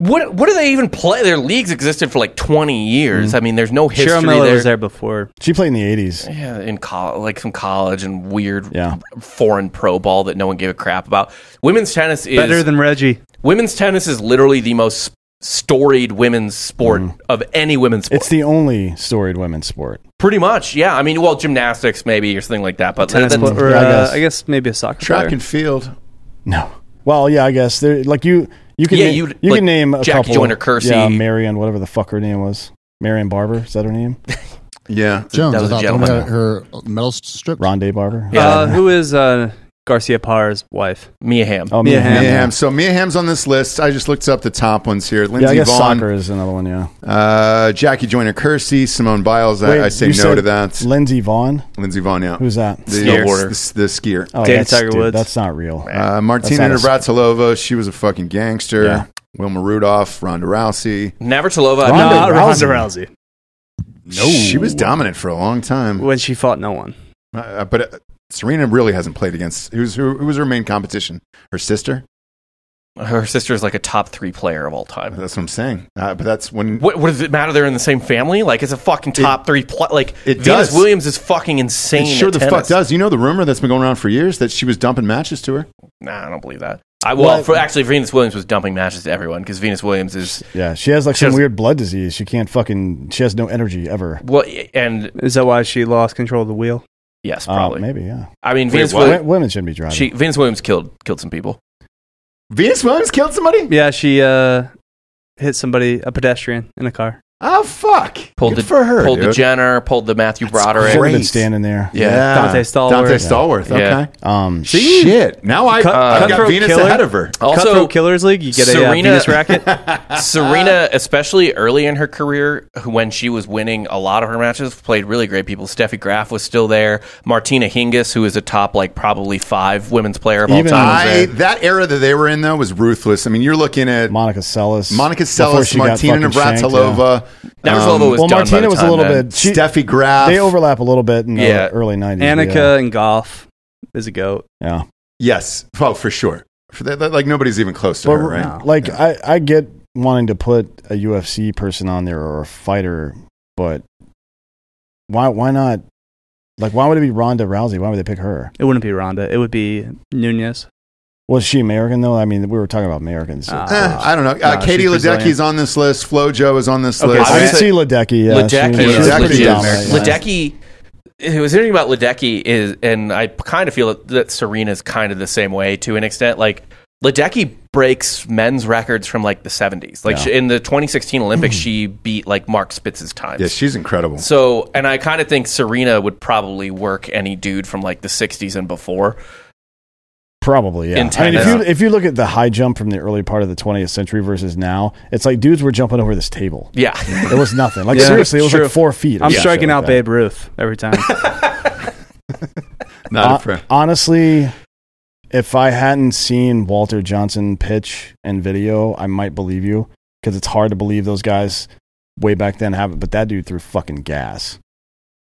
Speaker 4: What What do they even play? Their leagues existed for like twenty years. I mean, there's no history
Speaker 5: Mm-hmm. Cheryl Miller
Speaker 4: there.
Speaker 5: was there before.
Speaker 3: She played in the '80s.
Speaker 4: Yeah, in college, like some college and weird
Speaker 3: Yeah.
Speaker 4: foreign pro ball that no one gave a crap about. Women's tennis is
Speaker 5: Better than Reggie.
Speaker 4: women's tennis is literally the most storied women's sport
Speaker 5: Mm.
Speaker 4: of any women's sport.
Speaker 3: It's the only storied women's sport.
Speaker 4: Pretty much, yeah. I mean, well, gymnastics maybe or something like that, but
Speaker 5: Tennis
Speaker 4: that's-
Speaker 5: player, or,
Speaker 3: yeah, I
Speaker 5: uh, I,
Speaker 3: guess.
Speaker 5: guess. maybe a soccer
Speaker 2: Track
Speaker 5: player.
Speaker 2: and field.
Speaker 3: No. Well, yeah, I guess there. Like you, you can
Speaker 4: Yeah,
Speaker 3: na- you,
Speaker 4: you- like
Speaker 3: can name a
Speaker 4: Jackie
Speaker 3: couple.
Speaker 4: Joyner Kersey.
Speaker 3: Yeah, Marion, whatever the fuck her name was. Marion Barber is that her name?
Speaker 2: Yeah.
Speaker 6: Jones,
Speaker 4: That
Speaker 6: I
Speaker 4: was a
Speaker 6: thought
Speaker 2: Oh
Speaker 4: gentleman.
Speaker 6: had her medal stripped.
Speaker 3: Rondé Barber.
Speaker 4: Yeah.
Speaker 5: Uh, who is uh, Garcia Parra's wife?
Speaker 4: Mia Hamm.
Speaker 3: Oh,
Speaker 5: Mia
Speaker 3: Mia Hamm.
Speaker 5: Hamm.
Speaker 2: Mia
Speaker 3: Yeah.
Speaker 2: Hamm. So Mia Ham's on this list. I just looked up the top ones here.
Speaker 3: Yeah, I
Speaker 2: Lindsey
Speaker 3: guess soccer
Speaker 2: Vaughn,
Speaker 3: is another one. Yeah.
Speaker 2: uh, Jackie Joyner Kersey, Simone Biles.
Speaker 3: Wait,
Speaker 2: I, I say
Speaker 3: you
Speaker 2: no
Speaker 3: said
Speaker 2: to that.
Speaker 3: Lindsey Vaughn.
Speaker 2: Lindsey Vaughn, yeah.
Speaker 3: Who's that?
Speaker 2: the,
Speaker 4: Snowboarder.
Speaker 2: s- The, s- the skier.
Speaker 3: Oh,
Speaker 5: Danny
Speaker 3: that's-
Speaker 5: Tiger
Speaker 3: dude,
Speaker 5: Woods.
Speaker 3: that's not real.
Speaker 2: Uh,
Speaker 3: That's not
Speaker 2: Martina
Speaker 3: a-
Speaker 2: Navratilova, she was a fucking gangster.
Speaker 3: Yeah.
Speaker 2: Wilma Rudolph, Ronda Rousey.
Speaker 4: Navratilova.
Speaker 3: Ronda
Speaker 5: Nah,
Speaker 3: Rousey.
Speaker 5: Rousey.
Speaker 2: No. She was dominant for a long time.
Speaker 5: When she fought no one.
Speaker 2: Uh, but uh, Serena really hasn't played against. Who's, who, who was her main competition? Her sister?
Speaker 4: Her sister is like a top three player of all time.
Speaker 2: That's what I'm saying. Uh, but that's when.
Speaker 4: What, what does it matter? They're in the same family. Like it's a fucking top three. Pl- like
Speaker 2: it
Speaker 4: Venus
Speaker 2: does.
Speaker 4: Williams is fucking insane.
Speaker 2: It sure
Speaker 4: at
Speaker 2: the fuck
Speaker 4: tennis.
Speaker 2: does. You know the rumor that's been going around for years that she was dumping matches to her?
Speaker 4: Nah, I don't believe that. I well,
Speaker 3: What?
Speaker 4: for, actually, Venus Williams was dumping matches to everyone because Venus Williams is
Speaker 3: Yeah, she has like
Speaker 4: She
Speaker 3: some
Speaker 4: has-
Speaker 3: weird blood disease. She can't fucking. She has no energy ever.
Speaker 4: well, and
Speaker 5: Is that why she lost control of the wheel?
Speaker 4: yes,
Speaker 3: Uh,
Speaker 4: probably.
Speaker 3: maybe, yeah.
Speaker 4: I mean, Venus
Speaker 2: what?
Speaker 3: Wo-
Speaker 4: Williams.
Speaker 3: women shouldn't be driving.
Speaker 4: She Venus Williams killed killed some people.
Speaker 2: Venus Williams killed somebody?
Speaker 5: Yeah, she uh, hit somebody, a pedestrian, in a car.
Speaker 2: Oh, fuck.
Speaker 4: Pulled
Speaker 2: Good
Speaker 4: the
Speaker 2: for her.
Speaker 4: Pulled the
Speaker 2: dude.
Speaker 4: Jenner. Pulled the Matthew Broderick.
Speaker 3: Should have been
Speaker 2: Great.
Speaker 3: standing there.
Speaker 4: Yeah.
Speaker 5: Dante Stallworth.
Speaker 2: Dante Stallworth. Okay.
Speaker 4: Yeah.
Speaker 3: Um,
Speaker 2: See? Shit. Now I,
Speaker 5: Cut-
Speaker 2: I've got
Speaker 5: Cutthroat
Speaker 2: Venus
Speaker 5: killer.
Speaker 2: ahead of her.
Speaker 4: Also,
Speaker 5: Cutthroat Killers League, you get a uh,
Speaker 4: Serena-
Speaker 5: penis racket.
Speaker 4: Serena, especially early in her career, who- when she was winning a lot of her matches, played really great people. Steffi Graf was still there. Martina Hingis, who is a top like probably five women's player of all
Speaker 3: Even-
Speaker 4: time.
Speaker 2: I, that era that they were in though was ruthless. I mean, you're looking at
Speaker 3: Monica Seles.
Speaker 2: Monica
Speaker 3: before
Speaker 2: Seles,
Speaker 3: she got
Speaker 2: Martina
Speaker 3: fucking shanked, yeah.
Speaker 2: Navratilova,
Speaker 4: Navratilova
Speaker 3: Um,
Speaker 4: was
Speaker 3: Well,
Speaker 4: done by
Speaker 3: Martina
Speaker 4: the
Speaker 3: was a
Speaker 4: time
Speaker 3: little
Speaker 4: then.
Speaker 3: bit. She,
Speaker 2: Steffi Graf.
Speaker 3: they overlap a little bit in the
Speaker 4: Yeah.
Speaker 3: early 90s.
Speaker 5: Annika in golf is a goat.
Speaker 3: Yeah. yeah.
Speaker 2: yes, oh for sure. For that, that- like nobody's even close to
Speaker 3: But
Speaker 2: her, right?
Speaker 3: like, I, I get wanting to put a UFC person on there or a fighter, but why why not? Like, why would it be Ronda Rousey? Why would they pick her?
Speaker 5: It wouldn't be Ronda. It would be Nunez.
Speaker 3: Was she American, though? I mean, we were talking about Americans.
Speaker 5: Ah.
Speaker 2: Eh, I don't know. Uh,
Speaker 5: Nah,
Speaker 2: Katie
Speaker 5: she's Brazilian.
Speaker 2: Ledecky's on this list. Flo Jo is on this
Speaker 5: Okay,
Speaker 2: list.
Speaker 5: so
Speaker 3: I
Speaker 5: would
Speaker 3: would see Ledecky. Yeah,
Speaker 4: Ledecky
Speaker 3: she-
Speaker 2: is
Speaker 3: she's pretty
Speaker 2: legit
Speaker 3: dominant,
Speaker 2: American.
Speaker 3: yeah.
Speaker 4: Ledecky it was hearing about Ledecky is, and I kind of feel that Serena's kind of the same way to an extent. Like Ledecky breaks men's records from like the 70s. Like
Speaker 3: Yeah.
Speaker 4: she, in the 2016 Olympics, she beat like Mark Spitz's times.
Speaker 2: Yeah, she's incredible.
Speaker 4: So, and I kind of think Serena would probably work any dude from like the 60s and before.
Speaker 3: Probably, yeah.
Speaker 4: In
Speaker 3: I mean, if you
Speaker 4: tennis.
Speaker 3: if you look at the high jump from the early part of the 20th century versus now, it's like dudes were jumping over this table.
Speaker 4: Yeah.
Speaker 3: It was nothing. Like
Speaker 5: Yeah,
Speaker 3: seriously, it was
Speaker 5: true.
Speaker 3: like four feet. or
Speaker 5: I'm
Speaker 3: some
Speaker 5: striking
Speaker 3: shit
Speaker 5: out
Speaker 3: like that.
Speaker 5: Babe Ruth every time.
Speaker 2: Not
Speaker 3: Uh,
Speaker 2: a prayer.
Speaker 3: honestly, if I hadn't seen Walter Johnson pitch and video, I might believe you because it's hard to believe those guys way back then have it. But that dude threw fucking gas.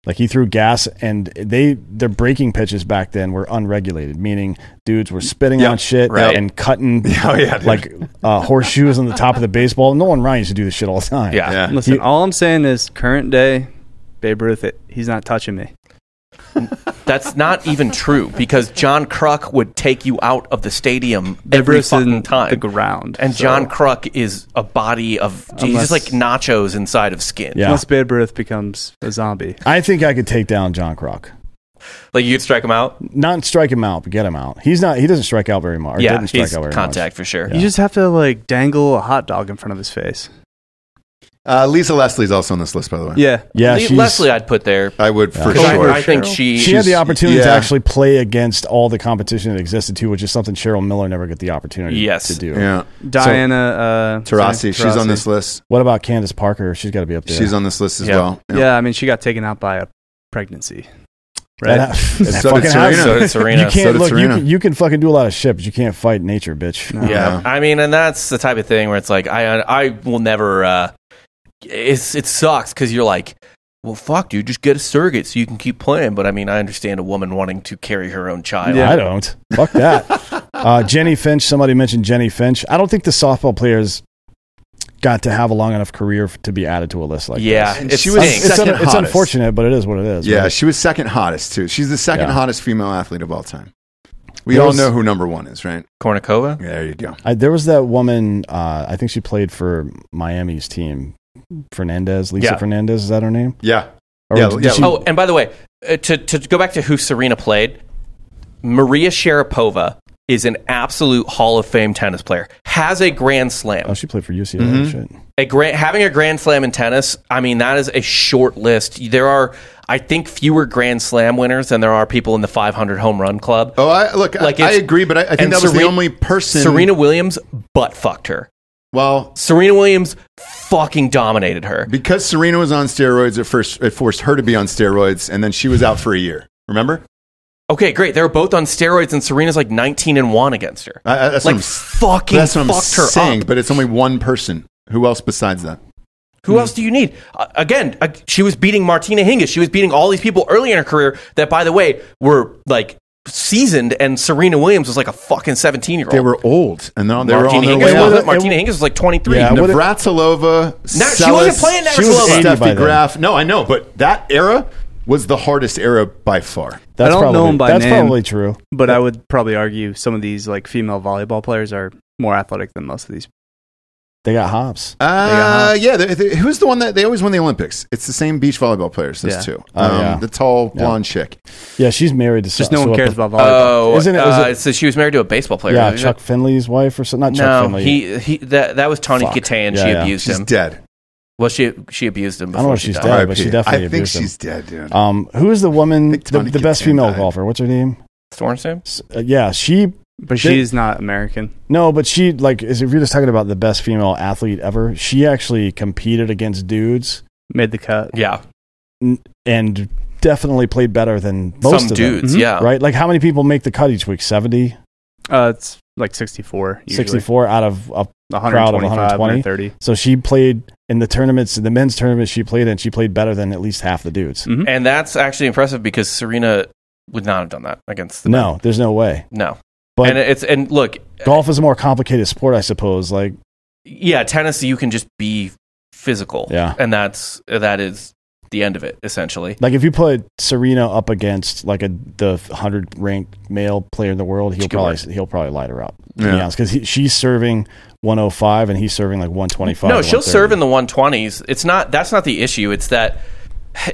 Speaker 3: Like he threw gas, and they their breaking pitches back then were unregulated, meaning dudes were spitting
Speaker 2: Yep,
Speaker 3: on shit
Speaker 4: right.
Speaker 3: and cutting
Speaker 2: Oh yeah, dude.
Speaker 3: like uh, horseshoes on the top of the baseball. Nolan Ryan used to do this shit all the time.
Speaker 4: Yeah.
Speaker 2: yeah.
Speaker 5: Listen,
Speaker 3: You-
Speaker 5: all I'm saying is current day Babe Ruth, it, he's not touching me.
Speaker 4: That's not even true because John Cruck would take you out of the stadium
Speaker 5: Babe
Speaker 4: every
Speaker 5: Ruth's in
Speaker 4: fucking
Speaker 5: the
Speaker 4: time.
Speaker 5: ground.
Speaker 4: and
Speaker 5: so-
Speaker 4: John Cruck is a body of he's
Speaker 5: Unless-
Speaker 4: just like nachos inside of skin.
Speaker 3: Yeah.
Speaker 5: Unless Babe Ruth becomes a zombie.
Speaker 3: I think I could take down John Kroc.
Speaker 4: Like you'd strike him out.
Speaker 3: Not strike him out, but get him out. He's not. He doesn't strike out very much. Or
Speaker 4: yeah,
Speaker 3: didn't strike
Speaker 4: he's
Speaker 3: out very much.
Speaker 4: contact for sure.
Speaker 5: You just have to like dangle a hot dog in front of his face.
Speaker 2: Uh, Lisa Leslie's also on this list, by the way.
Speaker 5: Yeah.
Speaker 3: Yeah,
Speaker 4: Le-
Speaker 3: she's,
Speaker 4: Leslie, I'd put there.
Speaker 2: I would for
Speaker 4: Because I-
Speaker 2: sure.
Speaker 4: I, think she.
Speaker 3: she had the
Speaker 2: she's-
Speaker 3: opportunity to
Speaker 2: yeah.
Speaker 3: actually play against all the competition that existed too, which is something Cheryl Miller never got the opportunity
Speaker 4: Yes.
Speaker 3: to do.
Speaker 2: yeah,
Speaker 5: Diana uh
Speaker 2: Taurasi, she's on this list.
Speaker 3: What about Candace Parker? She's got to be up there.
Speaker 2: She's on this list as
Speaker 4: Yeah.
Speaker 2: well.
Speaker 5: Yeah. I mean she got taken out by a pregnancy.
Speaker 3: That
Speaker 5: Right.
Speaker 3: ha- that
Speaker 2: so did
Speaker 3: fucking
Speaker 2: Serena.
Speaker 3: happens.
Speaker 4: So did Serena.
Speaker 3: You
Speaker 2: So
Speaker 3: can't
Speaker 2: did
Speaker 3: look. You
Speaker 2: Serena.
Speaker 3: can, you can fucking do a lot of shit, but you can't fight nature, bitch.
Speaker 4: yeah.
Speaker 2: Yeah.
Speaker 4: I mean, and that's the type of thing where it's like I I will never. uh It's it sucks because you're like, well, fuck, dude, just get a surrogate so you can keep playing. But I mean, I understand a woman wanting to carry her own child.
Speaker 5: Yeah.
Speaker 3: I don't. Fuck that. uh, Jenny Finch. Somebody mentioned Jenny Finch. I don't think the softball players got to have a long enough career f- to be added to a list like
Speaker 4: yeah.
Speaker 2: And
Speaker 4: It
Speaker 2: she was-
Speaker 4: stinks.
Speaker 3: this. It's, un-
Speaker 2: Second
Speaker 3: it's
Speaker 2: hottest.
Speaker 3: unfortunate, but it is what it is.
Speaker 2: Yeah,
Speaker 3: right?
Speaker 2: she was second hottest too. She's the second
Speaker 3: Yeah.
Speaker 2: hottest female athlete of all time. We
Speaker 3: There
Speaker 2: all
Speaker 3: was-
Speaker 2: know who number one is, right?
Speaker 4: Kornikova.
Speaker 2: There you go.
Speaker 3: I, there was that woman. Uh, I think she played for Miami's team. Fernandez, Lisa
Speaker 4: Yeah.
Speaker 3: Fernandez, is that her name?
Speaker 2: Yeah,
Speaker 3: Or
Speaker 2: Yeah,
Speaker 3: did
Speaker 2: yeah.
Speaker 3: she-
Speaker 4: Oh, and by the way, uh, to to go back to who Serena played, Maria Sharapova is an absolute Hall of Fame tennis player. Has a Grand Slam.
Speaker 3: oh, she played for UCLA. and Shit.
Speaker 4: a grand, having a grand slam in tennis, I mean, that is a short list. There are, I think, fewer grand slam winners than there are people in the 500 home run club.
Speaker 2: Oh, I look.
Speaker 4: Like,
Speaker 2: I, I
Speaker 4: it's-
Speaker 2: agree, but I, I think
Speaker 4: and
Speaker 2: that was the
Speaker 4: Serena-
Speaker 2: only person.
Speaker 4: Serena Williams butt fucked her.
Speaker 2: Well,
Speaker 4: Serena Williams fucking dominated her.
Speaker 2: because Serena was on steroids, it first it forced her to be on steroids, and then she was out for a year. Remember?
Speaker 4: Okay, great. They were both on steroids, and Serena's like 19 and 1 against her.
Speaker 2: I, I- that's
Speaker 4: like,
Speaker 2: what I'm,
Speaker 4: fucking
Speaker 2: that's what I'm
Speaker 4: fucked her
Speaker 2: saying.
Speaker 4: up.
Speaker 2: But it's only one person. Who else besides that?
Speaker 4: Who else do you need? Uh, again, uh, she was beating Martina Hingis. She was beating all these people early in her career that, by the way, were like seasoned, and Serena Williams was like a fucking 17 year old.
Speaker 2: They were old, and they're on, they were on
Speaker 4: Martina
Speaker 2: their
Speaker 4: Hingis,
Speaker 2: way
Speaker 3: Well,
Speaker 4: was,
Speaker 2: out.
Speaker 3: it-
Speaker 4: Martina Hingis was like 23.
Speaker 3: Yeah, what-
Speaker 2: Navratilova,
Speaker 4: she wasn't playing
Speaker 2: Seles,
Speaker 4: She was Navratilova. 80
Speaker 3: by
Speaker 2: Steffi
Speaker 3: then.
Speaker 2: Graf. No, I know, but that era was the hardest era by far.
Speaker 3: That's
Speaker 5: don't know
Speaker 3: probably,
Speaker 5: him by
Speaker 3: That's
Speaker 5: name.
Speaker 3: probably true.
Speaker 5: But I would probably argue some of these like female volleyball players are more athletic than most of these.
Speaker 3: They got hops.
Speaker 2: Uh,
Speaker 5: got
Speaker 2: yeah. They, they, who's the one that they always win the Olympics? It's the same beach volleyball players. There's
Speaker 5: Yeah.
Speaker 2: two.
Speaker 3: Oh,
Speaker 2: um,
Speaker 3: yeah.
Speaker 2: The tall blonde chick.
Speaker 3: Yeah, she's married to
Speaker 5: Just
Speaker 3: so-
Speaker 5: no
Speaker 3: so
Speaker 5: one
Speaker 3: a-
Speaker 5: cares about volleyball.
Speaker 4: Oh,
Speaker 3: Isn't it- was
Speaker 4: uh,
Speaker 3: it-
Speaker 4: so she was married to a baseball player.
Speaker 3: Yeah,
Speaker 4: right?
Speaker 3: Chuck Finley's wife or something. Not Chuck
Speaker 4: No,
Speaker 3: Finley.
Speaker 4: he, he that that was Tony
Speaker 3: Fuck.
Speaker 4: Katan.
Speaker 3: Yeah,
Speaker 4: she
Speaker 3: yeah.
Speaker 4: abused
Speaker 2: She's
Speaker 4: him.
Speaker 2: dead.
Speaker 4: well, she she abused him.
Speaker 3: I don't
Speaker 4: Before
Speaker 3: know if
Speaker 4: she
Speaker 3: she's
Speaker 4: died.
Speaker 3: dead. but she
Speaker 2: RIP.
Speaker 3: definitely
Speaker 2: I think
Speaker 3: abused him.
Speaker 2: she's dead, dude.
Speaker 3: um, who is the woman?
Speaker 2: think
Speaker 3: The,
Speaker 2: Tony
Speaker 3: the best
Speaker 2: Katan
Speaker 3: female
Speaker 2: died.
Speaker 3: golfer. What's her name?
Speaker 4: Stormson.
Speaker 3: S- uh, yeah, she.
Speaker 5: but she's not American.
Speaker 3: No, but she like is if you're just talking about the best female athlete ever. She actually competed against dudes
Speaker 5: Made the cut.
Speaker 4: Yeah,
Speaker 3: and definitely played better than most
Speaker 4: some
Speaker 3: of them. Mm-hmm.
Speaker 4: dudes.
Speaker 5: Mhm.
Speaker 4: Yeah,
Speaker 3: Right? Like how many people make the cut each week? 70,
Speaker 5: Uh, it's like 64, usually.
Speaker 3: 64 out of a, crowd of
Speaker 5: 125,
Speaker 3: 120.
Speaker 5: 130.
Speaker 3: so she played in the tournaments, in the men's tournaments she played in, she played better than at least half the dudes.
Speaker 4: And that's actually impressive because Serena would not have done that against the
Speaker 3: No, there's no way.
Speaker 4: no.
Speaker 3: But
Speaker 4: and it's and look,
Speaker 3: golf is a more complicated sport, I suppose. Like
Speaker 4: yeah, tennis you can just be physical.
Speaker 3: Yeah.
Speaker 4: and that's that is the end of it essentially.
Speaker 3: like if you put Serena up against like a the 100 ranked male player in the world, he'll
Speaker 4: She could
Speaker 3: probably
Speaker 4: work.
Speaker 3: he'll probably light her up.
Speaker 2: Yeah.
Speaker 3: Yeah, because she's serving 105 and he's serving like 125.
Speaker 4: No, she'll
Speaker 3: 130.
Speaker 4: serve in the 120s. It's not that's not the issue. It's that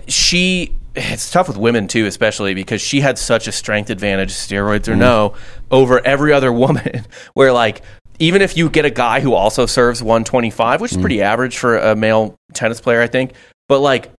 Speaker 4: she it's tough with women too, especially because she had such a strength advantage, steroids or no, over every other woman. Where like even if you get a guy who also serves 125, which is pretty average for a male tennis player, I think, but like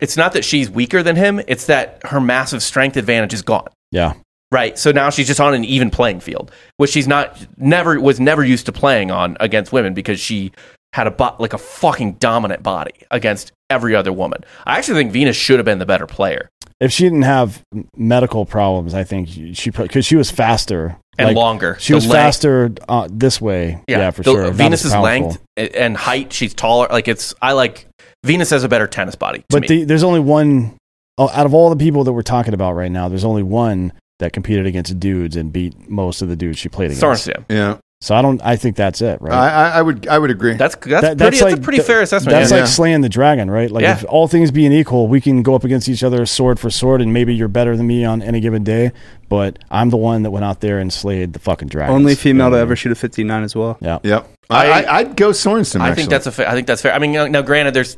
Speaker 4: it's not that she's weaker than him; it's that her massive strength advantage is gone.
Speaker 3: Yeah.
Speaker 4: Right. So now she's just on an even playing field, which she's not never was never used to playing on against women because she had a bo- like a fucking dominant body against every other woman. I actually think Venus should have been the better player
Speaker 3: If she didn't have m- medical problems, I think she- she because she was faster
Speaker 4: and
Speaker 3: Like,
Speaker 4: longer.
Speaker 3: She
Speaker 4: The
Speaker 3: was
Speaker 4: length-
Speaker 3: faster uh, this way. Yeah, for
Speaker 4: the-
Speaker 3: sure. Not
Speaker 4: Venus's
Speaker 3: as powerful.
Speaker 4: length a- and height. She's taller. Like it's I like Venus has a better tennis body. To
Speaker 3: But
Speaker 4: me.
Speaker 3: the, there's only one oh, out of all the people that we're talking about right now. There's only one that competed against dudes and beat most of the dudes she played against.
Speaker 4: Sorenstam.
Speaker 2: Yeah,
Speaker 3: So I don't. I think that's it, right?
Speaker 2: I, I, I would I would agree.
Speaker 4: That's Uh, that's,
Speaker 3: That-
Speaker 4: pretty, that's a pretty
Speaker 3: that-
Speaker 4: fair assessment.
Speaker 3: That's
Speaker 4: yeah.
Speaker 3: like slaying the dragon, right? Like
Speaker 4: Yeah.
Speaker 3: if all things being equal, we can go up against each other sword for sword, and maybe you're better than me on any given day. But I'm the one that went out there and slayed the fucking dragon.
Speaker 5: Only female to ever shoot a 59 as well.
Speaker 3: Yeah.
Speaker 2: Yep. I,
Speaker 4: I-
Speaker 2: I, I'd go Sorensen.
Speaker 4: I think that's a fa- I think that's fair. I mean now granted there's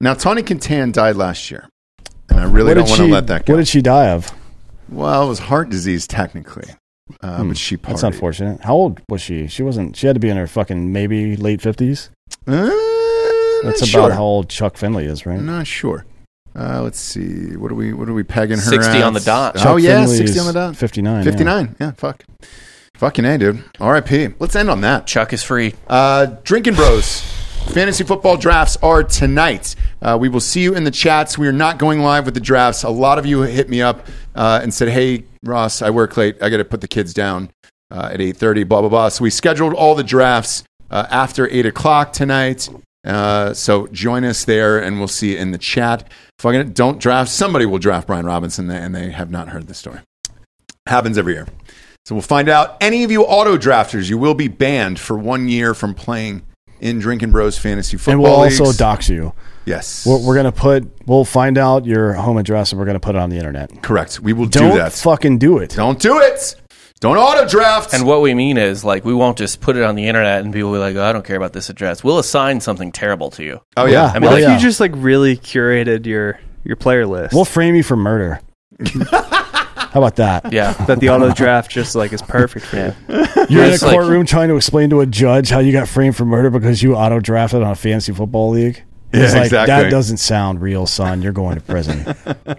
Speaker 2: now Tawny Kintan died last year, and I really
Speaker 3: What
Speaker 2: don't
Speaker 3: did
Speaker 2: want to
Speaker 3: she-
Speaker 2: let that go.
Speaker 3: What did she die of?
Speaker 2: well, it was heart disease technically, uh,
Speaker 3: Hmm,
Speaker 2: but she partied.
Speaker 3: That's unfortunate. How old was she? She wasn't. She had to be in her fucking maybe late fifties.
Speaker 2: Uh,
Speaker 3: That's
Speaker 2: not
Speaker 3: about
Speaker 2: sure.
Speaker 3: how old Chuck Finley is, right?
Speaker 2: Not sure. Uh, let's see. What are we? What are we pegging her?
Speaker 4: 60
Speaker 2: at?
Speaker 4: on the dot.
Speaker 2: Oh
Speaker 3: Chuck
Speaker 2: yeah,
Speaker 3: Finley
Speaker 2: sixty on
Speaker 3: is
Speaker 2: the dot.
Speaker 3: 59. yeah.
Speaker 2: Fifty-nine. Yeah. fuck. Fucking a, dude. R.I.P. Let's end on that.
Speaker 4: Chuck is free.
Speaker 2: Uh, Drinking Bros. Fantasy football drafts are tonight. Uh, we will see you in the chats. We are not going live with the drafts. A lot of you hit me up uh, and said, "Hey Ross, I work late. I got to put the kids down uh, at eight thirty. Blah blah blah." So we scheduled all the drafts uh, after eight o'clock tonight. Uh, so join us there, and we'll see you in the chat. Fucking don't draft. Somebody will draft Brian Robinson, and they have not heard this story. Happens every year. So we'll find out. Any of you auto drafters, you will be banned for one year from playing in Drinking Bros Fantasy Football.
Speaker 3: And we'll also
Speaker 2: leagues.
Speaker 3: dox you.
Speaker 2: Yes,
Speaker 3: We're, we're gonna put. We'll find out your home address and we're gonna put it on the internet.
Speaker 2: correct. We will
Speaker 3: Don't
Speaker 2: do that.
Speaker 3: fucking do it.
Speaker 2: Don't do it. Don't auto draft.
Speaker 4: And what we mean is like we won't just put it on the internet and people will be like, oh, I don't care about this address. We'll assign something terrible to you.
Speaker 2: oh
Speaker 3: yeah.
Speaker 2: yeah,
Speaker 4: I mean,
Speaker 5: What
Speaker 4: like,
Speaker 5: if
Speaker 3: yeah.
Speaker 5: you just like really curated your your player list?
Speaker 3: We'll frame you for murder. How about that?
Speaker 4: yeah.
Speaker 5: that the auto draft just like is perfect for you.
Speaker 3: You're in a
Speaker 4: It's like-
Speaker 3: courtroom trying to explain to a judge how you got framed for murder because you auto drafted on a fantasy football league.
Speaker 2: Yeah,
Speaker 3: He's like,
Speaker 2: exactly.
Speaker 3: that doesn't sound real, son. You're going to prison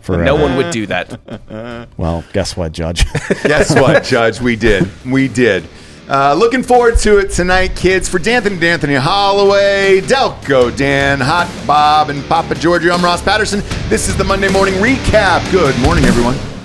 Speaker 3: forever.
Speaker 4: No one would do that.
Speaker 3: Well, guess what, Judge?
Speaker 2: Guess what, Judge? We did. We did. Uh, looking forward to it tonight, kids. For D'Anthony, D'Anthony Holloway, Delco, Dan, Hot Bob, and Papa Giorgio, I'm Ross Patterson. This is the Monday Morning Recap. Good morning, everyone.